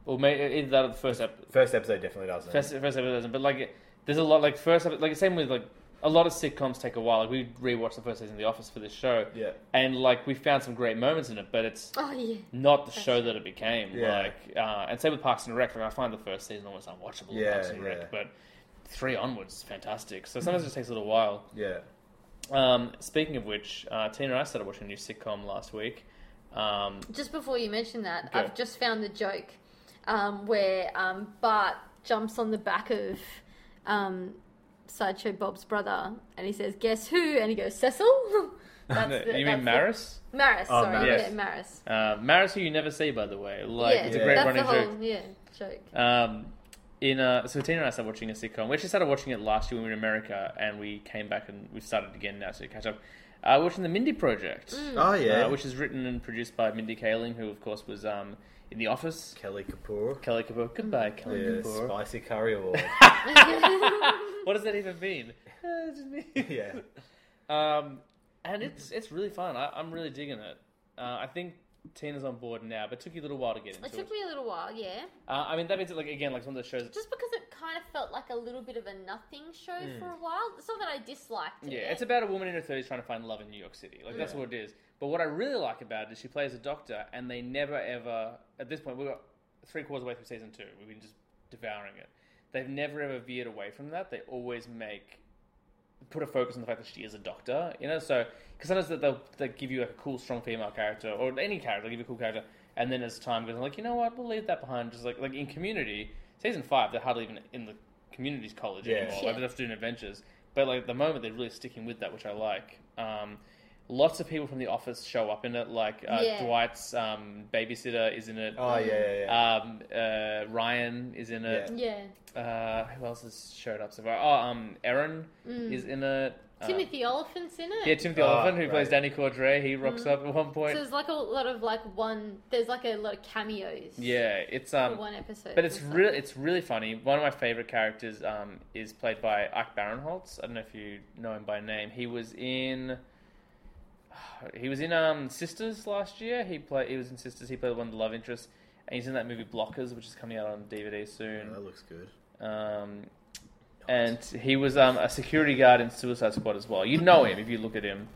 S6: Or maybe either that or the first episode.
S8: First episode definitely doesn't.
S6: First, first episode doesn't, but like there's a lot like first epi- like same with like a lot of sitcoms take a while. Like we rewatched the first season of The Office for this show,
S8: Yeah.
S6: and like we found some great moments in it, but it's
S7: Oh yeah.
S6: not the show that it became.
S8: Yeah.
S6: Like uh, and same with Parks and Rec. Like I find the first season almost unwatchable. of
S8: Yeah,
S6: Parks and
S8: yeah. Mm-hmm.
S6: Rec, but three onwards is fantastic. So sometimes it just takes a little while.
S8: Yeah.
S6: Um, speaking of which, uh, Tina and I started watching a new sitcom last week. Um,
S7: Just before you mention that,
S6: Okay.
S7: I've just found the joke um, where um, Bart jumps on the back of um, Sideshow Bob's brother and he says, "Guess who?" and he goes, "Cecil." That's
S6: no, you
S7: the- that's
S6: mean
S7: the-
S6: Maris?
S7: Maris,
S8: Oh,
S7: sorry,
S6: Maris.
S7: yeah, Maris.
S6: Uh, Maris, who you never see, by the way. Like
S7: yeah,
S6: it's a great
S7: that's
S6: running
S7: the
S6: joke.
S7: whole yeah joke.
S6: Um, in uh, so Tina and I started watching a sitcom. We actually started watching it last year when we were in America, and we came back and we started again now to catch up. Uh, watching the Mindy Project,
S7: Mm. Hmm.
S8: Oh yeah.
S6: uh, which is written and produced by Mindy Kaling, who of course was um, in The Office.
S8: Kelly Kapoor.
S6: Kelly Kapoor, goodbye, Kelly
S8: The
S6: Kapoor.
S8: spicy curry award.
S6: What does that even mean? Uh, just me.
S8: yeah.
S6: Um, and it's it's really fun. I, I'm really digging it. Uh, I think Tina's on board now, but it took you a little while to get into
S7: It
S6: it.
S7: took me a little while, yeah.
S6: Uh, I mean, that means like again, like it's one of those shows. That
S7: Just because it kind of felt like a little bit of a nothing show for a while. It's not that I disliked it.
S6: Hmm. Yeah, it's about a woman in her thirties trying to find love in New York City. Like that's what it is. But what I really like about it is she plays a doctor, and they never ever. At this point, we've got three quarters way through season two. We've been just devouring it. They've never ever veered away from that. They always make put a focus on the fact that she is a doctor. You know, so because sometimes they- they'll they give you like a cool, strong female character or any character, they give you a cool character, and then as time goes, on, like you know what, we'll leave that behind. Just like like in Community season five, they're hardly even in the community's college
S8: Yeah.
S6: anymore.
S7: Yeah.
S6: Like, they're just doing adventures. But like at the moment, they're really sticking with that, which I like. Um, lots of people from the office show up in it. Like uh,
S7: Yeah.
S6: Dwight's um, babysitter is in it.
S8: Oh yeah. Yeah. yeah.
S6: Um, uh, Ryan is in it.
S7: Yeah.
S6: Uh, who else has showed up so far? Oh, um, Aaron is in it. Uh,
S7: Mm. Timothy Oliphant's in it.
S6: yeah, Timothy
S8: Oh,
S6: Oliphant, who
S8: right.
S6: plays Danny Cordray, he rocks
S7: Mm.
S6: up at one
S7: So
S6: point.
S7: there's like a lot of like one. There's like a lot of cameos.
S6: yeah, it's
S7: For
S6: um,
S7: one episode.
S6: but it's
S7: or
S6: real. It's really funny. One of my favorite characters um is played by Ike Barinholtz. I don't know if you know him by name. He was in. He was in um Sisters last year. He played. He was in Sisters. He played one of the love interests, and he's in that movie Blockers, which is coming out on DVD soon.
S8: that looks good.
S6: Um, and he was um, a security guard in Suicide Squad as well. You know him if you look at him.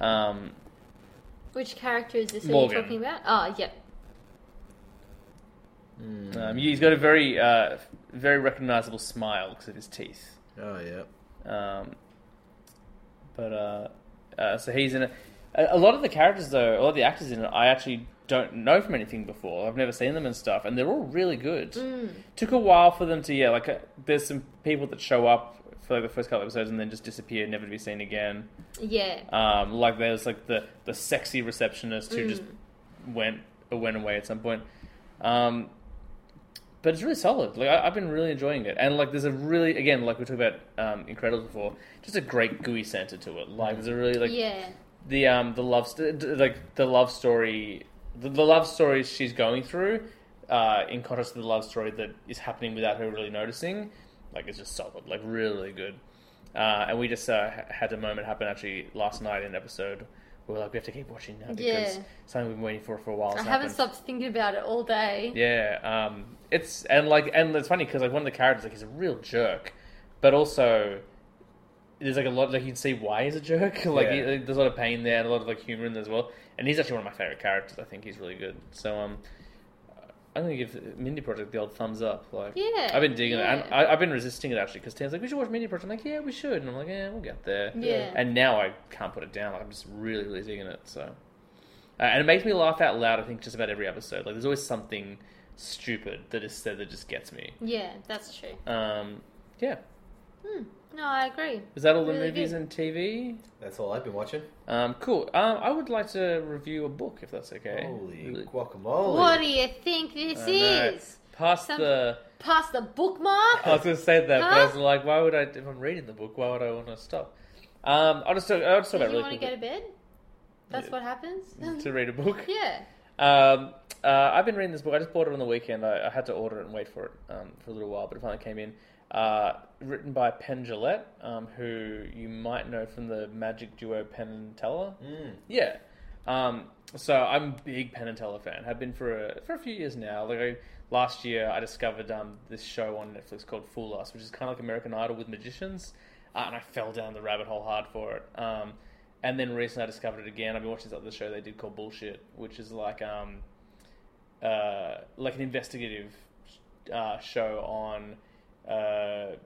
S6: Um,
S7: something. Which character is this? Are you
S6: Morgan.
S7: talking about? Oh, yeah.
S6: um, he's got a very, uh, very recognizable smile because of his teeth.
S8: Oh yeah.
S6: Um, but uh, uh, so he's in a, a a lot of the characters though, a lot of the actors in it, I actually don't know from anything before. I've never seen them and stuff, and they're all really good. Took a while for them to yeah, like uh, there's some people that show up for like the first couple episodes and then just disappear, never to be seen again.
S7: Yeah.
S6: Um, like there's like the the sexy receptionist who just went went away at some point. Um, but it's really solid. Like I, I've been really enjoying it, and like there's a really again like we talked about um, Incredibles before, just a great gooey center to it. Like there's a really like
S7: yeah.
S6: the um the love st- d- like the love story the, the love stories she's going through uh in contrast to the love story that is happening without her really noticing like it's just solid like really, really good uh and we just uh, h- had a moment happen actually last night in an episode where we're like we have to keep watching now because
S7: Yeah.
S6: something we've been waiting for for a while
S7: I
S6: has
S7: haven't
S6: happened.
S7: stopped thinking about it all day.
S6: Yeah, um, it's and like and it's funny because like one of the characters like he's a real jerk, but also there's like a lot like you can see why he's a jerk. Like
S8: Yeah.
S6: he- like, there's a lot of pain there and a lot of like humor in there as well. And he's actually one of my favorite characters. I think he's really good. So um, I'm gonna give Mindy Project the old thumbs up. Like
S7: Yeah,
S6: I've been digging it. And
S7: yeah.
S6: I, I've been resisting it actually because Tim's like we should watch Mindy Project. I'm like yeah we should, and I'm like yeah we'll get there.
S7: Yeah.
S6: And now I can't put it down. Like, I'm just really really digging it. So Uh, and it makes me laugh out loud, I think, just about every episode. Like, there's always something stupid that is said that just gets me.
S7: Yeah, that's true.
S6: Um, yeah.
S7: No, I agree.
S6: Is that all the
S7: Really
S6: movies
S7: good.
S6: and TV?
S8: That's all I've been watching.
S6: Um, cool. Um, I would like to review a book, if that's okay.
S8: Holy
S6: Really-
S8: guacamole!
S7: What do you think this
S6: I know.
S7: is?
S6: Past
S7: Some-
S6: the.
S7: Past the bookmark?
S6: I was going to say that, but I
S7: Huh?
S6: was like, why would I? If I'm reading the book, why would I want to stop? Um, I'll just talk, I'll just talk
S7: Did
S6: about
S7: you
S6: really
S7: want to
S6: quickly
S7: go to bed? That's
S6: Yeah.
S7: what happens?
S6: to read a book.
S7: yeah.
S6: Um, uh, I've been reading this book. I just bought it on the weekend. I, I had to order it and wait for it um, for a little while, but it finally came in. Uh, written by Penn Gillette, um, who you might know from the magic duo Penn and Teller. Mm. Yeah. Um, so I'm a big Penn and Teller fan. Have been for a, for a few years now. Like I, last year, I discovered um, this show on Netflix called Fool Us, which is kind of like American Idol with magicians, uh, and I fell down the rabbit hole hard for it. Um, and then recently, I discovered it again. I've been watching this other show they did called Bullshit, which is like um, uh, like an investigative uh, show on uh,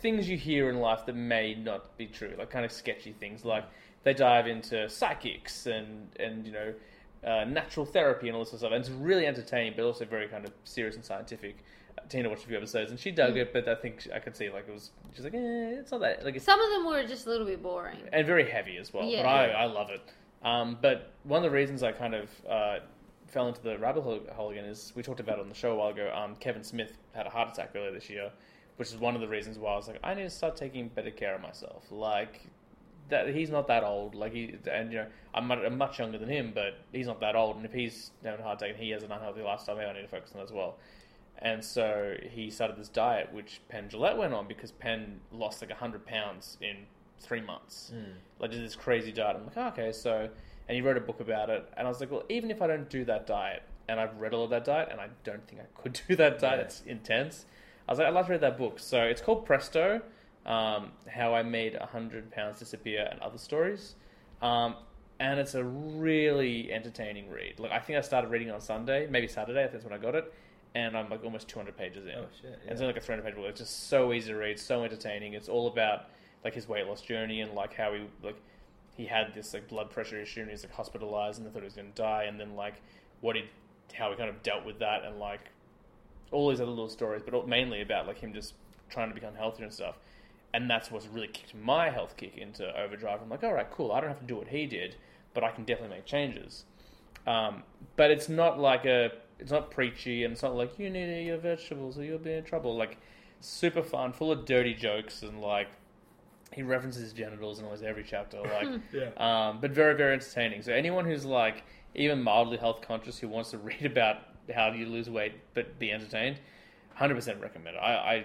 S6: things you hear in life that may not be true, like kind of sketchy things. Like they dive into psychics and and you know uh, natural therapy and all this sort of stuff. And it's really entertaining, but also very kind of serious and scientific. Tina watched a few episodes and she dug it, but I think I could see like it was. She's like, eh, it's not that like it's
S7: Some of them were just a little bit boring.
S6: and very heavy as well. But
S7: Yeah.
S6: I, I love it. Um, but one of the reasons I kind of uh, fell into the rabbit hole hole again is we talked about it on the show a while ago. Um, Kevin Smith had a heart attack earlier this year, which is one of the reasons why I was like, I need to start taking better care of myself. Like that, he's not that old. Like he, and you know, I'm much, I'm much younger than him, but he's not that old. And if he's having a heart attack and he has an unhealthy lifestyle, maybe I need to focus on that as well. And so he started this diet, which Penn Gillette went on because Penn lost like 100 pounds in three months. Like, did this crazy diet. I'm like, oh, okay, so. And he wrote a book about it. And I was like, well, even if I don't do that diet, and I've read a lot of that diet, and I don't think I could do that diet,
S8: Yeah.
S6: it's intense. I was like, I'd like to read that book. So it's called Presto um, How I Made 100 Pounds Disappear and Other Stories. Um, and it's a really entertaining read. Like, I think I started reading on Sunday, maybe Saturday, I think that's when I got it. And I'm like almost 200 pages in.
S8: Oh, shit,
S6: And it's only like a 300 page book. It's just so easy to read, so entertaining. It's all about like his weight loss journey and like how he like he had this like blood pressure issue and he was like hospitalized and they thought he was going to die and then like what he how he kind of dealt with that and like all these other little stories, but all- mainly about like him just trying to become healthier and stuff. And that's what's really kicked my health kick into overdrive. I'm like, all right, cool. I don't have to do what he did, but I can definitely make changes. Um, but it's not like a, it's not preachy, and it's not like you need to eat your vegetables or you'll be in trouble. Like super fun, full of dirty jokes, and like he references genitals in almost every chapter. Like, um, but very very entertaining. So anyone who's like even mildly health conscious who wants to read about how you lose weight but be entertained, hundred percent recommend it. I, I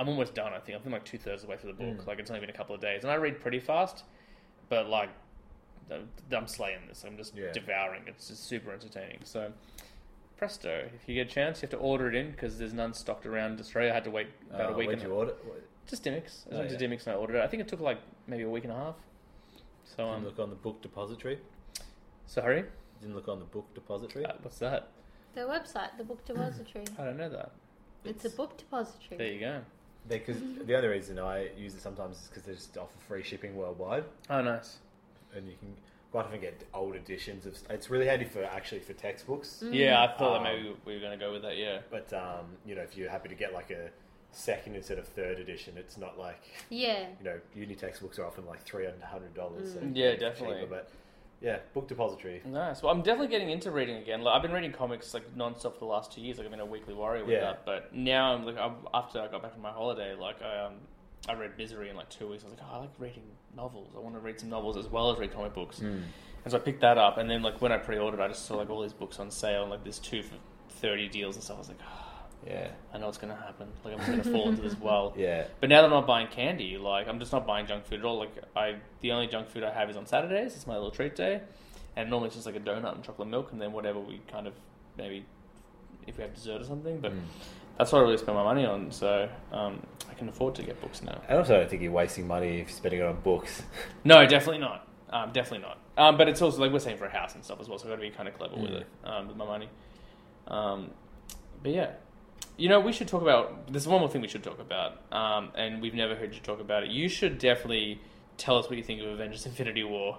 S6: I'm almost done. I think I've been like two thirds of the way through the
S8: Mm.
S6: book. Like it's only been a couple of days, and I read pretty fast, but like I'm- I'm slaying this. I'm just
S8: Yeah.
S6: devouring. it. It's just super entertaining. So. Presto! If you get a chance, you have to order it in because there's none stocked around Australia. I had to wait about
S8: Uh,
S6: a week.
S8: when'd
S6: and a-
S8: you order? What,
S6: just Dimmicks. I
S8: Oh,
S6: went to
S8: yeah.
S6: Dimmicks and I ordered it. I think it took like maybe a week and a half. So
S8: didn't
S6: um,
S8: look on the book depository.
S6: sorry.
S8: Didn't look on the book depository.
S6: Uh, what's that?
S7: The website, the book depository.
S6: I don't know that.
S7: it's a book
S6: There
S7: depository.
S6: you go.
S8: Because the only reason I use it sometimes is because they just offer free shipping worldwide,
S6: Oh, nice.
S8: and you can quite often get old editions of. It's really handy for actually for textbooks,
S6: Yeah, I thought that
S8: Um,
S6: maybe we were going to go with that. Yeah.
S8: but um, you know if you're happy to get like a second instead of third edition, it's not like
S7: Yeah.
S8: you know uni textbooks are often like three hundred dollars. So
S6: Yeah,
S8: it's
S6: definitely. Mm.
S8: but yeah, book depository.
S6: Nice. Well, I'm definitely getting into reading again. Like, I've been reading comics like nonstop for the last two years. Like I've been a weekly warrior with
S8: Yeah.
S6: that. But now I'm like I'm, after I got back from my holiday, like I um I read Misery in like two weeks. I was like, oh, I like reading novels. I want to read some novels as well as read comic books.
S8: Hmm.
S6: And so I picked that up. And then like when I pre-ordered, I just saw like all these books on sale and like there's two for thirty deals and stuff. I was like, oh,
S8: Yeah,
S6: I know what's gonna happen. Like I'm just gonna fall into this well.
S8: yeah.
S6: But now that I'm not buying candy, like I'm just not buying junk food at all. Like I, the only junk food I have is on Saturdays. It's my little treat day, and normally it's just like a donut and chocolate milk, and then whatever we kind of maybe if we have dessert or something. But that's what I really spend my money on, so um, I can afford to get books now.
S8: And also, I don't think you're wasting money if you're spending it on books.
S6: No, definitely not. Um, definitely not. Um, but it's also like we're saving for a house and stuff as well, so I've got to be kind of clever with it um, with my money. Um, but yeah, you know, we should talk about. There's one more thing we should talk about, um, and we've never heard you talk about it. You should definitely tell us what you think of Avengers: Infinity War.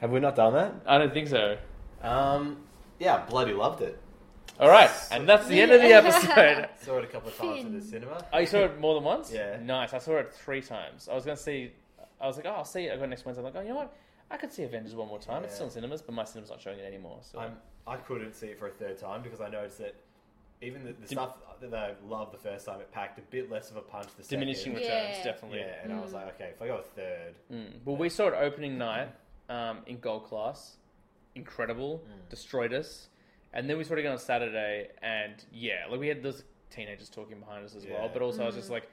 S8: Have we not done that?
S6: I don't think so.
S8: Um, yeah, bloody loved it.
S6: All right, and that's the end of the episode.
S8: Saw it a couple of times in the cinema.
S6: Oh, you saw it more than once?
S8: Yeah.
S6: Nice. I saw it three times. I was going to see, I was like, oh, I'll see it. I go next Wednesday. I'm like, oh, you know what? I could see Avengers one more time. It's still in cinemas, but my cinema's not showing it anymore. So
S8: I'm, I couldn't see it for a third time because I noticed that even the, the stuff that I loved the first time, it packed a bit less of a punch the second.
S6: diminishing Mm.
S5: Yeah.
S6: returns, definitely.
S8: Yeah, and I was like, okay, if I go a third,
S6: Well, we saw it opening night um, in gold class. Incredible, destroyed us. And then we saw it again on Saturday, and yeah, like we had those teenagers talking behind us as well.
S8: Yeah.
S6: But also, I was just like,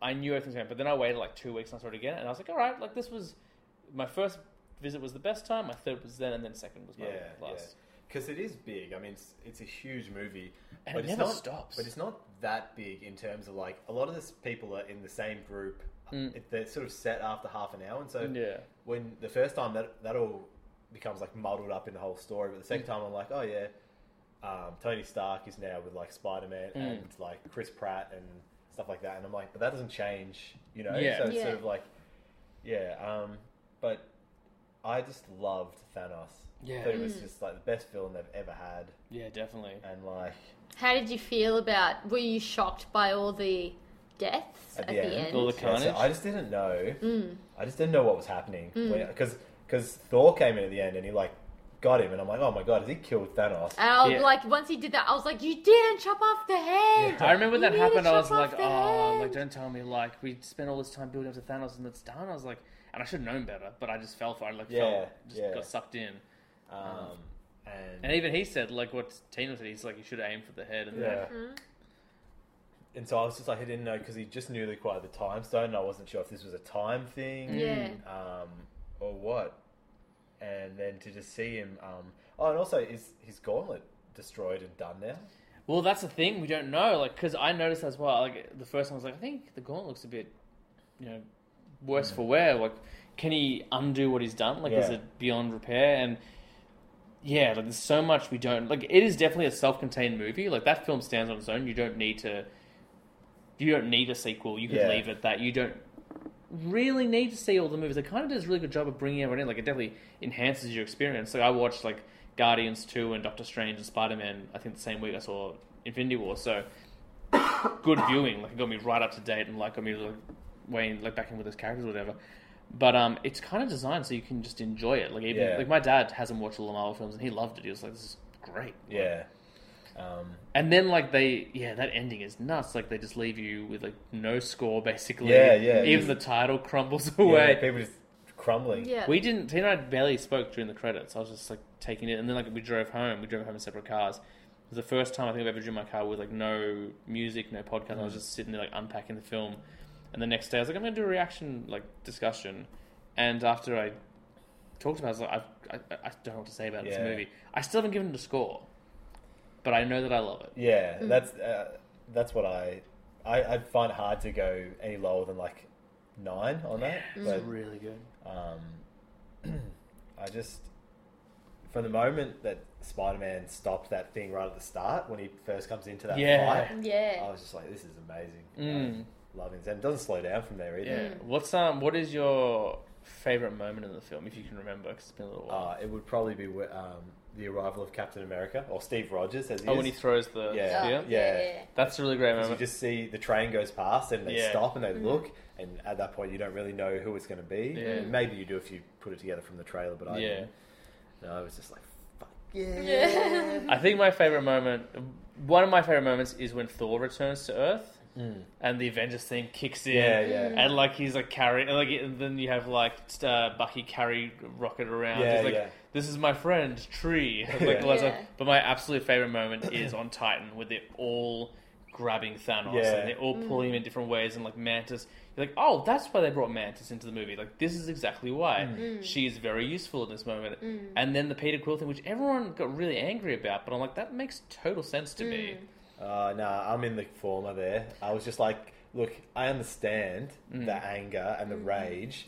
S6: I knew everything was going. But then I waited like two weeks and I saw it again, and I was like, all right, like this was my first visit was the best time. My third was then, and then second was my
S8: yeah,
S6: last.
S8: Because it is big. I mean, it's, it's a huge movie,
S6: And
S8: but
S6: it
S8: it's
S6: never
S8: not,
S6: stops.
S8: But it's not that big in terms of like a lot of these people are in the same group. It- They're sort of set after half an hour, and so
S6: Mm. Yeah.
S8: when the first time that that all becomes like muddled up in the whole story. But the
S6: Mm.
S8: second time, I'm like, oh yeah, um, Tony Stark is now with like Spider Man
S6: Mm.
S8: and like Chris Pratt and stuff like that, and I'm like, but that doesn't change, you know?
S6: Yeah.
S8: So it's
S5: Yeah.
S8: sort of like, yeah. Um, but I just loved Thanos.
S6: Yeah.
S8: I thought it was just like the best villain they've ever had,
S6: Yeah, definitely.
S8: and like
S7: How did you feel about? Were you shocked by all the deaths
S8: At
S7: at,
S8: the
S7: the,
S8: end? Mm.
S7: end?
S6: All the
S8: Yeah, so
S6: carnage.
S8: I just didn't know. I just didn't know what was happening because because Thor came in at the end and he like got him, and I'm like, oh my god, has he killed Thanos?
S7: And I was
S6: Yeah.
S7: like, once he did that, I was like, you didn't chop off the head.
S6: I remember when that
S7: You need to
S6: happened. I
S7: chop
S6: was like,
S7: off the
S6: oh,
S7: head."
S6: like don't tell me. Like we spent all this time building up to Thanos and it's done. I was like, and I should have known better, but I just fell for it. Like,
S8: Yeah,
S6: fell, just
S8: yeah.
S6: got sucked in.
S8: Um, and
S6: And even he said, like what Tina said, he's like, you should aim for the head. And
S8: yeah. And so I was just like, I didn't know because he just newly acquired the time stone, and I wasn't sure if this was a time thing
S7: Yeah.
S8: um, or what. And then to just see him, um, oh, and also is his gauntlet destroyed and done now?
S6: Well, that's the thing we don't know. Like, because I noticed as well. Like the first time, I was like, I think the gauntlet looks a bit, you know, worse for wear. Like, can he undo what he's done? Like, is
S8: Mm. Yeah.
S6: it beyond repair? And yeah, like there's so much we don't. Like, it is definitely a self-contained movie. Like that film stands on its own. You don't need to. You don't need a sequel. You could
S8: Yeah.
S6: leave it at that. You don't really need to see all the movies. It kind of does a really good job of bringing everyone in. Like it definitely enhances your experience. Like I watched like Guardians two and Doctor Strange and Spider Man. I think the same week I saw Infinity War. So good viewing. Like it got me right up to date and like got me like weighing like back in with those characters or whatever. But um, it's kind of designed so you can just enjoy it. Like even
S8: Yeah.
S6: like my dad hasn't watched all the Marvel films and he loved it. He was like, "This is great."
S8: Yeah. Um,
S6: And then like they yeah, that ending is nuts. Like they just leave you with like no score basically.
S8: Yeah, yeah.
S6: Even the title crumbles
S8: yeah,
S6: away.
S8: people just crumbling.
S7: Yeah.
S6: Mm. We didn't. Tina and I barely spoke during the credits. I was just like taking it, and then like we drove home. We drove home in separate cars. It was the first time I think I've ever driven my car with like no music, no podcast. I was just sitting there like unpacking the film. And the next day, I was like, I'm going to do a reaction like discussion. And after I talked about, it, I was like, I've, I, I don't know what to say about this
S8: Yeah.
S6: movie. I still haven't given it a score, but I know that I love it.
S8: Yeah,
S5: Mm.
S8: that's uh, that's what I, I I find it hard to go any lower than like nine on that.
S5: Mm.
S8: But
S6: Really good.
S8: um, I just from the moment that Spider Man stopped that thing right at the start when he first comes into that
S6: Yeah.
S8: fight, I
S5: Yeah.
S8: was just like, this is amazing.
S6: Mm.
S8: Loving it. and it doesn't slow down from there either.
S6: Yeah. What's um? What is your favorite moment in the film, if you can remember? Because it's been a little while.
S8: Uh, it would probably be wh- um, the arrival of Captain America or Steve Rogers as he
S6: oh,
S8: is.
S6: when he throws the
S8: Yeah.
S6: spear.
S5: Oh, yeah.
S8: Yeah.
S6: That's a really great
S8: 'Cause you
S6: moment.
S8: just see the train goes past and they
S6: Yeah.
S8: stop and they look, and at that point you don't really know who it's going to be.
S6: Yeah.
S8: Maybe you do if you put it together from the trailer, but I
S6: yeah.
S8: didn't. No, I was just like, fuck yeah.
S6: I think my favorite moment, one of my favorite moments, is when Thor returns to Earth and the Avengers thing kicks in.
S8: Hmm. Yeah, yeah.
S6: And like he's like carrying, and like and then you have like uh, Bucky carry Rocket around.
S8: Yeah,
S6: he's like,
S8: yeah.
S6: "This is my friend Tree." Like,
S8: Yeah.
S6: lots of-
S5: Yeah.
S6: But my absolute favorite moment is on Titan with it all grabbing Thanos
S8: Yeah.
S6: and they're all pulling him in different ways and like Mantis. You're like, oh, that's why they brought Mantis into the movie. Like, this is exactly why
S8: Mm.
S6: she is very useful in this moment. And then the Peter Quill thing, which everyone got really angry about, but I'm like, that makes total sense to me.
S8: Uh, nah, I'm in the former there. I was just like, look, I understand
S6: Mm.
S8: the anger and the rage,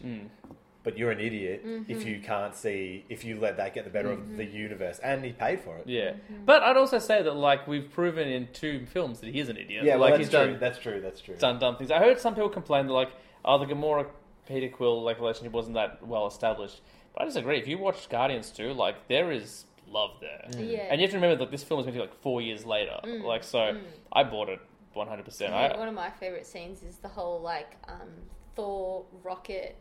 S8: but you're an idiot if you can't see, if you let that get the better of the universe. And he paid for it.
S6: Yeah, but I'd also say that like we've proven in two films that he is an idiot.
S8: Yeah, well,
S6: like
S8: that's,
S6: he's
S8: true.
S6: done
S8: that's true. That's true.
S6: done dumb things. I heard some people complain that like, oh, the Gamora Peter Quill like relationship wasn't that well established. But I disagree. If you watch Guardians 2, like, there is love there.
S5: Yeah.
S6: And you have to remember that this film was made like four years later.
S5: Mm,
S6: Like, so I bought it 100%.
S5: Yeah,
S6: I,
S5: one of my favorite scenes is the whole like um, Thor, Rocket,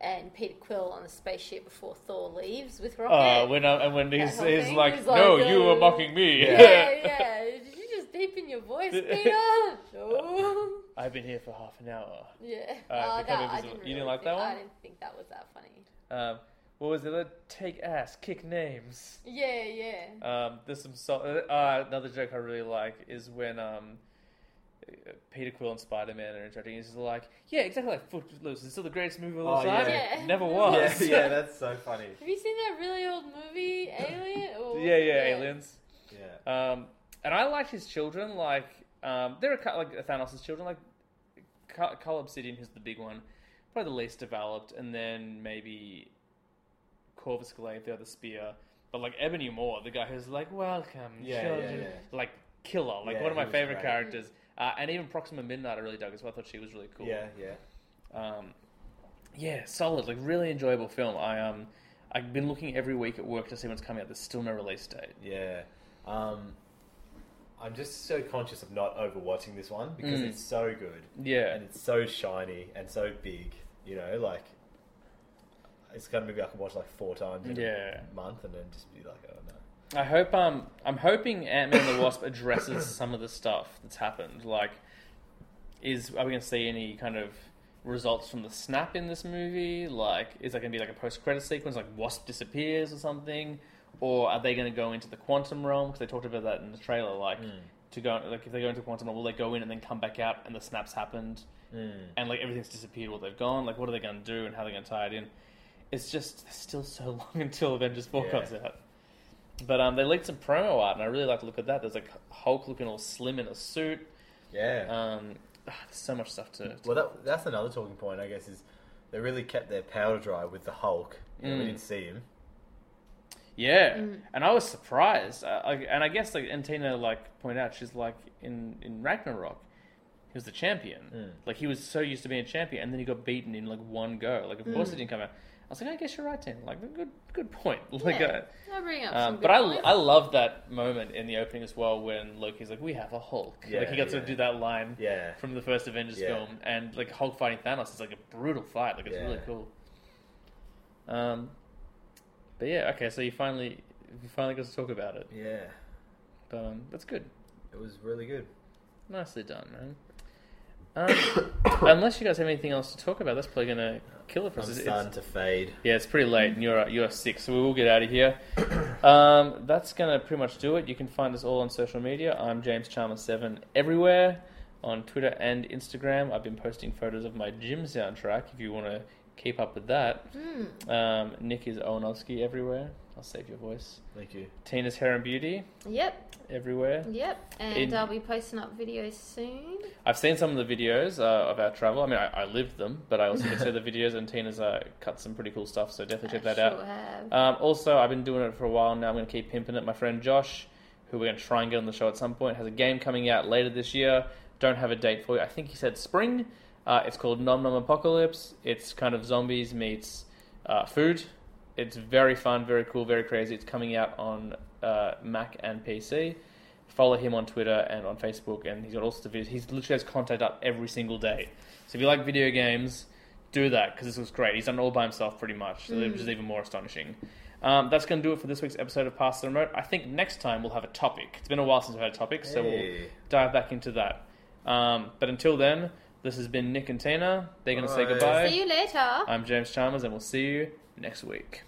S5: and Peter Quill on the spaceship before Thor leaves with Rocket.
S6: uh, when I, and when he's,
S5: whole
S6: he's
S5: thing
S6: like,
S5: was like,
S6: no, you
S5: uh,
S6: were mocking me.
S8: Yeah.
S5: yeah, yeah. Did you just deepen your voice, Peter? No.
S6: I've been here for half an hour.
S5: Yeah.
S6: Uh,
S5: oh, that,
S6: the cover
S5: I
S6: visual-
S5: didn't
S6: you didn't
S5: really
S6: like that
S5: think- I
S6: one?
S5: didn't think that was that funny.
S6: Um, what was the other? Take ass, kick names.
S5: Yeah, yeah.
S6: Um, there's some so- uh, another joke I really like is when um, uh, Peter Quill and Spider Man are interacting. He's just like, yeah, exactly like Footloose. It's still the greatest movie of all
S8: Oh,
S6: time.
S5: yeah. Yeah.
S6: It Never
S8: Yeah,
S6: was.
S8: yeah, that's so funny.
S5: Have you seen that really old movie, Alien? Or-
S6: yeah, yeah, aliens.
S8: Yeah.
S6: Um, and I like his children. Like um, there are cou- like Thanos' children, like Car- Carl Obsidian, who's the big one, probably the least developed, and then maybe Corvus Glaive, the other spear. But like Ebony Moore, the guy who's like, "Welcome,
S8: Yeah, yeah,
S6: children,"
S8: yeah.
S6: like killer, like
S8: Yeah,
S6: one of my
S8: he was
S6: favorite
S8: great.
S6: characters. Uh, and even Proxima Midnight, I really dug as well. I thought she was really cool.
S8: Yeah, yeah.
S6: Um, yeah, solid, like really enjoyable film. I um, I've been looking every week at work to see what's coming out. There's still no release date.
S8: Yeah. Um, I'm just so conscious of not overwatching this one because
S6: Mm.
S8: it's so good.
S6: Yeah.
S8: And it's so shiny and so big, you know, like it's kind of movie I can watch like four times in
S6: Yeah.
S8: a month and then just be like, oh no.
S6: I hope um I'm hoping Ant Man and the Wasp addresses some of the stuff that's happened. Like, is are we going to see any kind of results from the snap in this movie? Like, is there going to be like a post credit sequence like Wasp disappears or something? Or are they going to go into the quantum realm? Because they talked about that in the trailer. Like, to go like if they go into quantum realm, will they go in and then come back out and the snaps happened and like everything's disappeared while they've gone? Like, what are they going to do and how are they going to tie it in? It's just still so long until Avengers Four
S8: Yeah.
S6: comes out. But um, they leaked some promo art, and I really like to look at that. There's like Hulk looking all slim in a suit.
S8: Yeah.
S6: Um, ah, there's so much stuff to.
S8: Well, that, that's another talking point, I guess, is they really kept their powder dry with the Hulk. You know, we
S6: Mm.
S8: didn't see him.
S6: Yeah,
S7: Mm.
S6: and I was surprised. I, I, and I guess like and Tina like pointed out, she's like in in Ragnarok, he was the champion. Like he was so used to being a champion, and then he got beaten in like one go. Like of course
S7: Mm.
S6: it didn't come out. I was like, I guess you're right, Tina. Like good good point. Like.
S7: Yeah.
S6: Uh,
S7: I bring up some
S6: Um,
S7: good
S6: but I,
S7: points.
S6: I love that moment in the opening as well when Loki's like, "We have a Hulk."
S8: Yeah,
S6: like he got to
S8: yeah.
S6: do that line
S8: Yeah.
S6: from the first Avengers
S8: Yeah.
S6: film, and like Hulk fighting Thanos is like a brutal fight. Like it's
S8: Yeah.
S6: really cool. Um, but yeah, okay. So you finally you finally got to talk about it.
S8: Yeah.
S6: But um, that's good.
S8: It was really good.
S6: Nicely done, man. Um, unless you guys have anything else to talk about, that's probably gonna kill it for
S8: I'm
S6: us. It's- it's-
S8: starting to fade.
S6: yeah, it's pretty late, and you're you're sick, so we will get out of here. Um, that's gonna pretty much do it. You can find us all on social media. I'm James Chalmers Seven everywhere on Twitter and Instagram. I've been posting photos of my gym soundtrack. If you want to keep up with that,
S7: Hmm.
S6: um, Nick is Olenowski everywhere. I'll save your voice.
S8: Thank you.
S6: Tina's Hair and Beauty
S7: Yep,
S6: everywhere.
S7: yep. And
S6: In-
S7: I'll be posting up videos soon.
S6: I've seen some of the videos uh, of our travel. I mean, I, I lived them, but I also can see the videos. And Tina's uh, cut some pretty cool stuff, so definitely check
S7: I
S6: that out.
S7: sure have.
S6: Um, also, I've been doing it for a while now. I'm going to keep pimping it. My friend Josh, who we're going to try and get on the show at some point, has a game coming out later this year. Don't have a date for you. I think he said spring. Uh, it's called Nom Nom Apocalypse. It's kind of zombies meets uh, food. It's very fun, very cool, very crazy. It's coming out on uh, Mac and PC. Follow him on Twitter and on Facebook, and he's got all sorts of videos. He's literally has content up every single day. So if you like video games, do that because this was great. He's done it all by himself pretty much, so
S8: Mm.
S6: which is even more astonishing. Um, that's going to do it for this week's episode of Pass the Remote. I think next time we'll have a topic. It's been a while since we've had a topic, so we'll
S8: Hey.
S6: dive back into that. Um, but until then, this has been Nick and Tina. They're going to say
S8: Bye.
S6: goodbye.
S7: See you later.
S6: I'm James Chalmers, and we'll see you next week.